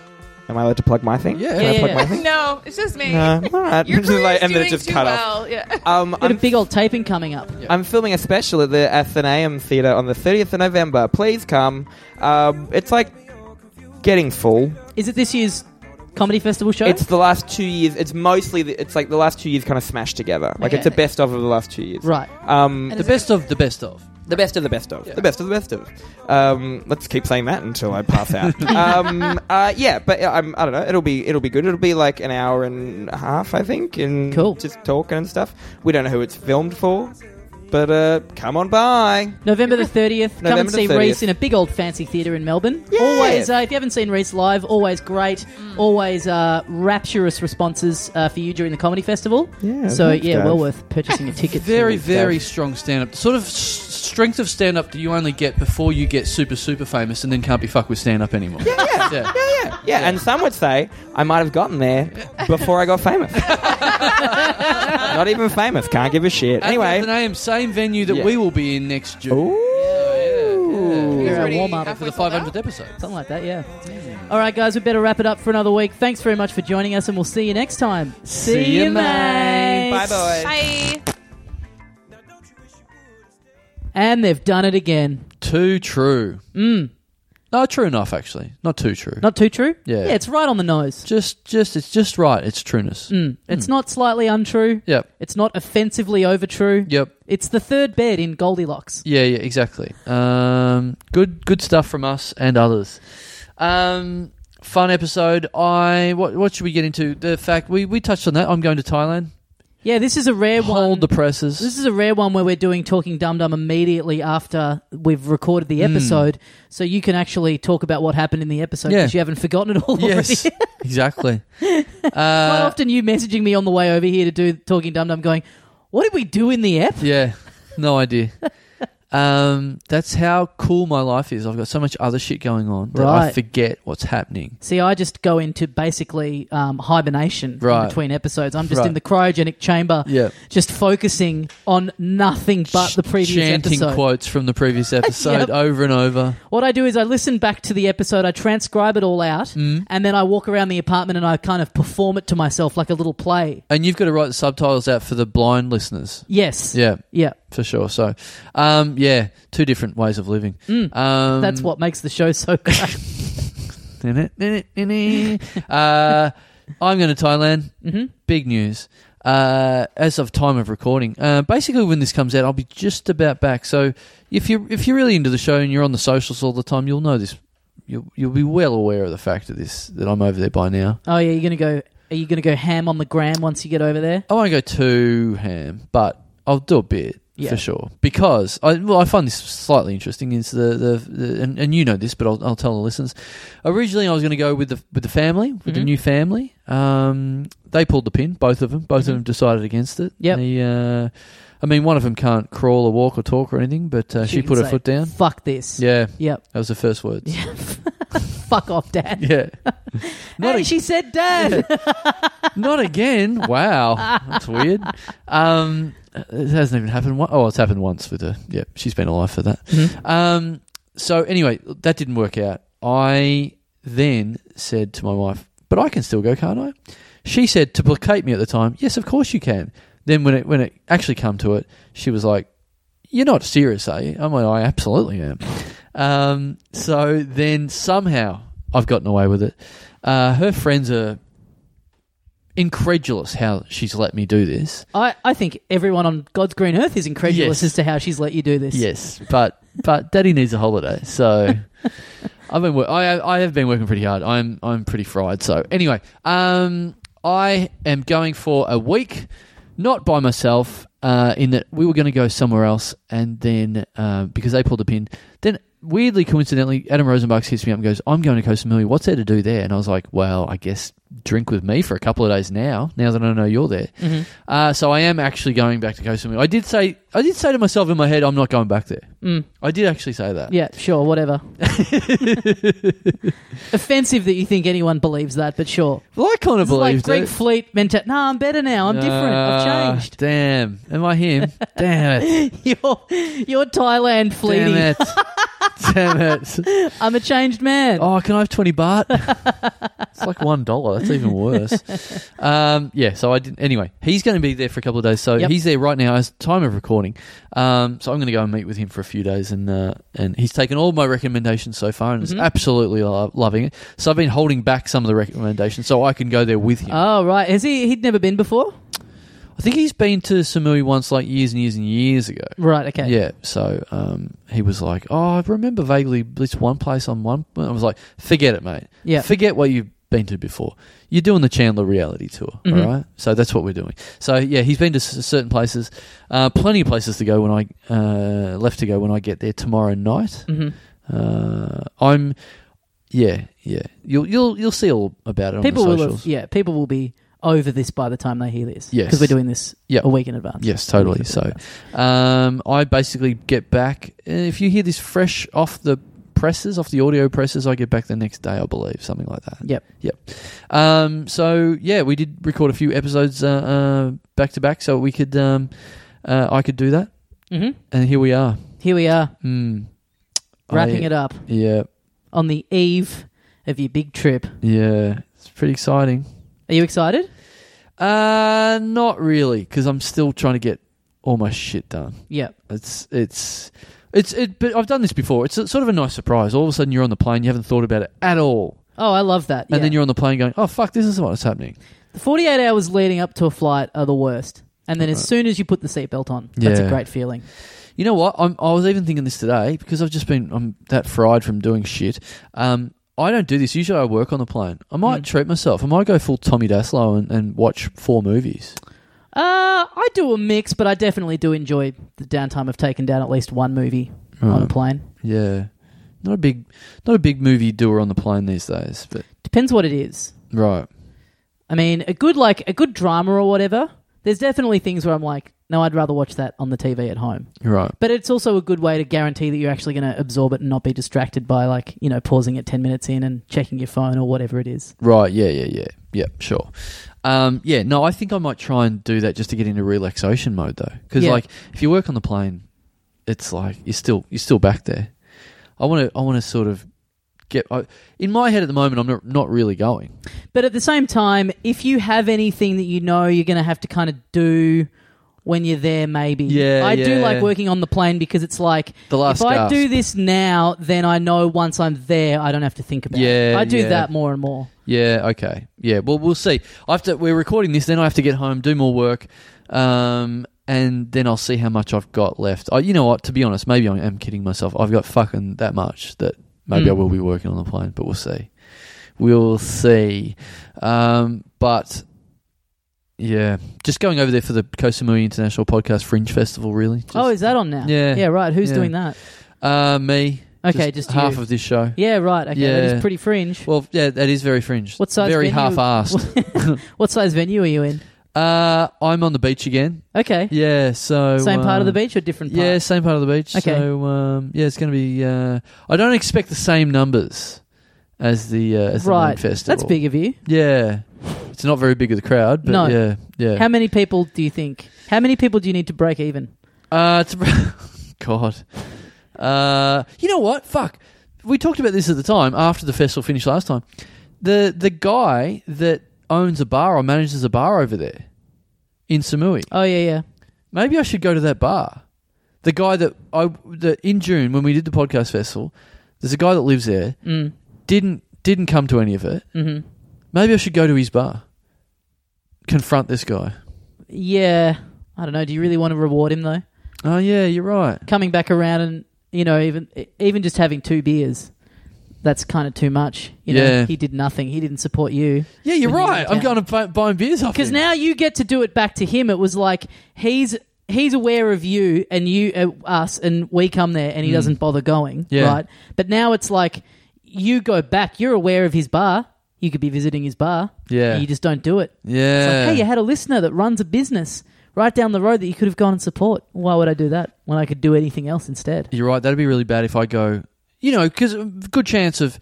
Speaker 3: am I allowed to plug my thing?
Speaker 2: Yeah.
Speaker 3: Can I
Speaker 1: Yeah,
Speaker 3: plug
Speaker 1: yeah.
Speaker 3: my thing?
Speaker 4: no, it's just me.
Speaker 3: all right.
Speaker 4: Your
Speaker 3: Just
Speaker 4: career's
Speaker 3: like- and then
Speaker 4: doing
Speaker 3: it just
Speaker 4: too
Speaker 3: cut off.
Speaker 4: well. Yeah.
Speaker 3: Um,
Speaker 1: Got a
Speaker 3: I'm,
Speaker 1: big old taping coming up.
Speaker 3: I'm filming a special at the Athenaeum Theatre on the 30th of November. Please come. Um, it's like getting full.
Speaker 1: Is it this year's comedy festival show?
Speaker 3: It's the last two years. It's mostly. The, it's like the last two years kind of smashed together. Like
Speaker 4: Okay.
Speaker 3: it's a best of of the last two years.
Speaker 1: right.
Speaker 3: Um,
Speaker 4: And
Speaker 2: The
Speaker 4: is it-
Speaker 2: best of the best of.
Speaker 3: The best of the best of. The best of the best of. Um, let's keep saying that until I pass out. um, uh, yeah, but uh, I'm, I don't know. It'll be it'll be good. It'll be like an hour and a half, I think, and
Speaker 1: Cool.
Speaker 3: just talking and stuff. We don't know who it's filmed for, but uh, come on by.
Speaker 1: November the 30th. Come and
Speaker 3: November the
Speaker 1: see
Speaker 3: 30th.
Speaker 1: Reese in a big old fancy theatre in Melbourne.
Speaker 3: Yeah.
Speaker 1: Always, uh, if you haven't seen Reese live, always great. Always uh, rapturous responses uh, for you during the comedy festival.
Speaker 3: Yeah,
Speaker 1: So,
Speaker 3: thanks,
Speaker 1: yeah,
Speaker 3: Dave.
Speaker 1: well worth purchasing a ticket.
Speaker 2: Very,
Speaker 3: Sort of
Speaker 2: very
Speaker 3: stuff.
Speaker 2: strong stand up. Sort of s- strength of stand up that you only get before you get super, super famous and then can't be fucked with stand up anymore. Yeah, yeah.
Speaker 3: Yeah, yeah, and some would say I might have gotten there before I got famous. Not even famous. Can't give a shit.
Speaker 2: Anyway,
Speaker 3: Anyway.
Speaker 2: Athenaeum, same venue that
Speaker 3: Yeah.
Speaker 2: we will be in next June.
Speaker 3: Ooh.
Speaker 1: You're a
Speaker 4: Pretty
Speaker 1: warm up.
Speaker 4: halfway
Speaker 2: For the
Speaker 4: sold out?
Speaker 2: 500th episode.
Speaker 1: Something like that, yeah. All right, guys, we better wrap it up for another week. Thanks very much for joining us, and we'll see you next time. See,
Speaker 2: you,
Speaker 1: mate.
Speaker 3: Bye, boys.
Speaker 4: Bye.
Speaker 1: And they've done it again.
Speaker 2: Too true. Mm. No, true enough, actually. Not too true.
Speaker 1: Not too true?
Speaker 2: Yeah.
Speaker 1: Yeah, it's right on the nose.
Speaker 2: just, just, it's just right. It's trueness.
Speaker 1: Mm.
Speaker 2: Hmm.
Speaker 1: It's not slightly untrue.
Speaker 2: Yep.
Speaker 1: It's not offensively overtrue.
Speaker 2: Yep.
Speaker 1: It's the third bed in Goldilocks.
Speaker 2: Yeah, yeah, exactly. Um, good, good stuff from us and others. Um, fun episode. I what, what should we get into? The fact we, we touched on that. I'm going to Thailand.
Speaker 1: Yeah, this is a rare one.
Speaker 2: Hold the presses.
Speaker 1: This is a rare one where we're doing Talking Dum Dum immediately after we've recorded
Speaker 2: Hmm.
Speaker 1: the episode, so you can actually talk about what happened in the episode
Speaker 2: Yeah.
Speaker 1: because you haven't forgotten it all
Speaker 2: yes,
Speaker 1: already.
Speaker 2: exactly. Uh,
Speaker 1: Quite often, you messaging me on the way over here to do Talking Dum Dum, going, What did we do in the app?
Speaker 2: Yeah, no idea. um, that's how cool my life is. I've got so much other shit going on that I
Speaker 1: Right.
Speaker 2: forget what's happening.
Speaker 1: See, I just go into basically um, hibernation in
Speaker 2: Right.
Speaker 1: between episodes. I'm just
Speaker 2: Right.
Speaker 1: in the cryogenic chamber,
Speaker 2: Yeah.
Speaker 1: just focusing on nothing but the previous
Speaker 2: Chanting
Speaker 1: episode.
Speaker 2: quotes from the previous episode
Speaker 1: Yep.
Speaker 2: over and over.
Speaker 1: What I do is I listen back to the episode, I transcribe it all out,
Speaker 2: Mm.
Speaker 1: and then I walk around the apartment and I kind of perform it to myself like a little play.
Speaker 2: And you've got to write the subtitles out for the blind listeners.
Speaker 1: Yes.
Speaker 2: Yeah,
Speaker 1: Yeah.
Speaker 2: for sure. So, um, yeah, two different ways of living. Um,
Speaker 1: Mm. That's what makes the show so great.
Speaker 2: uh, I'm going to Thailand. Mm-hmm. Big news. Uh, as of time of recording, uh, basically when this comes out, I'll be just about back. So if you are if you're really into the show and you're on the socials all the time, you'll know this. You'll you'll be well aware of the fact of this that I'm over there by now.
Speaker 1: oh yeah, you're gonna go. Are you gonna go ham on the gram once you get over there?
Speaker 2: I won't go too ham, but I'll do a bit
Speaker 1: Yeah.
Speaker 2: for sure because I well I find this slightly interesting. Is the, the, the and, and you know this, but I'll, I'll tell the listeners. Originally, I was going to go with the with the family with the
Speaker 1: Mhm.
Speaker 2: new family. Um, they pulled the pin, both of them. Both
Speaker 1: Mhm.
Speaker 2: of them decided against it.
Speaker 1: Yep.
Speaker 2: They, uh, I mean, one of them can't crawl or walk or talk or anything, but uh,
Speaker 1: She
Speaker 2: she
Speaker 1: can
Speaker 2: put her
Speaker 1: say,
Speaker 2: foot down.
Speaker 1: Fuck this.
Speaker 2: Yeah,
Speaker 1: Yep.
Speaker 2: that was the first words.
Speaker 1: Yeah. Fuck off, Dad.
Speaker 2: Yeah, not
Speaker 1: hey,
Speaker 2: a-
Speaker 1: she said, Dad.
Speaker 2: Not again. Wow. That's weird. Um, it hasn't even happened. One- oh, it's happened once with her. Yeah, she's been alive for that. Um, so, anyway, that didn't work out. I then said to my wife, But I can still go, can't I? She said, to placate me at the time, Yes, of course you can. Then, when it, when it actually come to it, she was like, You're not serious, are you? I'm like, I absolutely am. Um, so then somehow I've gotten away with it. Uh, her friends are incredulous how she's let me do this.
Speaker 1: I, I think everyone on God's green earth is incredulous
Speaker 2: Yes.
Speaker 1: as to how she's let you do this.
Speaker 2: Yes, but but Daddy needs a holiday, so I've been wor- I I have been working pretty hard. I'm I'm pretty fried. So anyway, um, I am going for a week, not by myself. Uh, in that we were going to go somewhere else, and then uh, because they pulled the pin, then weirdly coincidentally, Adam Rosenbach hits me up and goes, "I'm going to Koh Samui. What's there to do there?" And I was like, "Well, I guess drink with me for a couple of days now. Now that I know you're there."
Speaker 1: Mm-hmm.
Speaker 2: Uh, so I am actually going back to Koh Samui. I did say I did say to myself in my head, I'm not going back there.
Speaker 1: Mm.
Speaker 2: I did actually say that.
Speaker 1: Yeah, sure, whatever. Offensive that you think anyone believes that, but sure.
Speaker 2: Well, I kind of
Speaker 1: It's like
Speaker 2: believed
Speaker 1: Greg
Speaker 2: it.
Speaker 1: Fleet meant to, nah, I'm better now. I'm different.
Speaker 2: Ah,
Speaker 1: I've changed.
Speaker 2: Damn, am I him? damn it!
Speaker 1: You're, you're Thailand
Speaker 2: Damn
Speaker 1: fleeting.
Speaker 2: it! damn it!
Speaker 1: I'm a changed man.
Speaker 2: Oh, can I have twenty baht? it's like one dollar. That's even worse. Um, yeah. So I didn't. Anyway, he's going to be there for a couple of days. So
Speaker 1: Yep.
Speaker 2: he's there right now as time of recording. Um, so I'm going to go and meet with him for a few days, and uh, and he's taken all my recommendations so far and is absolutely lo- loving it. So I've been holding back some of the recommendations so I can go there with him.
Speaker 1: Oh, right. Has he? He'd never been before.
Speaker 2: I think he's been to Samui once, like years and years and years ago.
Speaker 1: Right. Okay.
Speaker 2: Yeah, so um, he was like, "Oh, I remember vaguely this one place on one." I was like, "Forget it, mate.
Speaker 1: Yeah.
Speaker 2: forget what you've been to before. You're doing the Chandler reality tour, all
Speaker 1: Mhm.
Speaker 2: right? So that's what we're doing. So yeah, he's been to s- certain places, uh, plenty of places to go when I uh, left to go when I get there tomorrow night.
Speaker 1: Mhm.
Speaker 2: Uh, I'm, yeah, yeah. You'll you'll you'll see all about it
Speaker 1: People
Speaker 2: on the
Speaker 1: will.
Speaker 2: socials.
Speaker 1: Have, yeah. People will be over this by the time they hear this.
Speaker 2: Yes.
Speaker 1: Because we're doing this
Speaker 2: Yep.
Speaker 1: a week in advance.
Speaker 2: Yes, totally. So, um, I basically get back. If you hear this fresh off the presses, off the audio presses, I get back the next day, I believe, something like that.
Speaker 1: Yep.
Speaker 2: Yep. Um, so yeah, we did record a few episodes uh, uh, back to back, so we could, um, uh, I could do that,
Speaker 1: hmm
Speaker 2: and here we are.
Speaker 1: Here we are
Speaker 2: Mm.
Speaker 1: wrapping it up
Speaker 2: Yeah,
Speaker 1: on the eve of your big trip.
Speaker 2: yeah. It's pretty exciting.
Speaker 1: Are you excited?
Speaker 2: Uh, not really, because I'm still trying to get all my shit done.
Speaker 1: Yep.
Speaker 2: It's it's it's it. But I've done this before. It's a, sort of a nice surprise. All of a sudden, you're on the plane. You haven't thought about it at all,
Speaker 1: Oh, I love that.
Speaker 2: and
Speaker 1: yeah.
Speaker 2: then you're on the plane going, "Oh fuck, this is what's happening."
Speaker 1: The 48 hours leading up to a flight are the worst. And then as
Speaker 2: Right.
Speaker 1: soon as you put the seatbelt on, that's a
Speaker 2: Yeah.
Speaker 1: great feeling.
Speaker 2: You know what? I'm, I was even thinking this today because I've just been I'm that fried from doing shit. Um, I don't do this. Usually, I work on the plane. I might
Speaker 1: Mm.
Speaker 2: treat myself. I might go full Tommy Daslow and, and watch four movies.
Speaker 1: Uh, I do a mix, but I definitely do enjoy the downtime of taking down at least one movie on a
Speaker 2: Right.
Speaker 1: plane.
Speaker 2: Yeah, not a big not a big movie doer on the plane these days. But
Speaker 1: Depends what it is.
Speaker 2: right,
Speaker 1: I mean, a good like a good drama or whatever. There's definitely things where I'm like, No, I'd rather watch that on the TV at home.
Speaker 2: Right.
Speaker 1: But it's also a good way to guarantee that you're actually going to absorb it and not be distracted by, like, you know, pausing it 10 minutes in and checking your phone or whatever it is.
Speaker 2: Right. Yeah. Yeah. Yeah. Yeah. Sure. Um, yeah. No, I think I might try and do that just to get into relaxation mode though, because
Speaker 1: Yeah.
Speaker 2: like if you work on the plane, it's like you're still you're still back there. I want to I want to sort of get I, in my head at the moment. I'm not not really going.
Speaker 1: But at the same time, if you have anything that you know you're going to have to kind of do when you're there, maybe.
Speaker 2: Yeah,
Speaker 1: I do
Speaker 2: yeah.
Speaker 1: like working on the plane because it's like
Speaker 2: The last
Speaker 1: if I
Speaker 2: gasp.
Speaker 1: do this now, then I know once I'm there, I don't have to think about it.
Speaker 2: Yeah,
Speaker 1: I do
Speaker 2: yeah.
Speaker 1: that more and more.
Speaker 2: Yeah. Okay. Yeah. Well, we'll see. I have to. We're recording this. Then I have to get home, do more work, um, and then I'll see how much I've got left. I, you know what? To be honest, maybe I am kidding myself. I've got fucking that much that maybe
Speaker 1: Mm.
Speaker 2: I will be working on the plane, but we'll see. We'll see. Um, but yeah, just going over there for the Kosamui International Podcast Fringe Festival. Really? Just,
Speaker 1: oh, is that on now?
Speaker 2: Yeah.
Speaker 1: Yeah, right. Who's
Speaker 2: Yeah.
Speaker 1: doing that?
Speaker 2: uh, me.
Speaker 1: Okay, just,
Speaker 2: half
Speaker 1: you.
Speaker 2: of this show.
Speaker 1: yeah, right. Okay, that
Speaker 2: Yeah.
Speaker 1: is pretty fringe.
Speaker 2: Well, yeah, that is very fringe.
Speaker 1: What size
Speaker 2: Very
Speaker 1: venue-
Speaker 2: half-assed.
Speaker 1: what size venue are you in?
Speaker 2: Uh, I'm on the beach again.
Speaker 1: Okay.
Speaker 2: Yeah, so
Speaker 1: Same part of the
Speaker 2: uh,
Speaker 1: beach or different part?
Speaker 2: Yeah, same part of the beach.
Speaker 1: Okay.
Speaker 2: So um, yeah, it's going to be. Uh, I don't expect the same numbers as the uh, as the
Speaker 1: Right.
Speaker 2: Moon festival.
Speaker 1: That's big of you.
Speaker 2: Yeah, it's not very big of the crowd, but
Speaker 1: No.
Speaker 2: yeah, yeah.
Speaker 1: How many people do you think? How many people do you need to break even?
Speaker 2: uh, it's God. Uh, you know what? Fuck. We talked about this at the time after the festival finished last time. The the guy that owns a bar or manages a bar over there in Samui.
Speaker 1: Oh yeah, yeah.
Speaker 2: Maybe I should go to that bar. The guy that I that in June when we did the podcast festival, there's a guy that lives there
Speaker 1: Mm.
Speaker 2: didn't didn't come to any of it.
Speaker 1: hmm
Speaker 2: Maybe I should go to his bar. Confront this guy.
Speaker 1: Yeah. I don't know. Do you really want to reward him though?
Speaker 2: Oh yeah, you're right.
Speaker 1: Coming back around and you know even e, even just having two beers, that's kind of too much. You know,
Speaker 2: Yeah.
Speaker 1: he did nothing. He didn't support you
Speaker 2: Yeah, you're
Speaker 1: When you
Speaker 2: right.
Speaker 1: went
Speaker 2: I'm
Speaker 1: down.
Speaker 2: going to buy, buying beers off
Speaker 1: because
Speaker 2: him.
Speaker 1: now you get to do it back to him. It was like he's he's aware of you and you uh, us and we come there and he
Speaker 2: Mm.
Speaker 1: doesn't bother going.
Speaker 2: Yeah.
Speaker 1: Right. But now it's like you go back. You're aware of his bar. You could be visiting his bar.
Speaker 2: yeah,
Speaker 1: And you just don't do it. It's
Speaker 2: yeah.
Speaker 1: like, hey, you had a listener that runs a business right down the road that you could have gone and support. Why would I do that when I could do anything else instead?
Speaker 2: You're right. That'd be really bad if I go, you know, because good chance of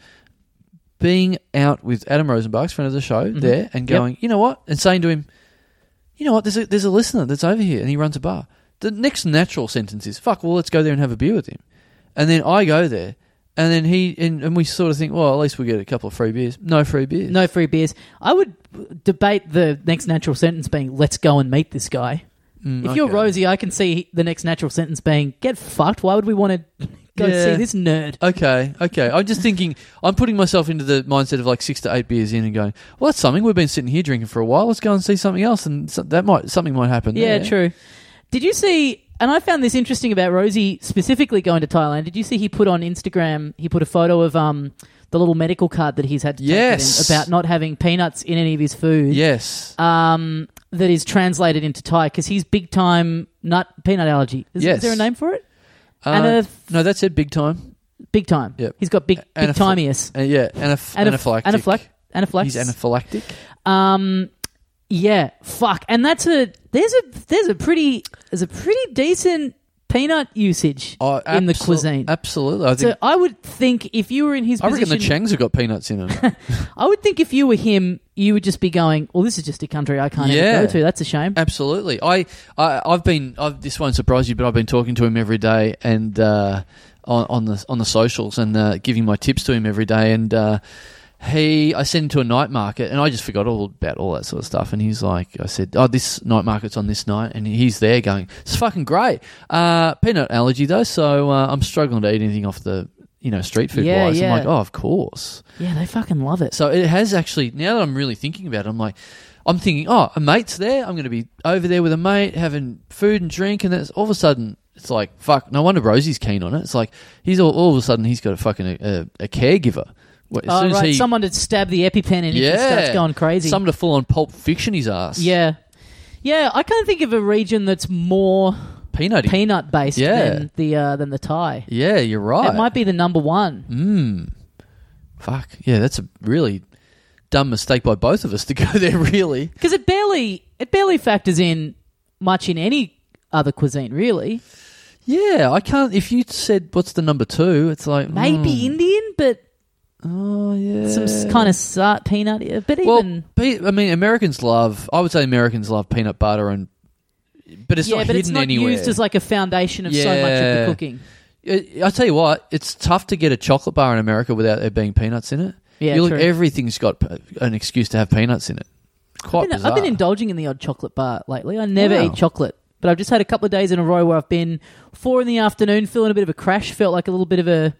Speaker 2: being out with Adam Rosenbach's friend of the show
Speaker 1: Mhm.
Speaker 2: there and
Speaker 1: Yep.
Speaker 2: going, you know what, and saying to him, you know what, there's a, there's a listener that's over here and he runs a bar. The next natural sentence is, fuck, well, let's go there and have a beer with him. And then I go there and then he, and, and we sort of think, well, at least we get a couple of free beers. No free beers.
Speaker 1: No free beers. I would debate the next natural sentence being, let's go and meet this guy.
Speaker 2: Mm,
Speaker 1: If you're
Speaker 2: okay.
Speaker 1: Rosie, I can see the next natural sentence being, get fucked. Why would we want to go
Speaker 2: Yeah.
Speaker 1: see this nerd?
Speaker 2: Okay, okay. I'm just thinking, I'm putting myself into the mindset of like six to eight beers in and going, well, that's something. We've been sitting here drinking for a while. Let's go and see something else. And so that might, something might happen.
Speaker 1: Yeah,
Speaker 2: there.
Speaker 1: true. Did you see? And I found this interesting about Rosie specifically going to Thailand. Did you see he put on Instagram? He put a photo of um the little medical card that he's had to take with him
Speaker 2: Yes.
Speaker 1: about not having peanuts in any of his food.
Speaker 2: Yes.
Speaker 1: um, that is translated into Thai because he's big time nut peanut allergy. Is,
Speaker 2: Yes.
Speaker 1: is there a name for it?
Speaker 2: Uh,
Speaker 1: and a f-
Speaker 2: no, that's it. Big time.
Speaker 1: Big time.
Speaker 2: Yep.
Speaker 1: He's got big big
Speaker 2: Anaphyl-
Speaker 1: timeus.
Speaker 2: Uh, yeah. Anaph-
Speaker 1: Anaph-
Speaker 2: anaphylactic.
Speaker 1: Anaphylac- anaphylaxis.
Speaker 2: He's anaphylactic.
Speaker 1: um, yeah, fuck. And that's a there's a there's a pretty there's a pretty decent peanut usage
Speaker 2: Oh,
Speaker 1: in the
Speaker 2: absol-
Speaker 1: cuisine.
Speaker 2: Absolutely. I think.
Speaker 1: so I would think if you were in his
Speaker 2: I reckon
Speaker 1: position,
Speaker 2: the Changs have got peanuts in them.
Speaker 1: I would think if you were him, you would just be going, "Well, this is just a country I can't
Speaker 2: Yeah.
Speaker 1: ever go to. That's a shame."
Speaker 2: Absolutely. I, I I've been. I've, this won't surprise you, but I've been talking to him every day and uh, on, on the on the socials and uh, giving my tips to him every day. And uh, he, I sent him to a night market, and I just forgot all about all that sort of stuff. And he's like, I said, "Oh, this night market's on this night," and he's there going, "It's fucking great." Uh, peanut allergy though, so uh, I'm struggling to eat anything off the. You know, street food
Speaker 1: Yeah,
Speaker 2: wise.
Speaker 1: yeah.
Speaker 2: I'm like, oh, of course.
Speaker 1: Yeah, they fucking love it.
Speaker 2: So it has actually. Now that I'm really thinking about it, I'm like, I'm thinking, oh, a mate's there. I'm going to be over there with a mate, having food and drink, and then all of a sudden, it's like, fuck. No wonder Rosie's keen on it. It's like he's all, all of a sudden he's got a fucking a, a, a caregiver. Well, As
Speaker 1: Oh,
Speaker 2: soon as
Speaker 1: right.
Speaker 2: he,
Speaker 1: Someone to stab the EpiPen in if he
Speaker 2: Yeah.
Speaker 1: starts going crazy.
Speaker 2: someone to full on Pulp Fiction his ass.
Speaker 1: yeah. Yeah, I can't think of a region that's more
Speaker 2: peanutty.
Speaker 1: peanut based
Speaker 2: Yeah.
Speaker 1: than the uh, than the Thai.
Speaker 2: yeah, you're right.
Speaker 1: It might be the number one.
Speaker 2: Mm. Fuck. Yeah, that's a really dumb mistake by both of us to go there. Really.
Speaker 1: Because it barely it barely factors in much in any other cuisine, really.
Speaker 2: Yeah, I can't. If you said what's the number two, it's like
Speaker 1: Maybe
Speaker 2: mm,
Speaker 1: Indian, but
Speaker 2: Oh yeah,
Speaker 1: some kind of sart peanut. yeah, But
Speaker 2: Well,
Speaker 1: even
Speaker 2: pe- I mean, Americans love. I would say Americans love peanut butter and, but it's
Speaker 1: yeah,
Speaker 2: not
Speaker 1: but
Speaker 2: hidden
Speaker 1: it's not
Speaker 2: anywhere.
Speaker 1: used as like a foundation of so much of
Speaker 2: Yeah.
Speaker 1: the cooking.
Speaker 2: I I tell you what, it's tough to get a chocolate bar in America without there being peanuts in it.
Speaker 1: Yeah,
Speaker 2: you look,
Speaker 1: true.
Speaker 2: everything's got p- an excuse to have peanuts in it. Quite
Speaker 1: I've been,
Speaker 2: bizarre.
Speaker 1: I've been indulging in the odd chocolate bar lately. I never
Speaker 2: Wow.
Speaker 1: eat chocolate, but I've just had a couple of days in a row where I've been four in the afternoon, feeling a bit of a crash. Felt like a little bit of a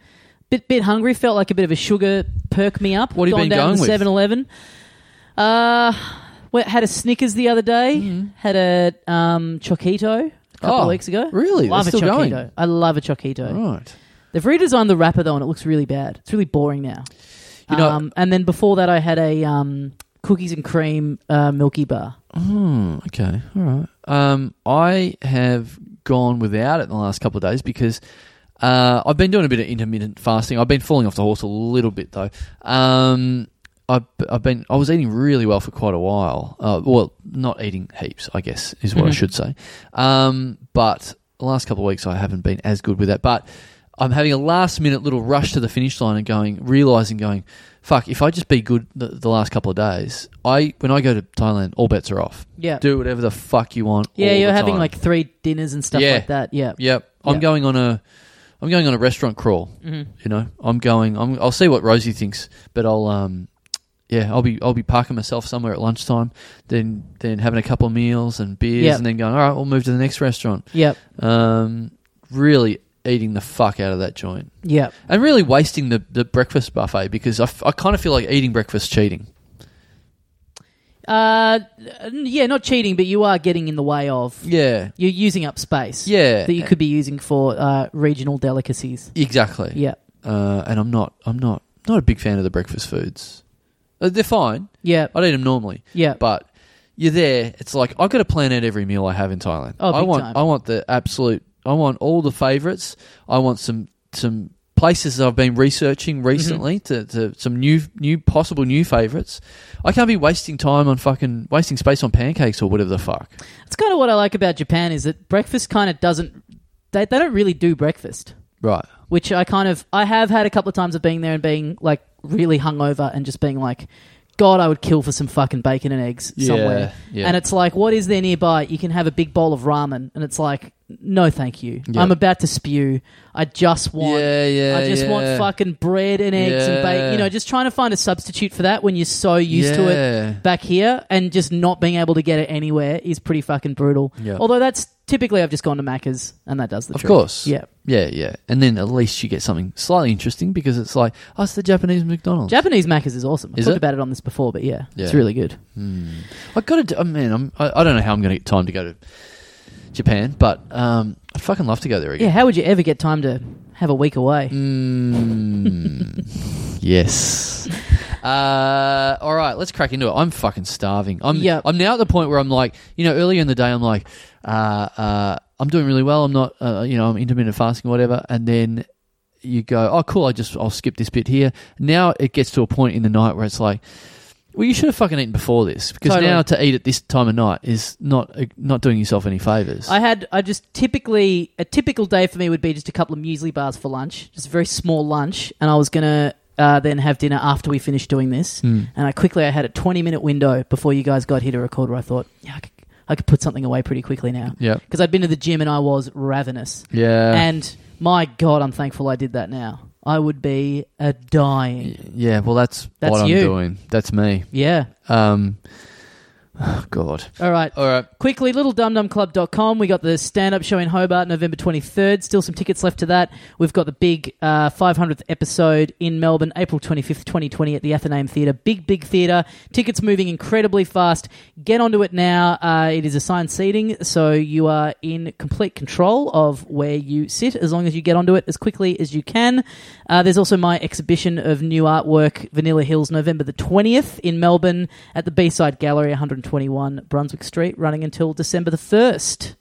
Speaker 1: bit bit hungry. Felt like a bit of a sugar perk me up.
Speaker 2: What have you
Speaker 1: Gone
Speaker 2: been
Speaker 1: down
Speaker 2: going with?
Speaker 1: Seven Eleven. Uh, went, had a Snickers the other day. Had a um, choquito. A couple
Speaker 2: Mm-hmm. Oh,
Speaker 1: of weeks ago,
Speaker 2: really?
Speaker 1: Love
Speaker 2: They're
Speaker 1: a
Speaker 2: still
Speaker 1: choquito.
Speaker 2: going?
Speaker 1: I love a choquito.
Speaker 2: right.
Speaker 1: They've redesigned the wrapper though, and it looks really bad. It's really boring now.
Speaker 2: You know-
Speaker 1: um, and then before that, I had a um, cookies and cream uh, Milky Bar.
Speaker 2: Hmm, okay. All right. Um, I have gone without it in the last couple of days because uh, I've been doing a bit of intermittent fasting. I've been falling off the horse a little bit though. Um, I've, I've been I was eating really well for quite a while. Uh, well, not eating heaps, I guess, is what I
Speaker 1: Mhm.
Speaker 2: should say. Um, but the last couple of weeks, I haven't been as good with that. But I'm having a last minute little rush to the finish line and going, realizing, going, fuck, if I just be good the, the last couple of days, I when I go to Thailand, all bets are off.
Speaker 1: Yeah.
Speaker 2: Do whatever the fuck you want.
Speaker 1: Yeah,
Speaker 2: all
Speaker 1: you're
Speaker 2: the
Speaker 1: having
Speaker 2: time.
Speaker 1: like three dinners and stuff
Speaker 2: Yeah.
Speaker 1: like that. Yeah.
Speaker 2: Yep, I'm
Speaker 1: Yeah.
Speaker 2: going on a, I'm going on a restaurant crawl.
Speaker 1: Mhm.
Speaker 2: You know, I'm going. I'm, I'll see what Rosie thinks, but I'll um, yeah, I'll be I'll be parking myself somewhere at lunchtime, then then having a couple of meals and beers,
Speaker 1: Yep.
Speaker 2: and then going. All right, we'll move to the next restaurant.
Speaker 1: Yep.
Speaker 2: Um, really eating the fuck out of that joint,
Speaker 1: Yep.
Speaker 2: and really wasting the the breakfast buffet because I, f- I kind of feel like eating breakfast cheating.
Speaker 1: Uh, n- yeah, not cheating, but you are getting in the way of.
Speaker 2: Yeah,
Speaker 1: You're using up space.
Speaker 2: yeah,
Speaker 1: That you could be using for uh, regional delicacies.
Speaker 2: exactly.
Speaker 1: Yeah.
Speaker 2: uh, and I'm not I'm not not a big fan of the breakfast foods. Uh, They're fine.
Speaker 1: Yeah.
Speaker 2: I'd eat them normally,
Speaker 1: Yeah.
Speaker 2: but you're there. It's like I've got to plan out every meal I have in Thailand.
Speaker 1: Oh,
Speaker 2: I
Speaker 1: big
Speaker 2: want
Speaker 1: time.
Speaker 2: I want the absolute. I want all the favorites. I want some some places that I've been researching
Speaker 1: Mm-hmm.
Speaker 2: recently to, to some new new possible new favorites. I can't be wasting time on fucking wasting space on pancakes or whatever the fuck.
Speaker 1: It's kind of what I like about Japan is that breakfast kind of doesn't. They, they don't really do breakfast.
Speaker 2: Right.
Speaker 1: which I kind of I have had a couple of times of being there and being like really hungover and just being like, God, I would kill for some fucking bacon and eggs somewhere.
Speaker 2: Yeah, yeah.
Speaker 1: And it's like, what is there nearby? You can have a big bowl of ramen, and it's like, no, thank you.
Speaker 2: Yeah.
Speaker 1: I'm about to spew. I just want.
Speaker 2: yeah, yeah.
Speaker 1: I just
Speaker 2: yeah.
Speaker 1: want fucking bread and eggs and bacon.
Speaker 2: Yeah.
Speaker 1: You know, just trying to find a substitute for that when you're so used to it
Speaker 2: Yeah.
Speaker 1: back here and just not being able to get it anywhere is pretty fucking brutal.
Speaker 2: Yeah.
Speaker 1: Although that's typically I've just gone to Macca's and that does the
Speaker 2: Of
Speaker 1: trick.
Speaker 2: course.
Speaker 1: Yeah.
Speaker 2: Yeah, yeah. And then at least you get something slightly interesting because it's like, oh, it's the Japanese McDonald's.
Speaker 1: Japanese Macca's is awesome. I've
Speaker 2: Is
Speaker 1: talked
Speaker 2: it?
Speaker 1: about it on this before, but yeah, it's
Speaker 2: Yeah.
Speaker 1: really good.
Speaker 2: I got to, do, oh, man, I'm, I, I don't know how I'm going to get time to go to Japan, but um, I'd fucking love to go there
Speaker 1: Yeah,
Speaker 2: again.
Speaker 1: how would you ever get time to have a week away?
Speaker 2: Mm, yes. Uh, all right, let's crack into it. I'm fucking starving. I'm,
Speaker 1: Yep.
Speaker 2: I'm now at the point where I'm like, you know, earlier in the day, I'm like, uh, uh, I'm doing really well. I'm not, uh, you know, I'm intermittent fasting, or whatever. And then you go, oh, cool. I just, I'll skip this bit here. Now it gets to a point in the night where it's like, well, you should have fucking eaten before this because
Speaker 1: Totally.
Speaker 2: now to eat at this time of night is not uh, not doing yourself any favors.
Speaker 1: I had, I just typically, a typical day for me would be just a couple of muesli bars for lunch, just a very small lunch, and I was going to uh, then have dinner after we finished doing this.
Speaker 2: Mm.
Speaker 1: And I quickly, I had a 20 minute window before you guys got here to record where I thought, yeah, I could, I could put something away pretty quickly now.
Speaker 2: Yep.
Speaker 1: Because I'd been to the gym and I was ravenous.
Speaker 2: Yeah.
Speaker 1: and my God, I'm thankful I did that now. I would be a dying.
Speaker 2: Y- Yeah, well, that's,
Speaker 1: That's
Speaker 2: what
Speaker 1: you.
Speaker 2: I'm doing. That's me.
Speaker 1: Yeah.
Speaker 2: Um, oh God.
Speaker 1: All right.
Speaker 2: All right.
Speaker 1: Quickly, littledumdumclub.com. We got the stand up show in Hobart November 23rd. Still some tickets left to that. We've got the big uh, 500th episode in Melbourne, April 25th, 2020, at the Athenaeum Theatre. Big, big theatre. Tickets moving incredibly fast. Get onto it now. Uh, it is assigned seating, so you are in complete control of where you sit as long as you get onto it as quickly as you can. Uh, there's also my exhibition of new artwork, Vanilla Hills, November the 20th in Melbourne at the B Side Gallery, 121 Brunswick Street, running until December the 1st.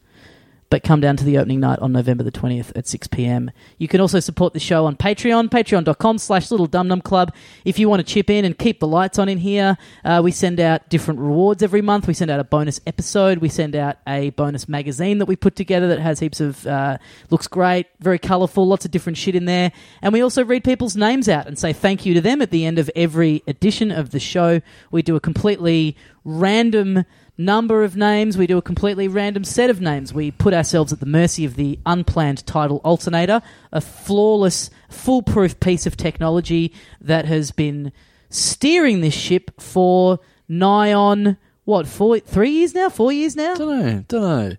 Speaker 1: but come down to the opening night on November the 20th at 6 p.m. You can also support the show on Patreon, patreon.com slash little dum dum club. If you want to chip in and keep the lights on in here, uh, we send out different rewards every month. We send out a bonus episode. We send out a bonus magazine that we put together that has heaps of, uh, looks great, very colourful, lots of different shit in there. And we also read people's names out and say thank you to them at the end of every edition of the show. We do a completely random number of names. We do a completely random set of names. We put ourselves at the mercy of the unplanned title alternator, a flawless, foolproof piece of technology that has been steering this ship for nigh on what four, three years now, four years now.
Speaker 2: Don't know. Don't know.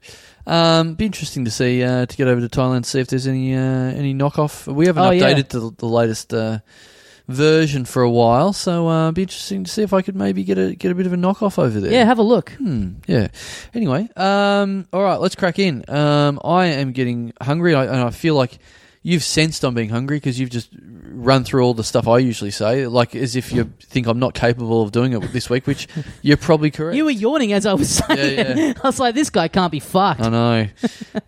Speaker 2: Um, be interesting to see uh, to get over to Thailand and see if there's any uh, any knockoff. We haven't
Speaker 1: Oh, yeah.
Speaker 2: updated the, the latest uh, version for a while, so uh, be interesting to see if I could maybe get a get a bit of a knockoff over there.
Speaker 1: Yeah, have a look.
Speaker 2: Hmm, yeah. Anyway, um, all right, let's crack in. Um, I am getting hungry, I, and I feel like you've sensed I'm being hungry because you've just run through all the stuff I usually say, like as if you think I'm not capable of doing it this week, which you're probably correct.
Speaker 1: You were yawning as I was saying.
Speaker 2: Yeah,
Speaker 1: it.
Speaker 2: yeah.
Speaker 1: I was like, this guy can't be fucked.
Speaker 2: I know.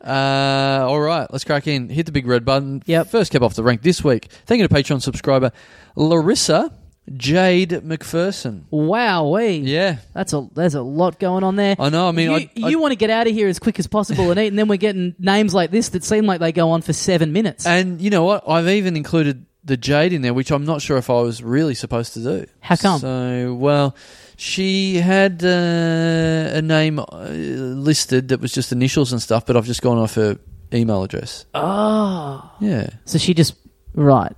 Speaker 2: uh, all right, let's crack in. Hit the big red button.
Speaker 1: Yep.
Speaker 2: First cab off the rank this week. Thank you to Patreon subscriber Larissa Jade McPherson.
Speaker 1: Wow,
Speaker 2: Yeah,
Speaker 1: That's a there's a lot going on there.
Speaker 2: I know. I mean,
Speaker 1: you,
Speaker 2: I, I-
Speaker 1: you want to get out of here as quick as possible and eat, and then we're getting names like this that seem like they go on for seven minutes.
Speaker 2: and you know what? I've even included the Jade in there, which I'm not sure if I was really supposed to do.
Speaker 1: How come?
Speaker 2: So, well, she had uh, a name uh, listed that was just initials and stuff, but I've just gone off her email address.
Speaker 1: oh,
Speaker 2: Yeah,
Speaker 1: so she just right.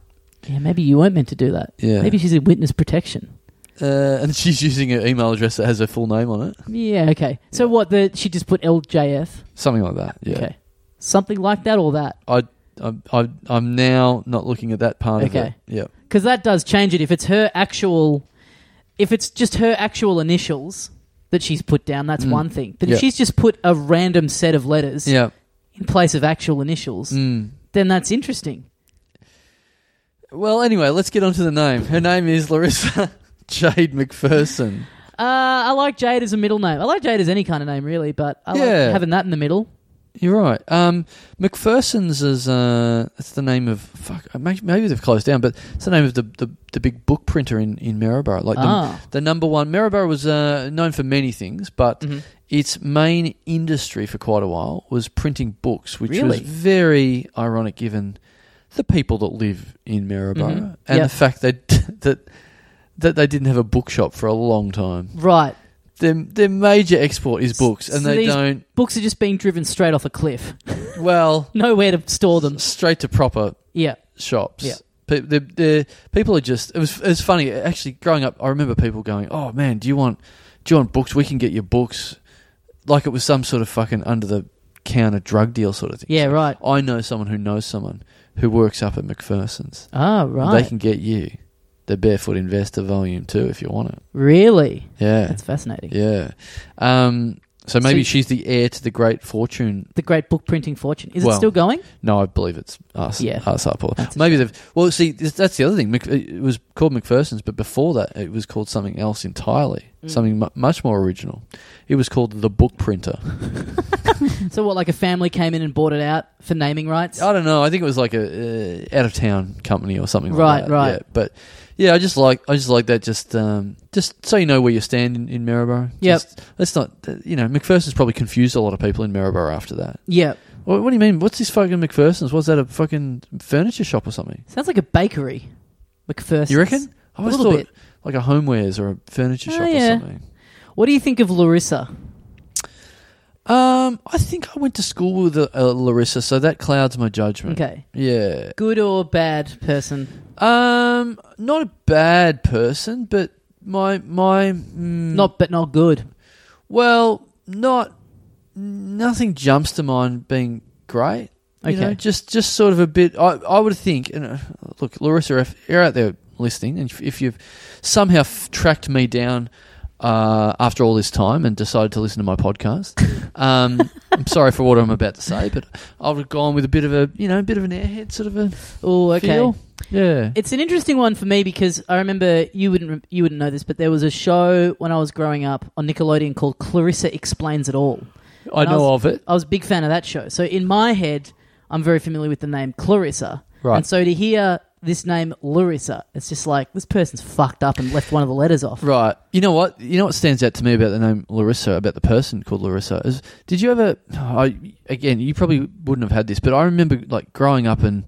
Speaker 1: Yeah, maybe you weren't meant to do that.
Speaker 2: yeah.
Speaker 1: Maybe she's in witness protection.
Speaker 2: Uh, and she's using her email address that has her full name on it.
Speaker 1: Yeah, okay. So what? The she just put LJF.
Speaker 2: Something like that. Yeah.
Speaker 1: Okay, something like that or that.
Speaker 2: I, I, I, I'm now not looking at that part of it.
Speaker 1: Okay.
Speaker 2: Yeah.
Speaker 1: Because that does change it. If it's her actual, if it's just her actual initials that she's put down, that's
Speaker 2: Mm.
Speaker 1: one thing. But
Speaker 2: Yeah.
Speaker 1: if she's just put a random set of letters
Speaker 2: Yeah.
Speaker 1: in place of actual initials,
Speaker 2: Mm.
Speaker 1: then that's interesting.
Speaker 2: Well, anyway, let's get on to the name. Her name is Larissa Jade McPherson.
Speaker 1: Uh, I like Jade as a middle name. I like Jade as any kind of name, really, but I
Speaker 2: Yeah.
Speaker 1: like having that in the middle.
Speaker 2: You're right. Um, McPherson's is uh, it's the name of fuck. uh, may- Maybe they've closed down, but it's the name of the, the, the big book printer in in Maryborough. Like
Speaker 1: Ah.
Speaker 2: the, the number one. Maryborough was uh, known for many things, but
Speaker 1: Mhm.
Speaker 2: its main industry for quite a while was printing books, which was
Speaker 1: Really?
Speaker 2: very ironic given the people that live in Maryborough
Speaker 1: Mhm.
Speaker 2: and
Speaker 1: Yep.
Speaker 2: the fact that that that they didn't have a bookshop for a long time.
Speaker 1: Right.
Speaker 2: Their their major export is books, and
Speaker 1: So
Speaker 2: they
Speaker 1: these-
Speaker 2: don't.
Speaker 1: Books are just being driven straight off a cliff.
Speaker 2: Well,
Speaker 1: Nowhere to store them.
Speaker 2: straight to proper
Speaker 1: Yeah.
Speaker 2: shops.
Speaker 1: Yeah.
Speaker 2: Pe- the, the people are just. It was. It's funny actually. Growing up, I remember people going, "Oh man, do you want do you want books? We can get you books." Like it was some sort of fucking under the counter drug deal sort of thing.
Speaker 1: Yeah, right.
Speaker 2: I know someone who knows someone who works up at McPherson's.
Speaker 1: Oh, right.
Speaker 2: They can get you the Barefoot Investor Volume Two if you want it.
Speaker 1: Really?
Speaker 2: Yeah,
Speaker 1: That's fascinating.
Speaker 2: yeah. Um, so maybe
Speaker 1: you-
Speaker 2: she's the heir to the great fortune
Speaker 1: The great book printing fortune. Is
Speaker 2: Well,
Speaker 1: it
Speaker 2: uh,
Speaker 1: still going?
Speaker 2: No, I believe it's us.
Speaker 1: Yeah.
Speaker 2: us up. Or
Speaker 1: That's a
Speaker 2: maybe they've. Well, see, this- that's the other thing. Mc- It was called McPherson's, but before that, it was called something else entirely.
Speaker 1: Mm.
Speaker 2: Something mu- much more original. It was called the Book Printer.
Speaker 1: So what? Like a family came in and bought it out for naming rights.
Speaker 2: I don't know. I think it was like a uh, out of town company or something.
Speaker 1: Right,
Speaker 2: like that.
Speaker 1: right.
Speaker 2: Yeah, but yeah, I just like I just like that. Just um, just so you know where you stand in, in Maryborough.
Speaker 1: Yep.
Speaker 2: Just- Let's not. uh, You know, McPherson's probably confused a lot of people in Maryborough after that.
Speaker 1: Yeah.
Speaker 2: What, what do you mean? What's this fucking McPherson's? Was that a fucking furniture shop or something?
Speaker 1: Sounds like a bakery. McPherson.
Speaker 2: You reckon? I
Speaker 1: A
Speaker 2: always
Speaker 1: little
Speaker 2: thought
Speaker 1: bit.
Speaker 2: like a homewares or a furniture
Speaker 1: Oh,
Speaker 2: shop or
Speaker 1: yeah.
Speaker 2: something.
Speaker 1: What do you think of Larissa?
Speaker 2: Um, I think I went to school with a, a Larissa, so that clouds my judgment.
Speaker 1: Okay.
Speaker 2: Yeah.
Speaker 1: Good or bad person?
Speaker 2: Um, not a bad person, but my my mm,
Speaker 1: Not, but not good.
Speaker 2: well, not nothing jumps to mind being great. You
Speaker 1: Okay.
Speaker 2: know, just just sort of a bit. I I would think. And uh, look, Larissa, if you're out there listening, and if, if you've somehow f- tracked me down uh, after all this time and decided to listen to my podcast, um, I'm sorry for what I'm about to say, but I would have gone with a bit of a you know, a bit of an airhead sort of a
Speaker 1: Oh, okay.
Speaker 2: feel. Yeah.
Speaker 1: It's an interesting one for me because I remember you wouldn't re- you wouldn't know this, but there was a show when I was growing up on Nickelodeon called Clarissa Explains It All,
Speaker 2: I
Speaker 1: And
Speaker 2: know
Speaker 1: was-
Speaker 2: of it.
Speaker 1: I was a big fan of that show. So in my head, I'm very familiar with the name Clarissa.
Speaker 2: Right.
Speaker 1: And so to hear this name Larissa, it's just like this person's fucked up and left one of the letters off.
Speaker 2: Right. You know what? You know what stands out to me about the name Larissa, about the person called Larissa is did you ever I again, you probably wouldn't have had this, but I remember like growing up and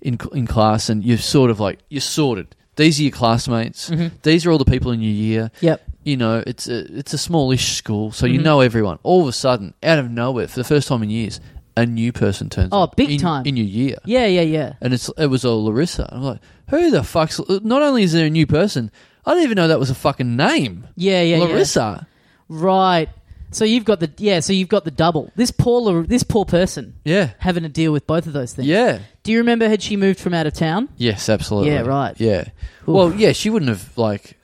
Speaker 2: in in class and you're sort of like you're sorted. These are your classmates.
Speaker 1: Mm-hmm.
Speaker 2: These are all the people in your year.
Speaker 1: Yep.
Speaker 2: You know, it's a it's a smallish school, so
Speaker 1: Mm-hmm.
Speaker 2: you know everyone. All of a sudden, out of nowhere, for the first time in years, a new person turns
Speaker 1: Oh,
Speaker 2: up
Speaker 1: big
Speaker 2: in-
Speaker 1: time.
Speaker 2: in your year
Speaker 1: Yeah, yeah, yeah.
Speaker 2: and it's it was a Larissa. I'm like, who the fuck's? Not only is there a new person, I didn't even know that was a fucking name.
Speaker 1: Yeah, yeah, yeah.
Speaker 2: Larissa.
Speaker 1: Right. So you've got the yeah, so you've got the double. This poor Lar- this poor person
Speaker 2: Yeah,
Speaker 1: having to deal with both of those things.
Speaker 2: yeah,
Speaker 1: Do you remember had she moved from out of town?
Speaker 2: yes, absolutely.
Speaker 1: Yeah, right.
Speaker 2: Yeah. Well, yeah, she wouldn't have like.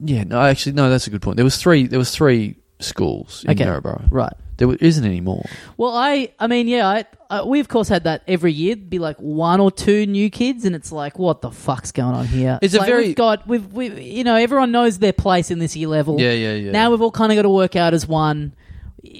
Speaker 2: Yeah, no, actually, no. That's a good point. There was three. There was three schools in
Speaker 1: Okay.
Speaker 2: Narrabri.
Speaker 1: Right.
Speaker 2: There wa- isn't any more.
Speaker 1: Well, I I mean, yeah, I, I we of course had that every year. It'd be like one or two new kids, and it's like, what the fuck's going on here?
Speaker 2: It's a
Speaker 1: like,
Speaker 2: very-
Speaker 1: we've got we've we you know everyone knows their place in this year level.
Speaker 2: Yeah, yeah, yeah.
Speaker 1: Now we've all kind of got to work out as one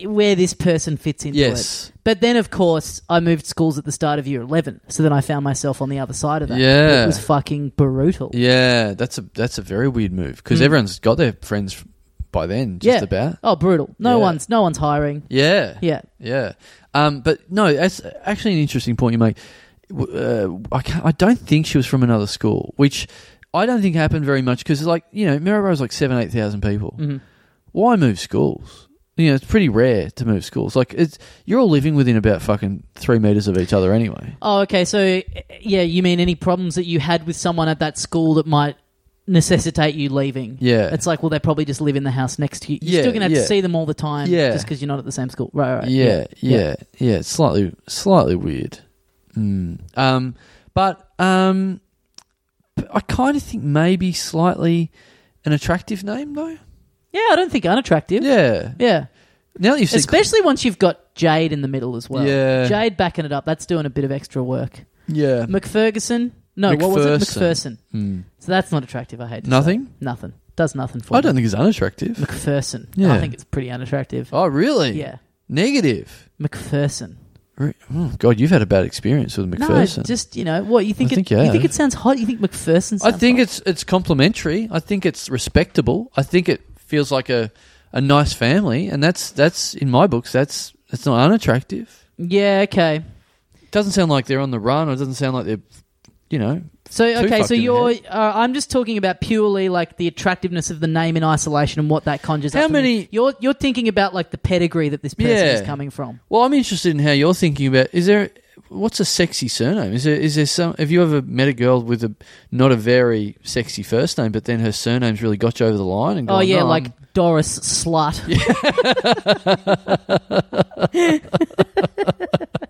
Speaker 1: where this person fits into
Speaker 2: Yes.
Speaker 1: it. But then, of course, I moved schools at the start of year eleven, so then I found myself on the other side of that.
Speaker 2: Yeah.
Speaker 1: it was fucking brutal.
Speaker 2: Yeah, that's a that's a very weird move because everyone's got their friends f- by then, just
Speaker 1: Hmm. Yeah.
Speaker 2: about.
Speaker 1: Oh, brutal. No
Speaker 2: Yeah.
Speaker 1: one's no one's hiring.
Speaker 2: Yeah.
Speaker 1: Yeah.
Speaker 2: Yeah, um, but no, that's actually an interesting point you make. W- Uh, I can't, I don't think she was from another school, which I don't think happened very much because, like you know, Maryboro's like seven, eight thousand people. Why move schools? You know, it's pretty rare to move schools. Like it's you're all living within about fucking three meters of each other anyway.
Speaker 1: Oh, okay. So, eh, yeah, you mean any problems that you had with someone at that school that might necessitate you leaving?
Speaker 2: Yeah.
Speaker 1: It's like, well, they probably just live in the house next to you. You're
Speaker 2: Yeah,
Speaker 1: still going to have
Speaker 2: yeah.
Speaker 1: to see them all the time
Speaker 2: Yeah.
Speaker 1: just because you're not at the same school. Right, right.
Speaker 2: yeah, yeah, yeah, It's slightly, slightly weird. Mm. Um, but um, but I kind of think maybe slightly an attractive name though.
Speaker 1: Yeah, I don't think unattractive.
Speaker 2: Yeah.
Speaker 1: Yeah.
Speaker 2: Now that you've seen,
Speaker 1: Especially once you've got Jade in the middle as well.
Speaker 2: Yeah.
Speaker 1: Jade backing it up. That's doing a bit of extra work.
Speaker 2: yeah,
Speaker 1: McFerguson? No, what was it?
Speaker 2: McPherson.
Speaker 1: McPherson. So that's not attractive, I hate to say.
Speaker 2: nothing.
Speaker 1: Nothing. Does nothing for
Speaker 2: I
Speaker 1: me.
Speaker 2: don't think it's unattractive.
Speaker 1: McPherson.
Speaker 2: Yeah.
Speaker 1: I think it's pretty unattractive.
Speaker 2: Oh, really?
Speaker 1: Yeah.
Speaker 2: Negative.
Speaker 1: McPherson.
Speaker 2: Re- oh, God, you've had a bad experience with McPherson.
Speaker 1: No, just you know what you think.
Speaker 2: I
Speaker 1: It,
Speaker 2: think you
Speaker 1: you, think
Speaker 2: have.
Speaker 1: it sounds hot. You think McPherson. Sounds
Speaker 2: I think
Speaker 1: hot?
Speaker 2: it's it's complimentary. I think it's respectable. I think it feels like a, a nice family, and that's that's in my books. That's that's not unattractive.
Speaker 1: yeah. Okay.
Speaker 2: Doesn't sound like they're on the run, or it doesn't sound like they're, you know,
Speaker 1: So okay.
Speaker 2: fucked
Speaker 1: So
Speaker 2: in the
Speaker 1: you're. Uh, I'm just talking about purely like the attractiveness of the name in isolation and what that conjures.
Speaker 2: How
Speaker 1: up in me.
Speaker 2: many-
Speaker 1: You're you're thinking about like the pedigree that this person
Speaker 2: Yeah.
Speaker 1: is coming from.
Speaker 2: Well, I'm interested in how you're thinking about. Is there what's a sexy surname? Is there is there some? Have you ever met a girl with a not a very sexy first name, but then her surname's really got you over the line? And
Speaker 1: oh
Speaker 2: gone,
Speaker 1: yeah,
Speaker 2: "No,
Speaker 1: like
Speaker 2: I'm-"
Speaker 1: Doris Slut.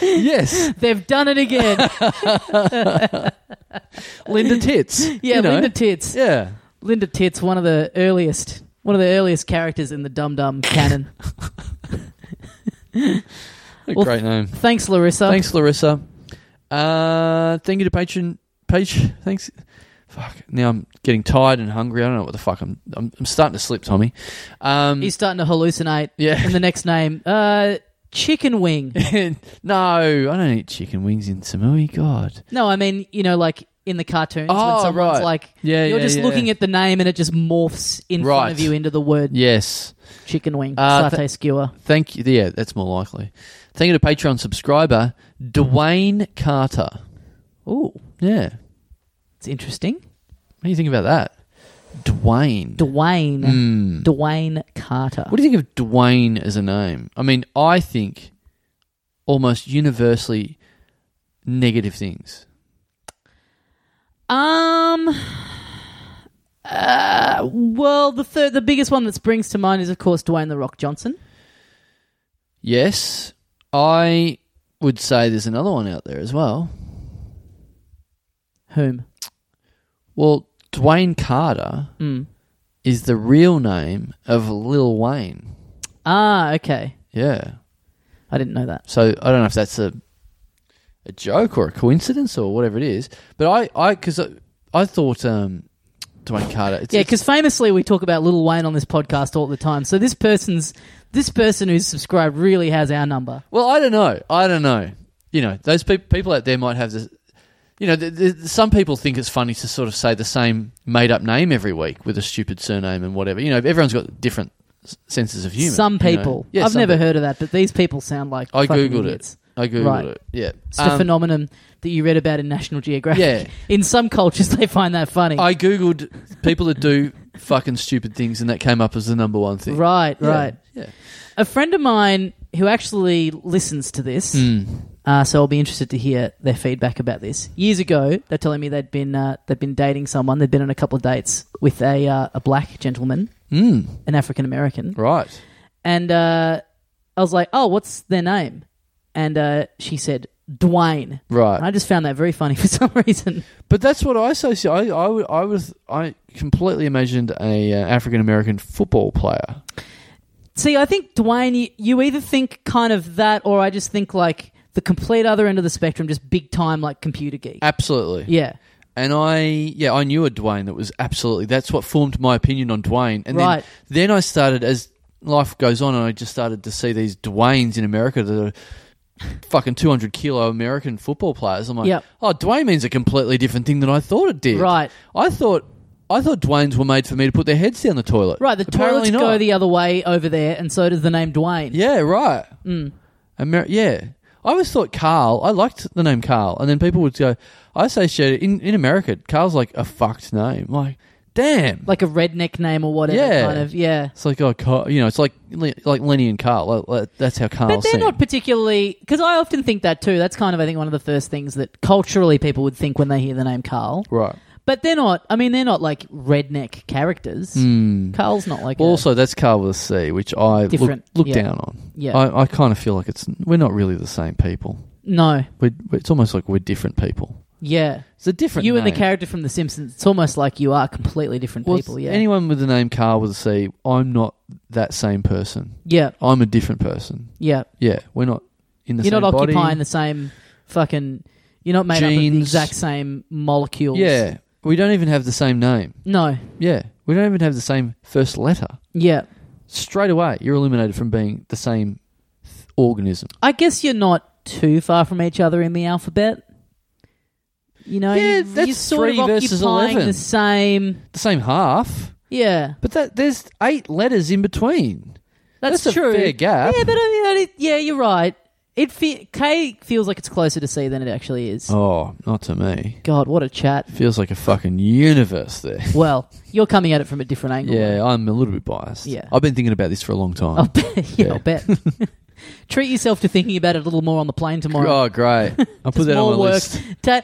Speaker 2: yes,
Speaker 1: They've done it again.
Speaker 2: Linda Tits.
Speaker 1: Yeah,
Speaker 2: you know?
Speaker 1: Linda Tits.
Speaker 2: Yeah,
Speaker 1: Linda Tits, one of the earliest, one of the earliest characters in the Dum Dum canon.
Speaker 2: What a
Speaker 1: Well,
Speaker 2: great name.
Speaker 1: Thanks, Larissa.
Speaker 2: Thanks, Larissa. Uh, thank you to patron page. Thanks. Fuck. Now I'm getting tired and hungry. I don't know what the fuck. I'm I'm, I'm starting to slip, Tommy. Um,
Speaker 1: He's starting to hallucinate.
Speaker 2: Yeah.
Speaker 1: And the next name, uh, Chicken Wing.
Speaker 2: no, I don't eat chicken wings in Samui. God.
Speaker 1: No, I mean, you know, like in the cartoons
Speaker 2: Oh,
Speaker 1: when someone's
Speaker 2: right.
Speaker 1: like,
Speaker 2: Yeah,
Speaker 1: you're
Speaker 2: yeah,
Speaker 1: just
Speaker 2: yeah.
Speaker 1: looking at the name and it just morphs in
Speaker 2: Right.
Speaker 1: front of you into the word
Speaker 2: Yes.
Speaker 1: chicken wing,
Speaker 2: Uh,
Speaker 1: satay skewer.
Speaker 2: Thank you. Yeah, that's more likely. Thank you to Patreon subscriber Dwayne Carter.
Speaker 1: Ooh,
Speaker 2: Yeah.
Speaker 1: it's interesting.
Speaker 2: What do you think about that? Dwayne.
Speaker 1: Dwayne,
Speaker 2: Mm.
Speaker 1: Dwayne Carter.
Speaker 2: What do you think of Dwayne as a name? I mean, I think almost universally negative things.
Speaker 1: um, uh, well, the third, the biggest one that springs to mind is of course Dwayne the Rock Johnson.
Speaker 2: Yes. I would say there's another one out there as well.
Speaker 1: Whom?
Speaker 2: Well, Dwayne Carter
Speaker 1: Mm.
Speaker 2: is the real name of Lil Wayne.
Speaker 1: Ah, okay.
Speaker 2: Yeah.
Speaker 1: I didn't know that.
Speaker 2: So I don't know if that's a a joke or a coincidence or whatever it is, but I I because I, I thought um Dwayne Carter. It's,
Speaker 1: Yeah,
Speaker 2: it's-
Speaker 1: because famously we talk about Little Wayne on this podcast all the time. So this person's this person who's subscribed really has our number.
Speaker 2: Well, I don't know. I don't know. You know, those peop people out there might have this. You know, th- th- some people think it's funny to sort of say the same made-up name every week with a stupid surname and whatever. You know, everyone's got different s- senses of humor.
Speaker 1: some
Speaker 2: you know.
Speaker 1: people.
Speaker 2: Yeah,
Speaker 1: I've
Speaker 2: some
Speaker 1: never
Speaker 2: people.
Speaker 1: heard of that, but these people sound like
Speaker 2: I
Speaker 1: fucking
Speaker 2: googled
Speaker 1: idiots.
Speaker 2: it. I googled
Speaker 1: Right.
Speaker 2: it. Yeah,
Speaker 1: It's a
Speaker 2: Um,
Speaker 1: phenomenon that you read about in National Geographic.
Speaker 2: Yeah.
Speaker 1: In some cultures, they find that funny.
Speaker 2: I googled people that do fucking stupid things, and that came up as the number one thing.
Speaker 1: right,
Speaker 2: Yeah,
Speaker 1: right.
Speaker 2: Yeah.
Speaker 1: A friend of mine who actually listens to this,
Speaker 2: Mm.
Speaker 1: uh, so I'll be interested to hear their feedback about this. Years ago, they're telling me they'd been uh, they'd been dating someone. They'd been on a couple of dates with a uh, a black gentleman,
Speaker 2: Mm.
Speaker 1: an African American,
Speaker 2: Right.
Speaker 1: and uh, I was like, "Oh, what's their name?" And uh, she said, "Dwayne."
Speaker 2: Right.
Speaker 1: And I just found that very funny for some reason.
Speaker 2: But that's what I associate. I, I, would- I was I completely imagined a uh, African American football player.
Speaker 1: See, I think Dwayne, you, you either think kind of that, or I just think like the complete other end of the spectrum, just big time like computer geek.
Speaker 2: Absolutely.
Speaker 1: Yeah,
Speaker 2: And I yeah I knew a Dwayne that was absolutely that's what formed my opinion on Dwayne. And
Speaker 1: Right.
Speaker 2: then then I started as life goes on and I just started to see these Dwaynes in America that are fucking two hundred kilo American football players. I'm like,
Speaker 1: Yep.
Speaker 2: oh Dwayne means a completely different thing than I thought it did.
Speaker 1: Right.
Speaker 2: I thought. I thought Dwaynes were made for me to put their heads down the toilet.
Speaker 1: right. The toilets
Speaker 2: Apparently not.
Speaker 1: go the other way over there, and so does the name Dwayne.
Speaker 2: Yeah, right.
Speaker 1: Mm.
Speaker 2: Amer- yeah. I always thought Carl, I liked the name Carl. And then people would go, I say shit, in, in America, Carl's like a fucked name. Like, damn.
Speaker 1: Like a redneck name or whatever.
Speaker 2: Yeah.
Speaker 1: Kind of. Yeah.
Speaker 2: it's like, oh, Carl, you know, it's like Le- like Lenny and Carl. Like, like, that's how Carl
Speaker 1: But they're not particularly because I often think that too. That's kind of I think one of the first things that culturally people would think when they hear the name Carl.
Speaker 2: right.
Speaker 1: But they're not. I mean, they're not like redneck characters. Carl's not like a-
Speaker 2: Mm. Hmm. Also, that's Carl with a C, which I look,
Speaker 1: Different,
Speaker 2: look
Speaker 1: yeah.
Speaker 2: down on.
Speaker 1: Yeah.
Speaker 2: I, I kind of feel like it's we're not really the same people.
Speaker 1: no.
Speaker 2: We're, it's almost like we're different people.
Speaker 1: Yeah.
Speaker 2: It's a different
Speaker 1: you and the
Speaker 2: name.
Speaker 1: character from The Simpsons, it's almost like you are completely different
Speaker 2: Well,
Speaker 1: people. Yeah.
Speaker 2: Anyone with the name Carl with a C, I'm not that same person.
Speaker 1: yeah.
Speaker 2: I'm a different person.
Speaker 1: Yeah.
Speaker 2: Yeah, we're not in the
Speaker 1: You're
Speaker 2: same
Speaker 1: not
Speaker 2: body.
Speaker 1: occupying the same fucking. You're not made up of the
Speaker 2: Genes.
Speaker 1: exact same molecules.
Speaker 2: Yeah, we don't even have the same name.
Speaker 1: No.
Speaker 2: Yeah, we don't even have the same first letter.
Speaker 1: Yeah.
Speaker 2: Straight away, you're eliminated from being the same th- organism.
Speaker 1: I guess you're not too far from each other in the alphabet. You know,
Speaker 2: Yeah,
Speaker 1: you-
Speaker 2: that's
Speaker 1: you're sort
Speaker 2: three
Speaker 1: of
Speaker 2: versus
Speaker 1: occupying
Speaker 2: 11.
Speaker 1: the same.
Speaker 2: The same half,
Speaker 1: Yeah,
Speaker 2: but that there's eight letters in between.
Speaker 1: that's,
Speaker 2: That's a
Speaker 1: true.
Speaker 2: fair gap.
Speaker 1: Yeah, but I mean, it- yeah, you're right. It fe- K feels like it's closer to C than it actually is.
Speaker 2: Oh, not to me.
Speaker 1: God, what a chat.
Speaker 2: Feels like a fucking universe there.
Speaker 1: Well, you're coming at it from a different angle.
Speaker 2: Yeah, I'm a little bit biased.
Speaker 1: Yeah.
Speaker 2: I've been thinking about this for a long time.
Speaker 1: I'll bet. Yeah,
Speaker 2: Yeah.
Speaker 1: I'll bet. Treat yourself to thinking about it a little more on the plane tomorrow.
Speaker 2: Oh, great! I'll put that
Speaker 1: more
Speaker 2: on my
Speaker 1: work.
Speaker 2: list.
Speaker 1: Ta-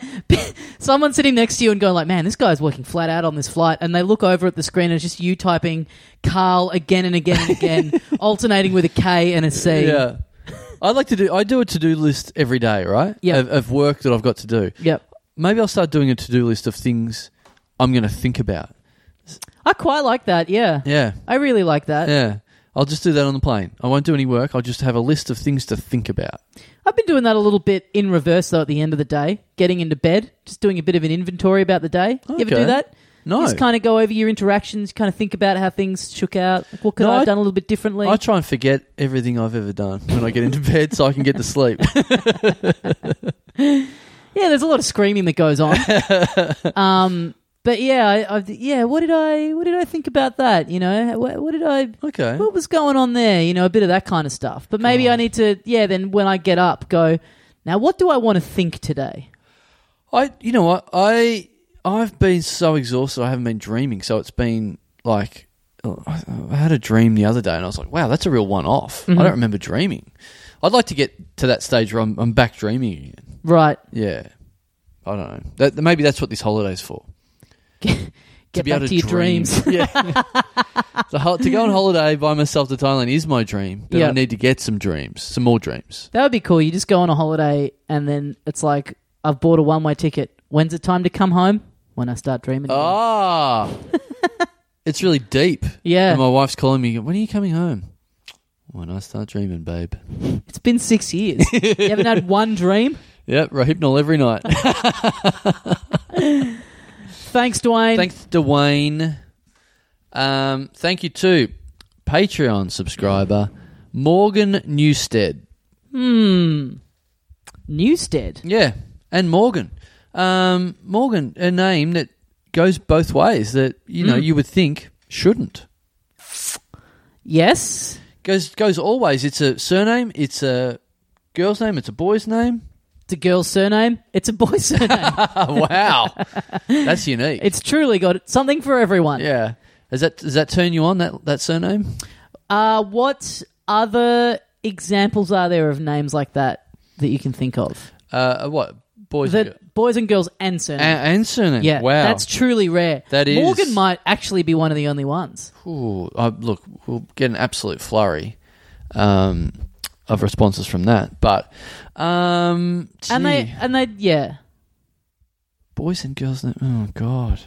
Speaker 1: someone sitting next to you and going like, "Man, this guy's working flat out on this flight," and they look over at the screen and it's just you typing Carl again and again and again, alternating with a K and a C.
Speaker 2: Yeah. I like to do. I do a to do list every day, right?
Speaker 1: Yeah.
Speaker 2: Of, of work that I've got to do.
Speaker 1: Yep.
Speaker 2: Maybe I'll start doing a to do list of things I'm going to think about.
Speaker 1: I quite like that. Yeah,
Speaker 2: Yeah.
Speaker 1: I really like that.
Speaker 2: Yeah. I'll just do that on the plane. I won't do any work. I'll just have a list of things to think about.
Speaker 1: I've been doing that a little bit in reverse though. At the end of the day, getting into bed, just doing a bit of an inventory about the day. You ever
Speaker 2: Okay.
Speaker 1: do that?
Speaker 2: No.
Speaker 1: Just kind of go over your interactions, kind of think about how things shook out. Like, what could
Speaker 2: No,
Speaker 1: I
Speaker 2: I-
Speaker 1: have done a little bit differently?
Speaker 2: I try and forget everything I've ever done when I get into bed so I can get to sleep.
Speaker 1: yeah, there's a lot of screaming that goes on. um, but yeah, I, I, yeah. What did I? What did I think about that? You know, what, what did I?
Speaker 2: Okay.
Speaker 1: What was going on there? You know, a bit of that kind of stuff. But maybe I need to. Yeah, then when I get up, go. Now, what do I want to think today?
Speaker 2: I you know what? I I've been so exhausted I haven't been dreaming, so it's been like oh, I I had a dream the other day and I was like, wow, that's a real one off.
Speaker 1: Mm-hmm.
Speaker 2: I don't remember dreaming. I'd like to get to that stage where I'm, I'm back dreaming again.
Speaker 1: Right.
Speaker 2: Yeah. I don't know. That, that- maybe that's what this holiday's for.
Speaker 1: Get back to, your dreams.
Speaker 2: yeah. so, hol- to go on holiday by myself to Thailand is my dream, but
Speaker 1: Yeah.
Speaker 2: I need to get some dreams, some more dreams.
Speaker 1: that would be cool. You just go on a holiday, and then it's like I've bought a one-way ticket. When's it time to come home? When I start dreaming. again.
Speaker 2: Ah. it's really deep.
Speaker 1: Yeah.
Speaker 2: And my wife's calling me, when are you coming home? When I start dreaming, babe.
Speaker 1: It's been six years. you haven't had one dream.
Speaker 2: Yep, Rohypnol every night.
Speaker 1: Thanks, Dwayne.
Speaker 2: Thanks, Dwayne. Um, thank you to Patreon subscriber Morgan Newstead.
Speaker 1: Newstead.
Speaker 2: Yeah, and Morgan. Um, Morgan, a name that goes both ways that you know you would think shouldn't
Speaker 1: Yes.
Speaker 2: goes goes always. It's a surname. It's a girl's name. It's a boy's name.
Speaker 1: It's a girl's surname. It's a boy's surname.
Speaker 2: Oh, wow, that's unique.
Speaker 1: it's truly got something for everyone.
Speaker 2: yeah. Does that does that turn you on that that surname?
Speaker 1: Uh, what other examples are there of names like that that you can think of?
Speaker 2: Uh, what boys and,
Speaker 1: The
Speaker 2: girl-
Speaker 1: boys and girls and surname.
Speaker 2: A- and surname?
Speaker 1: yeah,
Speaker 2: wow.
Speaker 1: that's truly rare.
Speaker 2: That is-
Speaker 1: Morgan might actually be one of the only ones.
Speaker 2: Ooh, uh, look, we'll get an absolute flurry um, of responses from that. But um,
Speaker 1: And they,
Speaker 2: gee,
Speaker 1: and they, yeah,
Speaker 2: boys and girls. name- Oh God,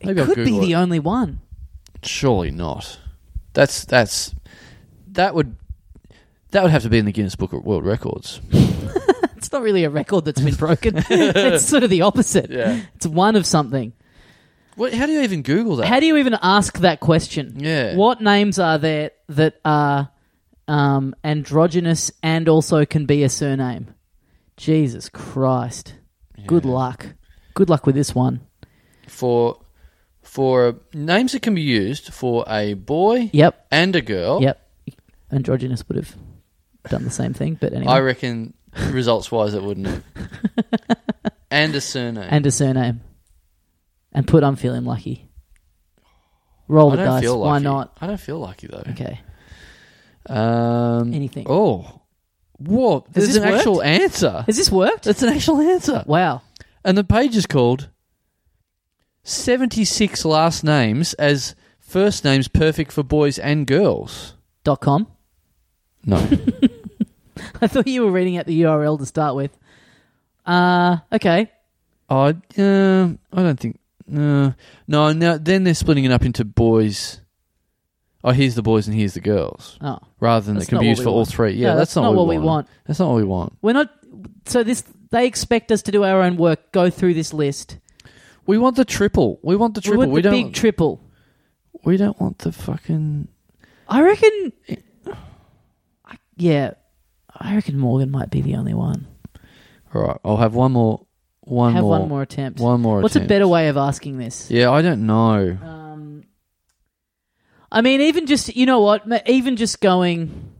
Speaker 1: it
Speaker 2: Maybe I'll
Speaker 1: could be
Speaker 2: Google
Speaker 1: the
Speaker 2: it.
Speaker 1: only one.
Speaker 2: surely not. That's that's that would that would have to be in the Guinness Book of World Records.
Speaker 1: It's not really a record that's been broken. it's sort of the opposite.
Speaker 2: Yeah.
Speaker 1: It's one of something.
Speaker 2: What, how do you even Google that?
Speaker 1: How do you even ask that question?
Speaker 2: Yeah.
Speaker 1: What names are there that are um, androgynous and also can be a surname? Jesus Christ. Good luck. Good luck with this one.
Speaker 2: for for uh, names that can be used for a boy
Speaker 1: Yep.
Speaker 2: and a girl.
Speaker 1: Yep. Androgynous would have done the same thing, but anyway.
Speaker 2: I reckon results wise it wouldn't. and a surname.
Speaker 1: and a surname. And put I'm feeling lucky. Roll
Speaker 2: I
Speaker 1: the
Speaker 2: don't
Speaker 1: dice.
Speaker 2: feel lucky.
Speaker 1: Why not?
Speaker 2: I don't feel lucky though.
Speaker 1: Okay.
Speaker 2: Um,
Speaker 1: Anything.
Speaker 2: Oh, whoa!
Speaker 1: Has
Speaker 2: There's
Speaker 1: this
Speaker 2: an actual answer.
Speaker 1: Has this worked?
Speaker 2: That's an actual answer.
Speaker 1: Wow.
Speaker 2: And the page is called "76 Last Names as First Names Perfect for Boys and Girls."
Speaker 1: Dot com.
Speaker 2: No,
Speaker 1: I thought you were reading out the URL to start with. Uh, okay.
Speaker 2: I uh, I don't think. Uh, no, no. Then they're splitting it up into boys. Oh, here's the boys and here's the girls,
Speaker 1: Oh.
Speaker 2: rather than
Speaker 1: That's
Speaker 2: it can
Speaker 1: not
Speaker 2: be
Speaker 1: what
Speaker 2: used
Speaker 1: we
Speaker 2: for all
Speaker 1: want.
Speaker 2: three. Yeah,
Speaker 1: No,
Speaker 2: that's, not, what, we
Speaker 1: want.
Speaker 2: That's not what we want.
Speaker 1: We're not. So this, they expect us to do our own work, go through this list.
Speaker 2: We want the triple. We want the
Speaker 1: we
Speaker 2: triple.
Speaker 1: want
Speaker 2: We,
Speaker 1: the
Speaker 2: don't.
Speaker 1: big triple.
Speaker 2: we don't want the fucking.
Speaker 1: I reckon. I, yeah, I reckon Morgan might be the only one.
Speaker 2: All right, I'll have one more. One
Speaker 1: Have
Speaker 2: more.
Speaker 1: one more attempt.
Speaker 2: One more.
Speaker 1: What's
Speaker 2: attempt.
Speaker 1: a better way of asking this?
Speaker 2: Yeah, I don't know.
Speaker 1: Um, I mean, even just you know what? Ma- Even just going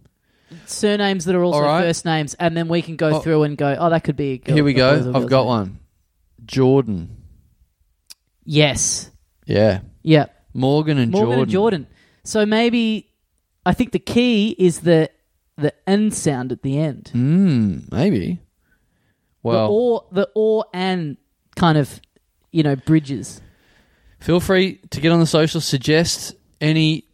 Speaker 1: surnames that are also
Speaker 2: All right.
Speaker 1: first names, and then we can go
Speaker 2: Oh.
Speaker 1: through and go. Oh, that could be. A girl,
Speaker 2: Here
Speaker 1: a
Speaker 2: we
Speaker 1: boy's or
Speaker 2: go. I've
Speaker 1: girl's
Speaker 2: got
Speaker 1: name."
Speaker 2: one. Jordan.
Speaker 1: Yes.
Speaker 2: Yeah.
Speaker 1: Yeah.
Speaker 2: Morgan and
Speaker 1: Morgan
Speaker 2: Jordan.
Speaker 1: and Jordan. So maybe I think the key is the the N sound at the end.
Speaker 2: Mm, maybe.
Speaker 1: the
Speaker 2: Well,
Speaker 1: or the or and kind of you know bridges.
Speaker 2: feel free to get on the social. Suggest any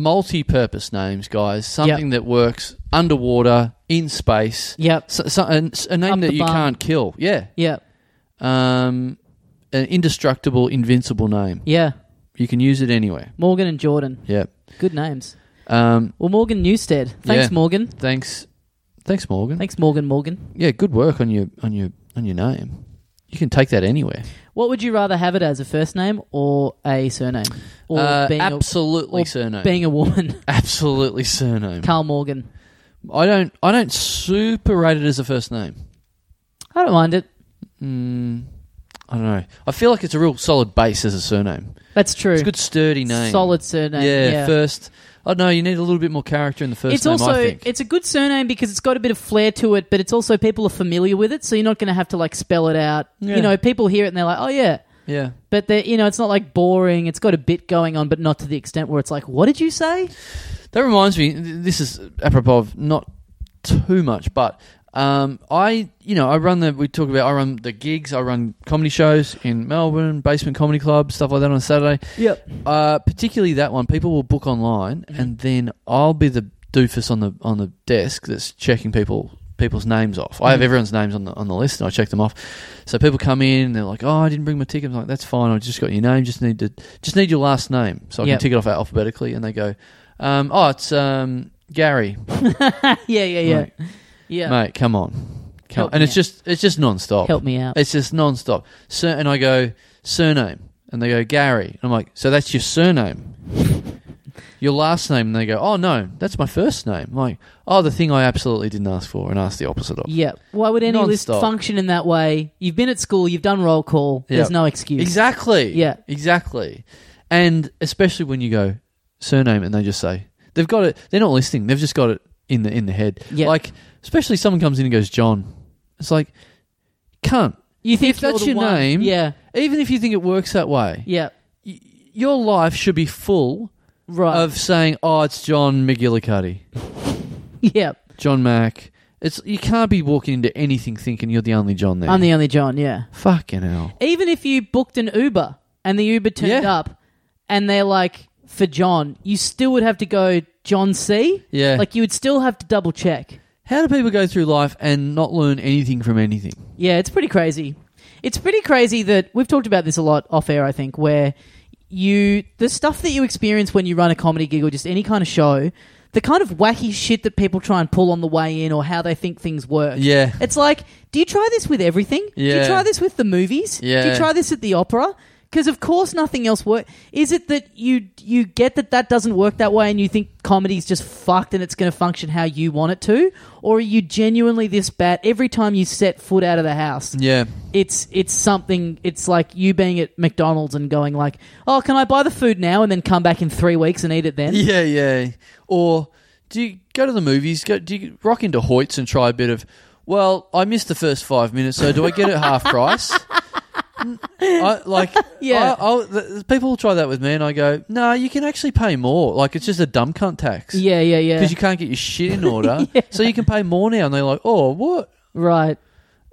Speaker 2: multi-purpose names, guys. Something that works underwater, in space.
Speaker 1: Yep.
Speaker 2: So, so, a, a name
Speaker 1: Up
Speaker 2: that
Speaker 1: the
Speaker 2: you
Speaker 1: bum.
Speaker 2: can't kill. Yeah.
Speaker 1: Yeah.
Speaker 2: Um, an indestructible, invincible name.
Speaker 1: Yeah.
Speaker 2: You can use it anywhere.
Speaker 1: Morgan and Jordan.
Speaker 2: Yeah.
Speaker 1: Good names.
Speaker 2: Um,
Speaker 1: Well, Morgan Newstead. Thanks,
Speaker 2: Yeah.
Speaker 1: Morgan.
Speaker 2: thanks, thanks, Morgan.
Speaker 1: Thanks, Morgan. Morgan.
Speaker 2: Yeah, good work on your on your on your name. You can take that anywhere.
Speaker 1: What would you rather have it as a first name or a surname? Or
Speaker 2: Uh,
Speaker 1: a,
Speaker 2: absolutely
Speaker 1: or
Speaker 2: surname.
Speaker 1: being a woman.
Speaker 2: absolutely surname.
Speaker 1: Carl Morgan.
Speaker 2: I don't I don't super rate it as a first name.
Speaker 1: I don't mind it.
Speaker 2: Mm, I don't know. I feel like it's a real solid base as a surname.
Speaker 1: That's true.
Speaker 2: It's a good sturdy name.
Speaker 1: Solid surname.
Speaker 2: Yeah,
Speaker 1: yeah.
Speaker 2: first. I don't know. You need a little bit more character in the first
Speaker 1: it's
Speaker 2: name.
Speaker 1: also
Speaker 2: I think.
Speaker 1: it's a good surname because it's got a bit of flair to it, but it's also people are familiar with it, so you're not going to have to like spell it out.
Speaker 2: Yeah.
Speaker 1: You know, people hear it and they're like, "Oh yeah,"
Speaker 2: yeah.
Speaker 1: but they you know, it's not like boring. It's got a bit going on, but not to the extent where it's like, "What did you say?"
Speaker 2: That reminds me. th- This is apropos of not too much, but um, I, you know, I run the. We talk about. I run the gigs. I run comedy shows in Melbourne, basement comedy club, stuff like that on a Saturday.
Speaker 1: Yep.
Speaker 2: Uh, particularly that one. People will book online,
Speaker 1: Mm-hmm.
Speaker 2: and then I'll be the doofus on the on the desk that's checking people people's names off. I have
Speaker 1: Mhm.
Speaker 2: everyone's names on the on the list, and I check them off. So people come in, and they're like, "Oh, I didn't bring my ticket." I'm like, "That's fine. I just got your name. Just need to just need your last name, so I
Speaker 1: Yep.
Speaker 2: can tick it off alphabetically." And they go, um, "Oh, it's um, Gary,
Speaker 1: yeah, yeah, yeah,
Speaker 2: Right.
Speaker 1: yeah.
Speaker 2: mate. Come on,
Speaker 1: Help
Speaker 2: and
Speaker 1: me
Speaker 2: it's just it's just non-stop.
Speaker 1: Help me out.
Speaker 2: It's just non-stop. Sur- and I go surname, and they go Gary. And I'm like, so that's your surname. Your last name, and they go, "Oh no, that's my first name." I'm like, "Oh, the thing I absolutely didn't ask for, and asked the opposite of."
Speaker 1: Yeah. Why would any list
Speaker 2: Non-stop.
Speaker 1: function in that way? You've been at school, you've done roll call. There's
Speaker 2: Yeah.
Speaker 1: no excuse.
Speaker 2: Exactly.
Speaker 1: Yeah.
Speaker 2: Exactly. And especially when you go surname and they just say they've got it. They're not listening. They've just got it in the in the head.
Speaker 1: Yeah.
Speaker 2: Like especially someone comes in and goes John. It's like cunt.
Speaker 1: You think
Speaker 2: If
Speaker 1: you're
Speaker 2: that's
Speaker 1: the
Speaker 2: your
Speaker 1: one-
Speaker 2: name-
Speaker 1: Yeah.
Speaker 2: Even if you think it works that way,
Speaker 1: Yeah.
Speaker 2: y- your life should be full
Speaker 1: Right.
Speaker 2: of saying, "Oh, it's John McGillicuddy,
Speaker 1: yeah.
Speaker 2: John Mac." It's you can't be walking into anything thinking you're the only John there.
Speaker 1: I'm the only John. Yeah.
Speaker 2: fucking hell.
Speaker 1: Even if you booked an Uber and the Uber turned
Speaker 2: Yeah.
Speaker 1: up, and they're like for John, you still would have to go John C.
Speaker 2: Yeah.
Speaker 1: Like you would still have to double check.
Speaker 2: How do people go through life and not learn anything from anything?
Speaker 1: Yeah, it's pretty crazy. It's pretty crazy that we've talked about this a lot off air, I think, where you the stuff that you experience when you run a comedy gig or just any kind of show, the kind of wacky shit that people try and pull on the way in or how they think things work.
Speaker 2: Yeah.
Speaker 1: It's like, do you try this with everything? Do you
Speaker 2: Yeah.
Speaker 1: try this with the movies? Do you
Speaker 2: Yeah.
Speaker 1: try this at the opera? Because of course nothing else works. Is it that you you get that that doesn't work that way, and you think comedy's just fucked and it's going to function how you want it to, or are you genuinely this bad every time you set foot out of the house?
Speaker 2: Yeah.
Speaker 1: It's it's something. It's like you being at McDonald's and going like, oh, can I buy the food now and then come back in three weeks and eat it then?
Speaker 2: Yeah, yeah. Or do you go to the movies? Go, do you rock into Hoyts and try a bit of? Well, I missed the first five minutes, so do I get it half price? N- I, like,
Speaker 1: Yeah.
Speaker 2: I, I'll, the, people try that with me, and I go, "No, you can actually pay more. Like, it's just a dumb cunt tax because
Speaker 1: yeah, yeah, yeah.
Speaker 2: you can't get your shit in order, so you can pay more now." And they're like, "Oh, what?"
Speaker 1: right.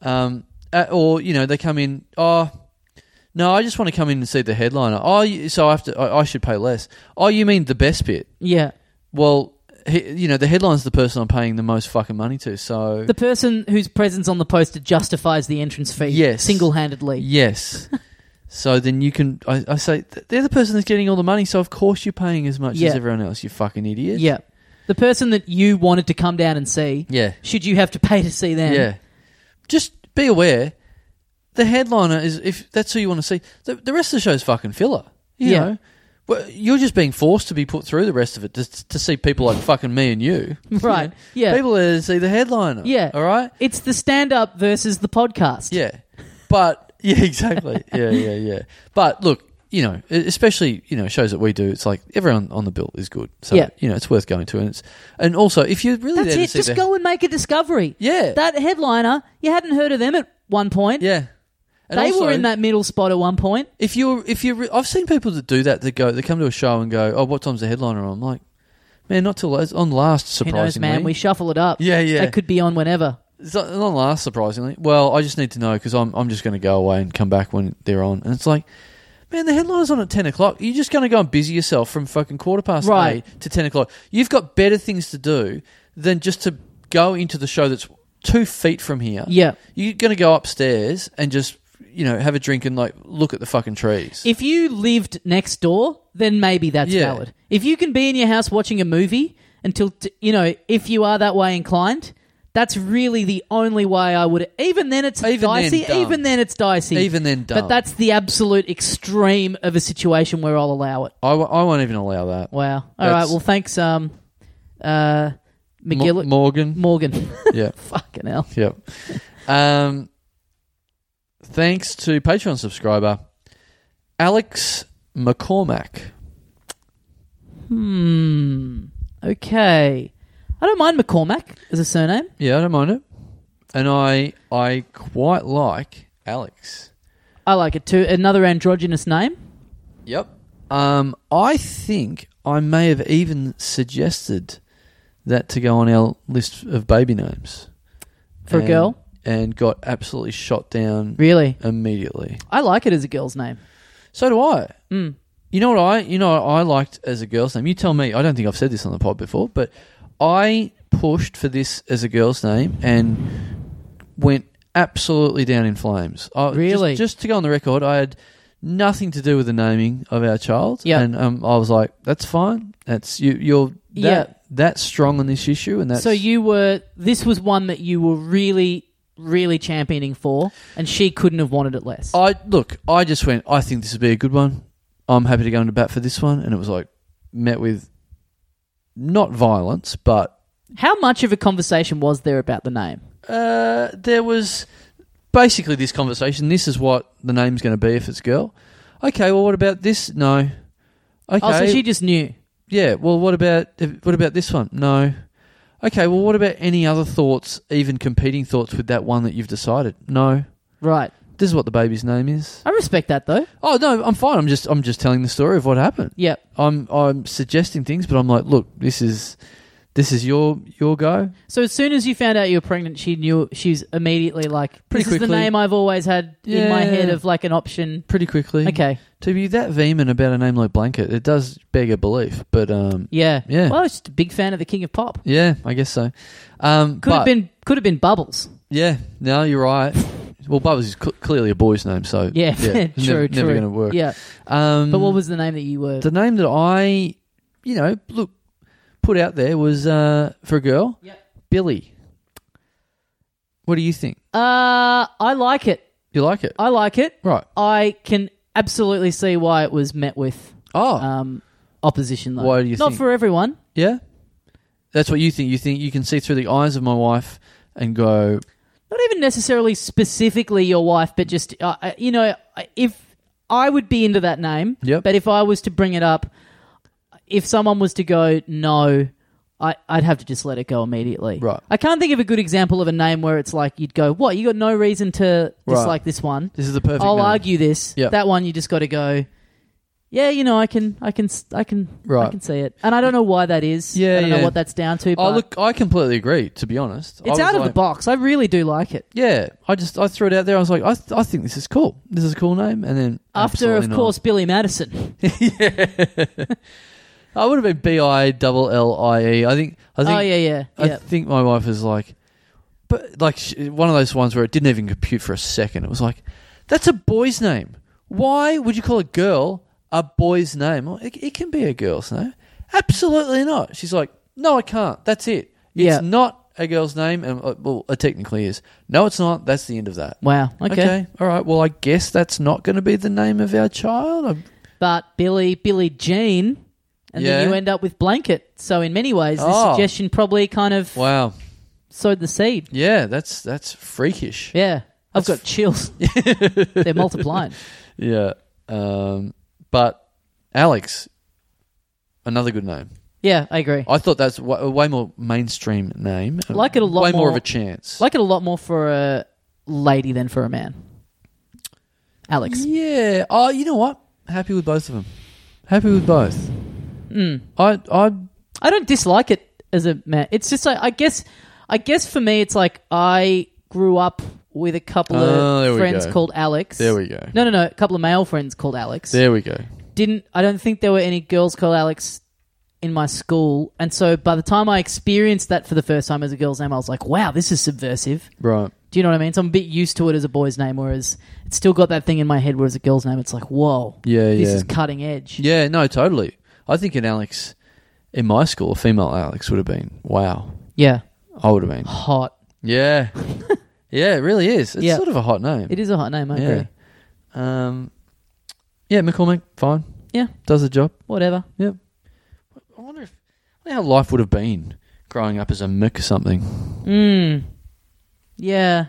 Speaker 2: Um, uh, or you know, they come in. Oh, no, I just want to come in and see the headliner. Oh, you- so I have to. I, I should pay less. Oh, you mean the best bit?
Speaker 1: Yeah.
Speaker 2: Well, he, you know, the headline's the person I'm paying the most fucking money to. So
Speaker 1: The person whose presence on the poster justifies the entrance fee.
Speaker 2: Yes.
Speaker 1: Single-handedly.
Speaker 2: yes. so then you can. I, I say th- they're the person that's getting all the money. So of course you're paying as much
Speaker 1: Yeah.
Speaker 2: as everyone else. You fucking idiot.
Speaker 1: Yeah. The person that you wanted to come down and see,
Speaker 2: Yeah.
Speaker 1: should you have to pay to see them?
Speaker 2: Yeah. Just be aware. The headliner is if that's who you want to see. The, the rest of the show's fucking filler. You
Speaker 1: Yeah.
Speaker 2: know. Well, you're just being forced to be put through the rest of it to, to see people like fucking me and you.
Speaker 1: Right. Yeah.
Speaker 2: People there to see the headliner.
Speaker 1: Yeah.
Speaker 2: All right.
Speaker 1: It's the stand-up versus the podcast.
Speaker 2: Yeah. But yeah, exactly. yeah, yeah, yeah. But look, you know, e- especially you know shows that we do, it's like everyone on the bill is good. So
Speaker 1: Yeah.
Speaker 2: you know, it's worth going to, and it's and also if you're really
Speaker 1: That's
Speaker 2: there
Speaker 1: it.
Speaker 2: to see
Speaker 1: Just
Speaker 2: the-
Speaker 1: go and make a discovery.
Speaker 2: yeah,
Speaker 1: That headliner, you hadn't heard of them at one point.
Speaker 2: yeah. And
Speaker 1: they
Speaker 2: also-
Speaker 1: were in that middle spot at one point.
Speaker 2: If you're, if you're, re- I've seen people that do that. That go, they come to a show and go, "Oh, what time's the headliner?" on?" I'm like, "Man, not till it's on last."
Speaker 1: Who
Speaker 2: Surprisingly,
Speaker 1: knows, man? We shuffle it up.
Speaker 2: yeah, yeah.
Speaker 1: They could be on whenever.
Speaker 2: It's not, not last, surprisingly. Well, I just need to know because I'm, I'm just going to go away and come back when they're on. And it's like, man, the headline's on at 10 o'clock. You're just going to go and busy yourself from fucking quarter past
Speaker 1: Right.
Speaker 2: eight to 10 o'clock. You've got better things to do than just to go into the show that's two feet from here.
Speaker 1: Yeah.
Speaker 2: You're going to go upstairs and just, you know, have a drink and like look at the fucking trees.
Speaker 1: If you lived next door, then maybe that's
Speaker 2: Yeah.
Speaker 1: valid. If you can be in your house watching a movie until, t- you know, if you are that way inclined, that's really the only way I would. Even then, it's
Speaker 2: Even then,
Speaker 1: dicey.
Speaker 2: dumb.
Speaker 1: even then, it's dicey.
Speaker 2: Even then, dumb.
Speaker 1: But that's the absolute extreme of a situation where I'll allow it.
Speaker 2: I, w- I won't even allow that.
Speaker 1: Wow. All right.
Speaker 2: That's-
Speaker 1: Well, thanks, um, uh,
Speaker 2: Mo-
Speaker 1: McGill-
Speaker 2: Morgan.
Speaker 1: Morgan.
Speaker 2: yeah.
Speaker 1: Fucking hell.
Speaker 2: Yep. Um, thanks to Patreon subscriber Alex McCormack.
Speaker 1: Hmm. Okay. I don't mind McCormack as a surname.
Speaker 2: Yeah, I don't mind it, and I I quite like Alex.
Speaker 1: I like it too. Another androgynous name.
Speaker 2: Yep. Um, I think I may have even suggested that to go on our list of baby names
Speaker 1: For a
Speaker 2: And-
Speaker 1: girl?
Speaker 2: and got absolutely shot down
Speaker 1: Really?
Speaker 2: immediately.
Speaker 1: I like it as a girl's name.
Speaker 2: So do I.
Speaker 1: Mm.
Speaker 2: You know what I? You know what I liked as a girl's name. You tell me. I don't think I've said this on the pod before, but I pushed for this as a girl's name and went absolutely down in flames. I, just-
Speaker 1: Really?
Speaker 2: Just, to go on the record, I had nothing to do with the naming of our child.
Speaker 1: Yeah.
Speaker 2: and um, I was like, "That's fine. That's you. You're that
Speaker 1: Yeah.
Speaker 2: that strong on this issue." And that's
Speaker 1: so you were. This was one that you were really really championing for, and she couldn't have wanted it less.
Speaker 2: I look. I just went. I think this would be a good one. I'm happy to go into bat for this one, and it was like met with not violence, but
Speaker 1: How much of a conversation was there about the name?
Speaker 2: uh, there was basically this conversation. This is what the name's going to be if it's girl. Okay. Well, what about this? No. Okay.
Speaker 1: Oh, so she just knew.
Speaker 2: yeah. Well, what about what about this one? No. Okay. Well, what about any other thoughts, even competing thoughts with that one that you've decided? No.
Speaker 1: Right.
Speaker 2: This is what the baby's name is.
Speaker 1: I respect that though.
Speaker 2: Oh no, I'm fine. I'm just I'm just telling the story of what happened.
Speaker 1: Yep.
Speaker 2: I'm I'm suggesting things, but I'm like, look, this is this is your your go.
Speaker 1: So as soon as you found out you were pregnant, she knew she's immediately like,
Speaker 2: Pretty
Speaker 1: "This is the
Speaker 2: quickly.
Speaker 1: name I've always had in my
Speaker 2: Yeah.
Speaker 1: head of like an option."
Speaker 2: Pretty quickly.
Speaker 1: Okay,
Speaker 2: To be that vehement about a name like Blanket, it does beg a belief. But um,
Speaker 1: yeah,
Speaker 2: Yeah.
Speaker 1: Well, I was just a big fan of the King of Pop.
Speaker 2: yeah, I guess so. Um,
Speaker 1: Could
Speaker 2: but-
Speaker 1: have been, could have been Bubbles.
Speaker 2: Yeah, no, you're right. Well, Bubbles is cl- clearly a boy's name, so
Speaker 1: Yeah,
Speaker 2: yeah,
Speaker 1: true, true.
Speaker 2: never, never going to work.
Speaker 1: Yeah,
Speaker 2: Um,
Speaker 1: but what was the name that you were?
Speaker 2: the name that I, you know, look put out there was uh, for a girl,
Speaker 1: Yep.
Speaker 2: Billy. What do you think?
Speaker 1: uh, I like it.
Speaker 2: You like it,
Speaker 1: I like it.
Speaker 2: right?
Speaker 1: I can absolutely see why it was met with
Speaker 2: Oh,
Speaker 1: um, opposition though.
Speaker 2: Why do you
Speaker 1: Not
Speaker 2: think-
Speaker 1: for everyone.
Speaker 2: Yeah, that's what you think. You think you can see through the eyes of my wife and go,
Speaker 1: not even necessarily specifically your wife, but just uh, uh, you know, I- if I would be into that name,
Speaker 2: Yep.
Speaker 1: but if I was to bring it up, if someone was to go no, I, I'd have to just let it go immediately.
Speaker 2: Right.
Speaker 1: I can't think of a good example of a name where it's like you'd go, what? You got no reason to
Speaker 2: Right.
Speaker 1: dislike this one.
Speaker 2: "This is the perfect."
Speaker 1: I'll
Speaker 2: name."
Speaker 1: argue this.
Speaker 2: Yep.
Speaker 1: That one you just got to go. Yeah, you know, I can, I can, s- I can, I
Speaker 2: Right.
Speaker 1: can see it, and I don't know why that is.
Speaker 2: Yeah,
Speaker 1: I don't know
Speaker 2: yeah.
Speaker 1: what that's down to.
Speaker 2: Oh,
Speaker 1: But
Speaker 2: look, I completely agree. To be honest, I
Speaker 1: it's
Speaker 2: was
Speaker 1: out of the
Speaker 2: like-
Speaker 1: box. I really do like it.
Speaker 2: Yeah, I just I threw it out there. I was like, I, th- I think this is cool. This is a cool name. And then
Speaker 1: After,
Speaker 2: absolutely
Speaker 1: of
Speaker 2: not.
Speaker 1: course, Billy Madison.
Speaker 2: I would have been B I double L I E. I think I think
Speaker 1: oh yeah, yeah,
Speaker 2: I
Speaker 1: yeah.
Speaker 2: think my wife is like, but like sh- one of those ones where it didn't even compute for a second. It was like, that's a boy's name. Why would you call a girl a boy's name? Well, It, it can be a girl's name. Absolutely not. She's like, no, I can't. That's it. It's
Speaker 1: Yeah.
Speaker 2: not a girl's name, and uh, well, it technically is. No, it's not. That's the end of that.
Speaker 1: wow. Okay.
Speaker 2: All right. Well, I guess that's not going to be the name of our child. I'm-
Speaker 1: but Billy, Billy Jean, and
Speaker 2: Yeah.
Speaker 1: then you end up with blanket. So in many ways, this
Speaker 2: Oh.
Speaker 1: suggestion probably kind of
Speaker 2: Wow.
Speaker 1: sowed the seed.
Speaker 2: Yeah, that's that's freakish.
Speaker 1: Yeah, I've
Speaker 2: That's-
Speaker 1: got chills. They're multiplying.
Speaker 2: Yeah. Um, but Alex, another good name.
Speaker 1: Yeah, I agree.
Speaker 2: I thought that's wa a way more mainstream name.
Speaker 1: Like it a lot
Speaker 2: Way more, of
Speaker 1: more-
Speaker 2: a chance.
Speaker 1: Like it a lot more for a lady than for a man. Alex.
Speaker 2: yeah. Oh, you know what? Happy with both of them. Happy with both.
Speaker 1: Hmm.
Speaker 2: I I
Speaker 1: I don't dislike it as a man. It's just I, I guess I guess for me it's like I grew up with a couple
Speaker 2: Oh, there
Speaker 1: of
Speaker 2: we
Speaker 1: friends
Speaker 2: go.
Speaker 1: called Alex.
Speaker 2: there we go.
Speaker 1: No, no, no. A couple of male friends called Alex.
Speaker 2: There we go.
Speaker 1: Didn't I don't think there were any girls called Alex in my school, and so by the time I experienced that for the first time as a girl's name, I was like, "Wow, this is subversive."
Speaker 2: Right.
Speaker 1: Do you know what I mean? So I'm a bit used to it as a boy's name, whereas it's still got that thing in my head. Whereas a girl's name, it's like, "Whoa,
Speaker 2: Yeah,
Speaker 1: this
Speaker 2: yeah.
Speaker 1: is cutting edge."
Speaker 2: Yeah, no, totally. I think an Alex in my school, a female Alex would have been wow.
Speaker 1: yeah,
Speaker 2: I would have been.
Speaker 1: hot.
Speaker 2: Yeah. yeah, it really is. It's
Speaker 1: Yeah.
Speaker 2: sort of a hot name.
Speaker 1: It is a hot name. I
Speaker 2: yeah.
Speaker 1: agree.
Speaker 2: Um Yeah, McCormick, fine.
Speaker 1: Yeah.
Speaker 2: Does the job.
Speaker 1: Whatever.
Speaker 2: Yep. I wonder if I wonder how life would have been growing up as a Mick or something.
Speaker 1: Mm. Yeah.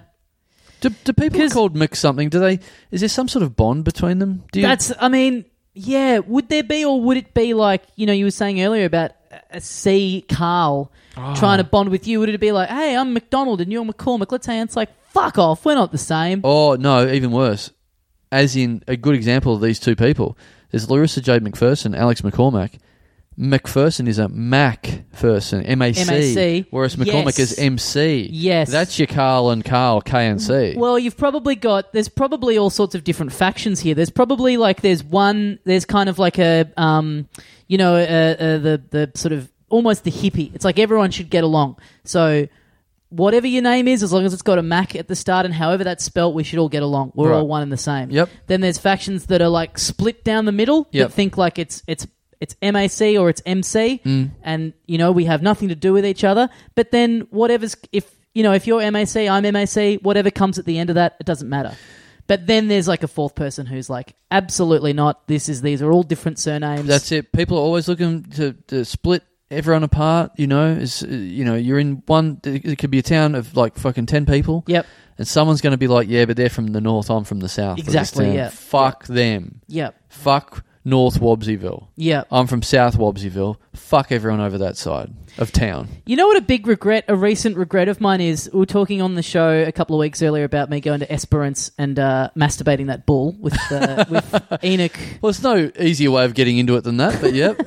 Speaker 2: Do, do people
Speaker 1: 'Cause-
Speaker 2: called Mick something? Do they? Is there some sort of bond between them? Do you,
Speaker 1: That's, I mean, yeah. Would there be, or would it be like, you know, you were saying earlier about a C Carl trying
Speaker 2: Ah.
Speaker 1: to bond with you? Would it be like, hey, I'm McDonald and you're McCormick? Let's hang. out." It's like, fuck off. We're not the same.
Speaker 2: Oh no, even worse. As in a good example of these two people is Larissa Jade McPherson, Alex McCormack. McPherson is a MacPherson, M A
Speaker 1: MAC.
Speaker 2: C, whereas McCormack
Speaker 1: Yes.
Speaker 2: is M C.
Speaker 1: Yes.
Speaker 2: that's your Carl and Carl K and C.
Speaker 1: Well, you've probably got there's probably all sorts of different factions here. There's probably like there's one there's kind of like a um you know uh, uh, the the sort of almost the hippie. It's like everyone should get along. So whatever your name is, as long as it's got a Mac at the start and however that's spelt, we should all get along. We're
Speaker 2: Right.
Speaker 1: all one and the same.
Speaker 2: Yep.
Speaker 1: Then there's factions that are like split down the middle
Speaker 2: Yep.
Speaker 1: that think like it's it's it's MAC
Speaker 2: Mm.
Speaker 1: or it's MC, and you know we have nothing to do with each other. But then whatever's if you know, if you're MAC, I'm MAC, whatever comes at the end of that, it doesn't matter. But then there's like a fourth person who's like, absolutely not. This is these are all different surnames.
Speaker 2: That's it. People are always looking to, to split everyone apart. You know, is you know, you're in one. It could be a town of like fucking ten people,
Speaker 1: Yep.
Speaker 2: and someone's going to be like, "Yeah, but they're from the north. I'm from the south." of this
Speaker 1: Exactly,
Speaker 2: town."
Speaker 1: yeah.
Speaker 2: Fuck them.
Speaker 1: Yep.
Speaker 2: Fuck North Wobseyville.
Speaker 1: Yep.
Speaker 2: I'm from South Wobseyville. Fuck everyone over that side of town.
Speaker 1: You know what a big regret, a recent regret of mine is? We were talking on the show a couple of weeks earlier about me going to Esperance and uh, masturbating that bull with, uh, with Enoch
Speaker 2: Well, there's no easier way of getting into it than that. But yep,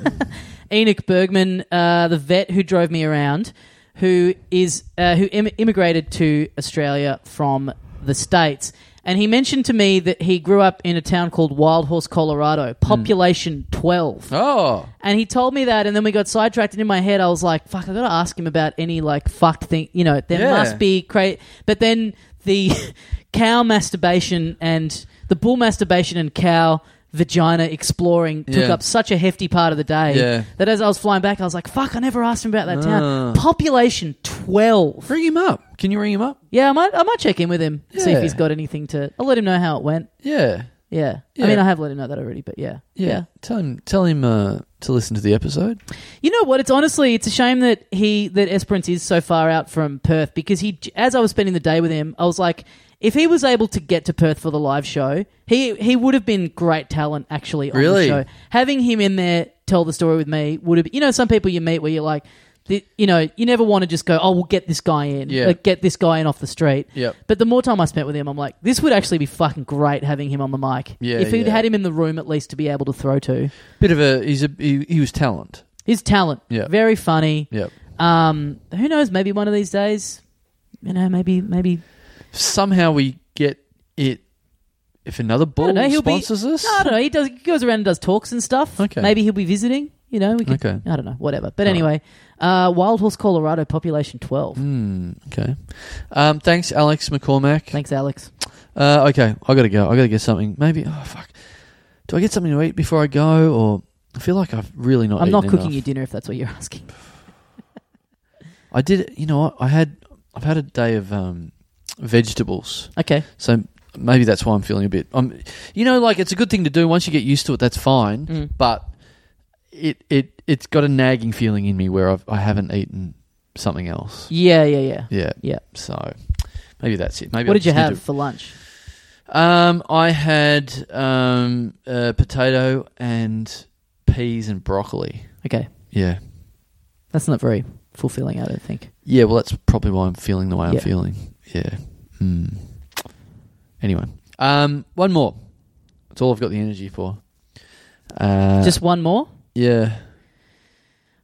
Speaker 1: Enoch Bergman, uh, the vet who drove me around, who is uh, who Im- immigrated to Australia from the states, and he mentioned to me that he grew up in a town called Wild Horse, Colorado, population twelve.
Speaker 2: oh,
Speaker 1: And he told me that, and then we got sidetracked. And in my head, I was like, "Fuck, I gotta ask him about any like fuck thing." You know, there
Speaker 2: Yeah.
Speaker 1: must be cra But then the cow masturbation and the bull masturbation and cow vagina exploring took
Speaker 2: Yeah.
Speaker 1: up such a hefty part of the day
Speaker 2: Yeah. Ah.
Speaker 1: that as I was flying back, I was like, "Fuck, I never asked him about that town." Population twelve.
Speaker 2: ring him up. Can you ring him up?
Speaker 1: Yeah, I might, I might check in with him see if
Speaker 2: Yeah.
Speaker 1: he's got anything to. I'll let him know how it went.
Speaker 2: Yeah,
Speaker 1: Yeah. I
Speaker 2: Yeah.
Speaker 1: mean, I have let him know that already, but
Speaker 2: yeah. Tell him, tell him uh, to listen to the episode.
Speaker 1: You know what? It's honestly, it's a shame that he that Esperance is so far out from Perth because he, as I was spending the day with him, I was like, if he was able to get to Perth for the live show, he he would have been great talent actually on
Speaker 2: Really?
Speaker 1: the show. Having him in there tell the story with me would have, you know, some people you meet where you're like. The, you know, you never want to just go. Oh, we'll get this guy in.
Speaker 2: Yeah.
Speaker 1: Like, get this guy in off the street.
Speaker 2: Yep.
Speaker 1: But the more time I spent with him, I'm like, this would actually be fucking great having him on the mic.
Speaker 2: Yeah,
Speaker 1: If he'd
Speaker 2: yeah.
Speaker 1: had him in the room at least to be able to throw to,
Speaker 2: Bit of a he's a he, he was talent.
Speaker 1: his talent.
Speaker 2: Yeah.
Speaker 1: Very funny.
Speaker 2: Yep.
Speaker 1: Um, who knows? Maybe one of these days, you know, maybe maybe
Speaker 2: somehow we get it if another bull
Speaker 1: know, he'll be-
Speaker 2: sponsors us.
Speaker 1: No, I don't know. He does. He goes around and does talks and stuff.
Speaker 2: Okay.
Speaker 1: Maybe he'll be visiting. You know, we could,
Speaker 2: Okay.
Speaker 1: I don't know. Whatever. But
Speaker 2: All
Speaker 1: anyway, uh, Wild Horse, Colorado, population twelve.
Speaker 2: Hmm, okay. Um, thanks, Alex McCormack.
Speaker 1: Thanks, Alex.
Speaker 2: Uh, okay, I gotta go. I gotta get something. Maybe. Oh fuck. Do I get something to eat before I go, or I feel like I've really not.
Speaker 1: I'm not
Speaker 2: eaten
Speaker 1: cooking
Speaker 2: enough.
Speaker 1: you dinner if that's what you're asking.
Speaker 2: I did. You know what? I had. I've had a day of um, vegetables,
Speaker 1: Okay.
Speaker 2: so maybe that's why I'm feeling a bit. I'm. You know, like it's a good thing to do. Once you get used to it, that's fine.
Speaker 1: Mm.
Speaker 2: but it it it's got a nagging feeling in me where I've, I haven't eaten something else.
Speaker 1: Yeah, yeah, yeah.
Speaker 2: Yeah,
Speaker 1: Yeah.
Speaker 2: So maybe that's it. Maybe
Speaker 1: what
Speaker 2: I
Speaker 1: did you
Speaker 2: just need
Speaker 1: have for lunch?
Speaker 2: to- um, I had um uh, potato and peas and broccoli.
Speaker 1: Okay,
Speaker 2: Yeah,
Speaker 1: that's not very fulfilling. I don't think.
Speaker 2: yeah. Well, that's probably why I'm feeling the way
Speaker 1: Yeah.
Speaker 2: I'm feeling. Yeah. Hmm. Anyway, um, one more. That's all I've got the energy for. Uh,
Speaker 1: Just one more.
Speaker 2: yeah,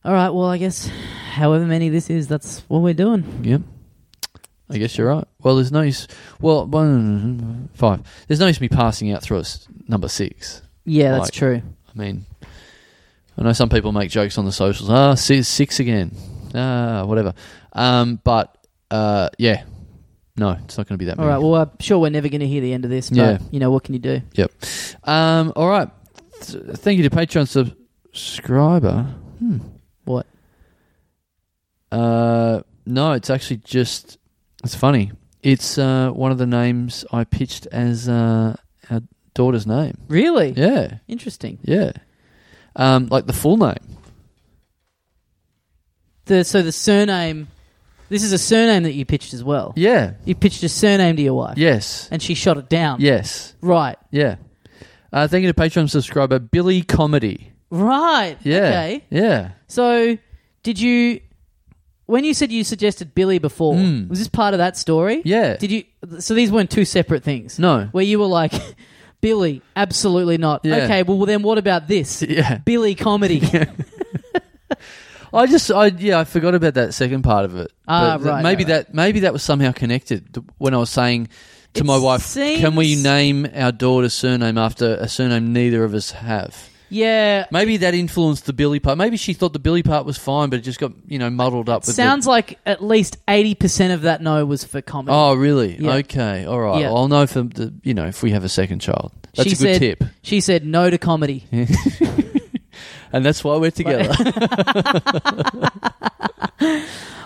Speaker 1: All right. Well, I guess however many this is, that's what we're doing.
Speaker 2: Yep. I guess you're right. Well, there's no use. Well, one, five. There's no use me passing out through us number six.
Speaker 1: Yeah, that's
Speaker 2: Like-
Speaker 1: true.
Speaker 2: I mean, I know some people make jokes on the socials. Ah, six, six again. Ah, whatever. Um, but uh, yeah, no, it's not going to be that.
Speaker 1: All
Speaker 2: many.
Speaker 1: right. Well, I'm sure we're never going to hear the end of this, but
Speaker 2: Yeah.
Speaker 1: you know what can you do?
Speaker 2: um, all right. Th- Thank you to Patreon subscriber. Hmm.
Speaker 1: What?
Speaker 2: Uh, no, it's actually just. It's funny. It's uh, one of the names I pitched as uh, our daughter's name.
Speaker 1: Really?
Speaker 2: Yeah,
Speaker 1: Interesting.
Speaker 2: yeah. Um, like the full name.
Speaker 1: The, so the surname. This is a surname that you pitched as well.
Speaker 2: Yeah.
Speaker 1: You pitched a surname to your wife,
Speaker 2: Yes.
Speaker 1: and she shot it down.
Speaker 2: Yes.
Speaker 1: Right.
Speaker 2: Yeah. Uh, thank you to Patreon subscriber Billy Comedy.
Speaker 1: Right.
Speaker 2: Yeah.
Speaker 1: Okay.
Speaker 2: Yeah.
Speaker 1: So, did you? When you said you suggested Billy before,
Speaker 2: Mm.
Speaker 1: was this part of that story?
Speaker 2: Yeah.
Speaker 1: Did you? So these weren't two separate things.
Speaker 2: No.
Speaker 1: Where you were like, Billy, absolutely not.
Speaker 2: Yeah.
Speaker 1: Okay. Well, then what about this?
Speaker 2: Yeah.
Speaker 1: Billy comedy.
Speaker 2: I just, I yeah, I forgot about that second part of it.
Speaker 1: Ah,
Speaker 2: But th-
Speaker 1: right,
Speaker 2: Maybe
Speaker 1: right,
Speaker 2: that, maybe that was somehow connected th- when I was saying to
Speaker 1: It
Speaker 2: my wife, "Can we
Speaker 1: seems-
Speaker 2: name our daughter's surname after a surname neither of us have?"
Speaker 1: yeah.
Speaker 2: Maybe that influenced the Billy part. Maybe she thought the Billy part was fine, but it just got you know muddled up. with the-
Speaker 1: Sounds like at least eighty percent of that no was for comedy.
Speaker 2: oh, really?
Speaker 1: Yeah.
Speaker 2: Okay, all right.
Speaker 1: Yeah.
Speaker 2: Well, I'll know for the you know if we have a second child. That's
Speaker 1: She
Speaker 2: a good
Speaker 1: said-
Speaker 2: tip,
Speaker 1: She said no to comedy.
Speaker 2: and that's why we're together.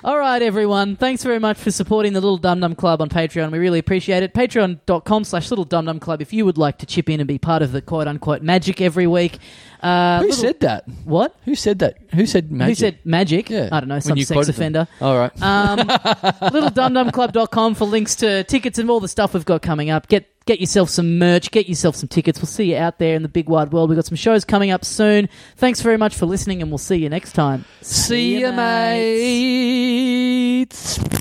Speaker 1: All right, everyone. Thanks very much for supporting the Little Dum Dum Club on Patreon. We really appreciate it. Patreon.com slash Little Dum Dum Club if you would like to chip in and be part of the quote unquote magic every week. Uh,
Speaker 2: Who
Speaker 1: little-
Speaker 2: said that?
Speaker 1: What?
Speaker 2: Who said that? Who said magic?
Speaker 1: Who said magic?
Speaker 2: Yeah.
Speaker 1: I don't know,
Speaker 2: When
Speaker 1: some
Speaker 2: you
Speaker 1: sex
Speaker 2: quoted them.
Speaker 1: offender.
Speaker 2: All right.
Speaker 1: Um, littledumdumclub.com for links to tickets and all the stuff we've got coming up. Get get yourself some merch, get yourself some tickets. We'll see you out there in the big wide world. We've got some shows coming up soon. Thanks very much for listening, and we'll see you next time.
Speaker 2: See ya, mates.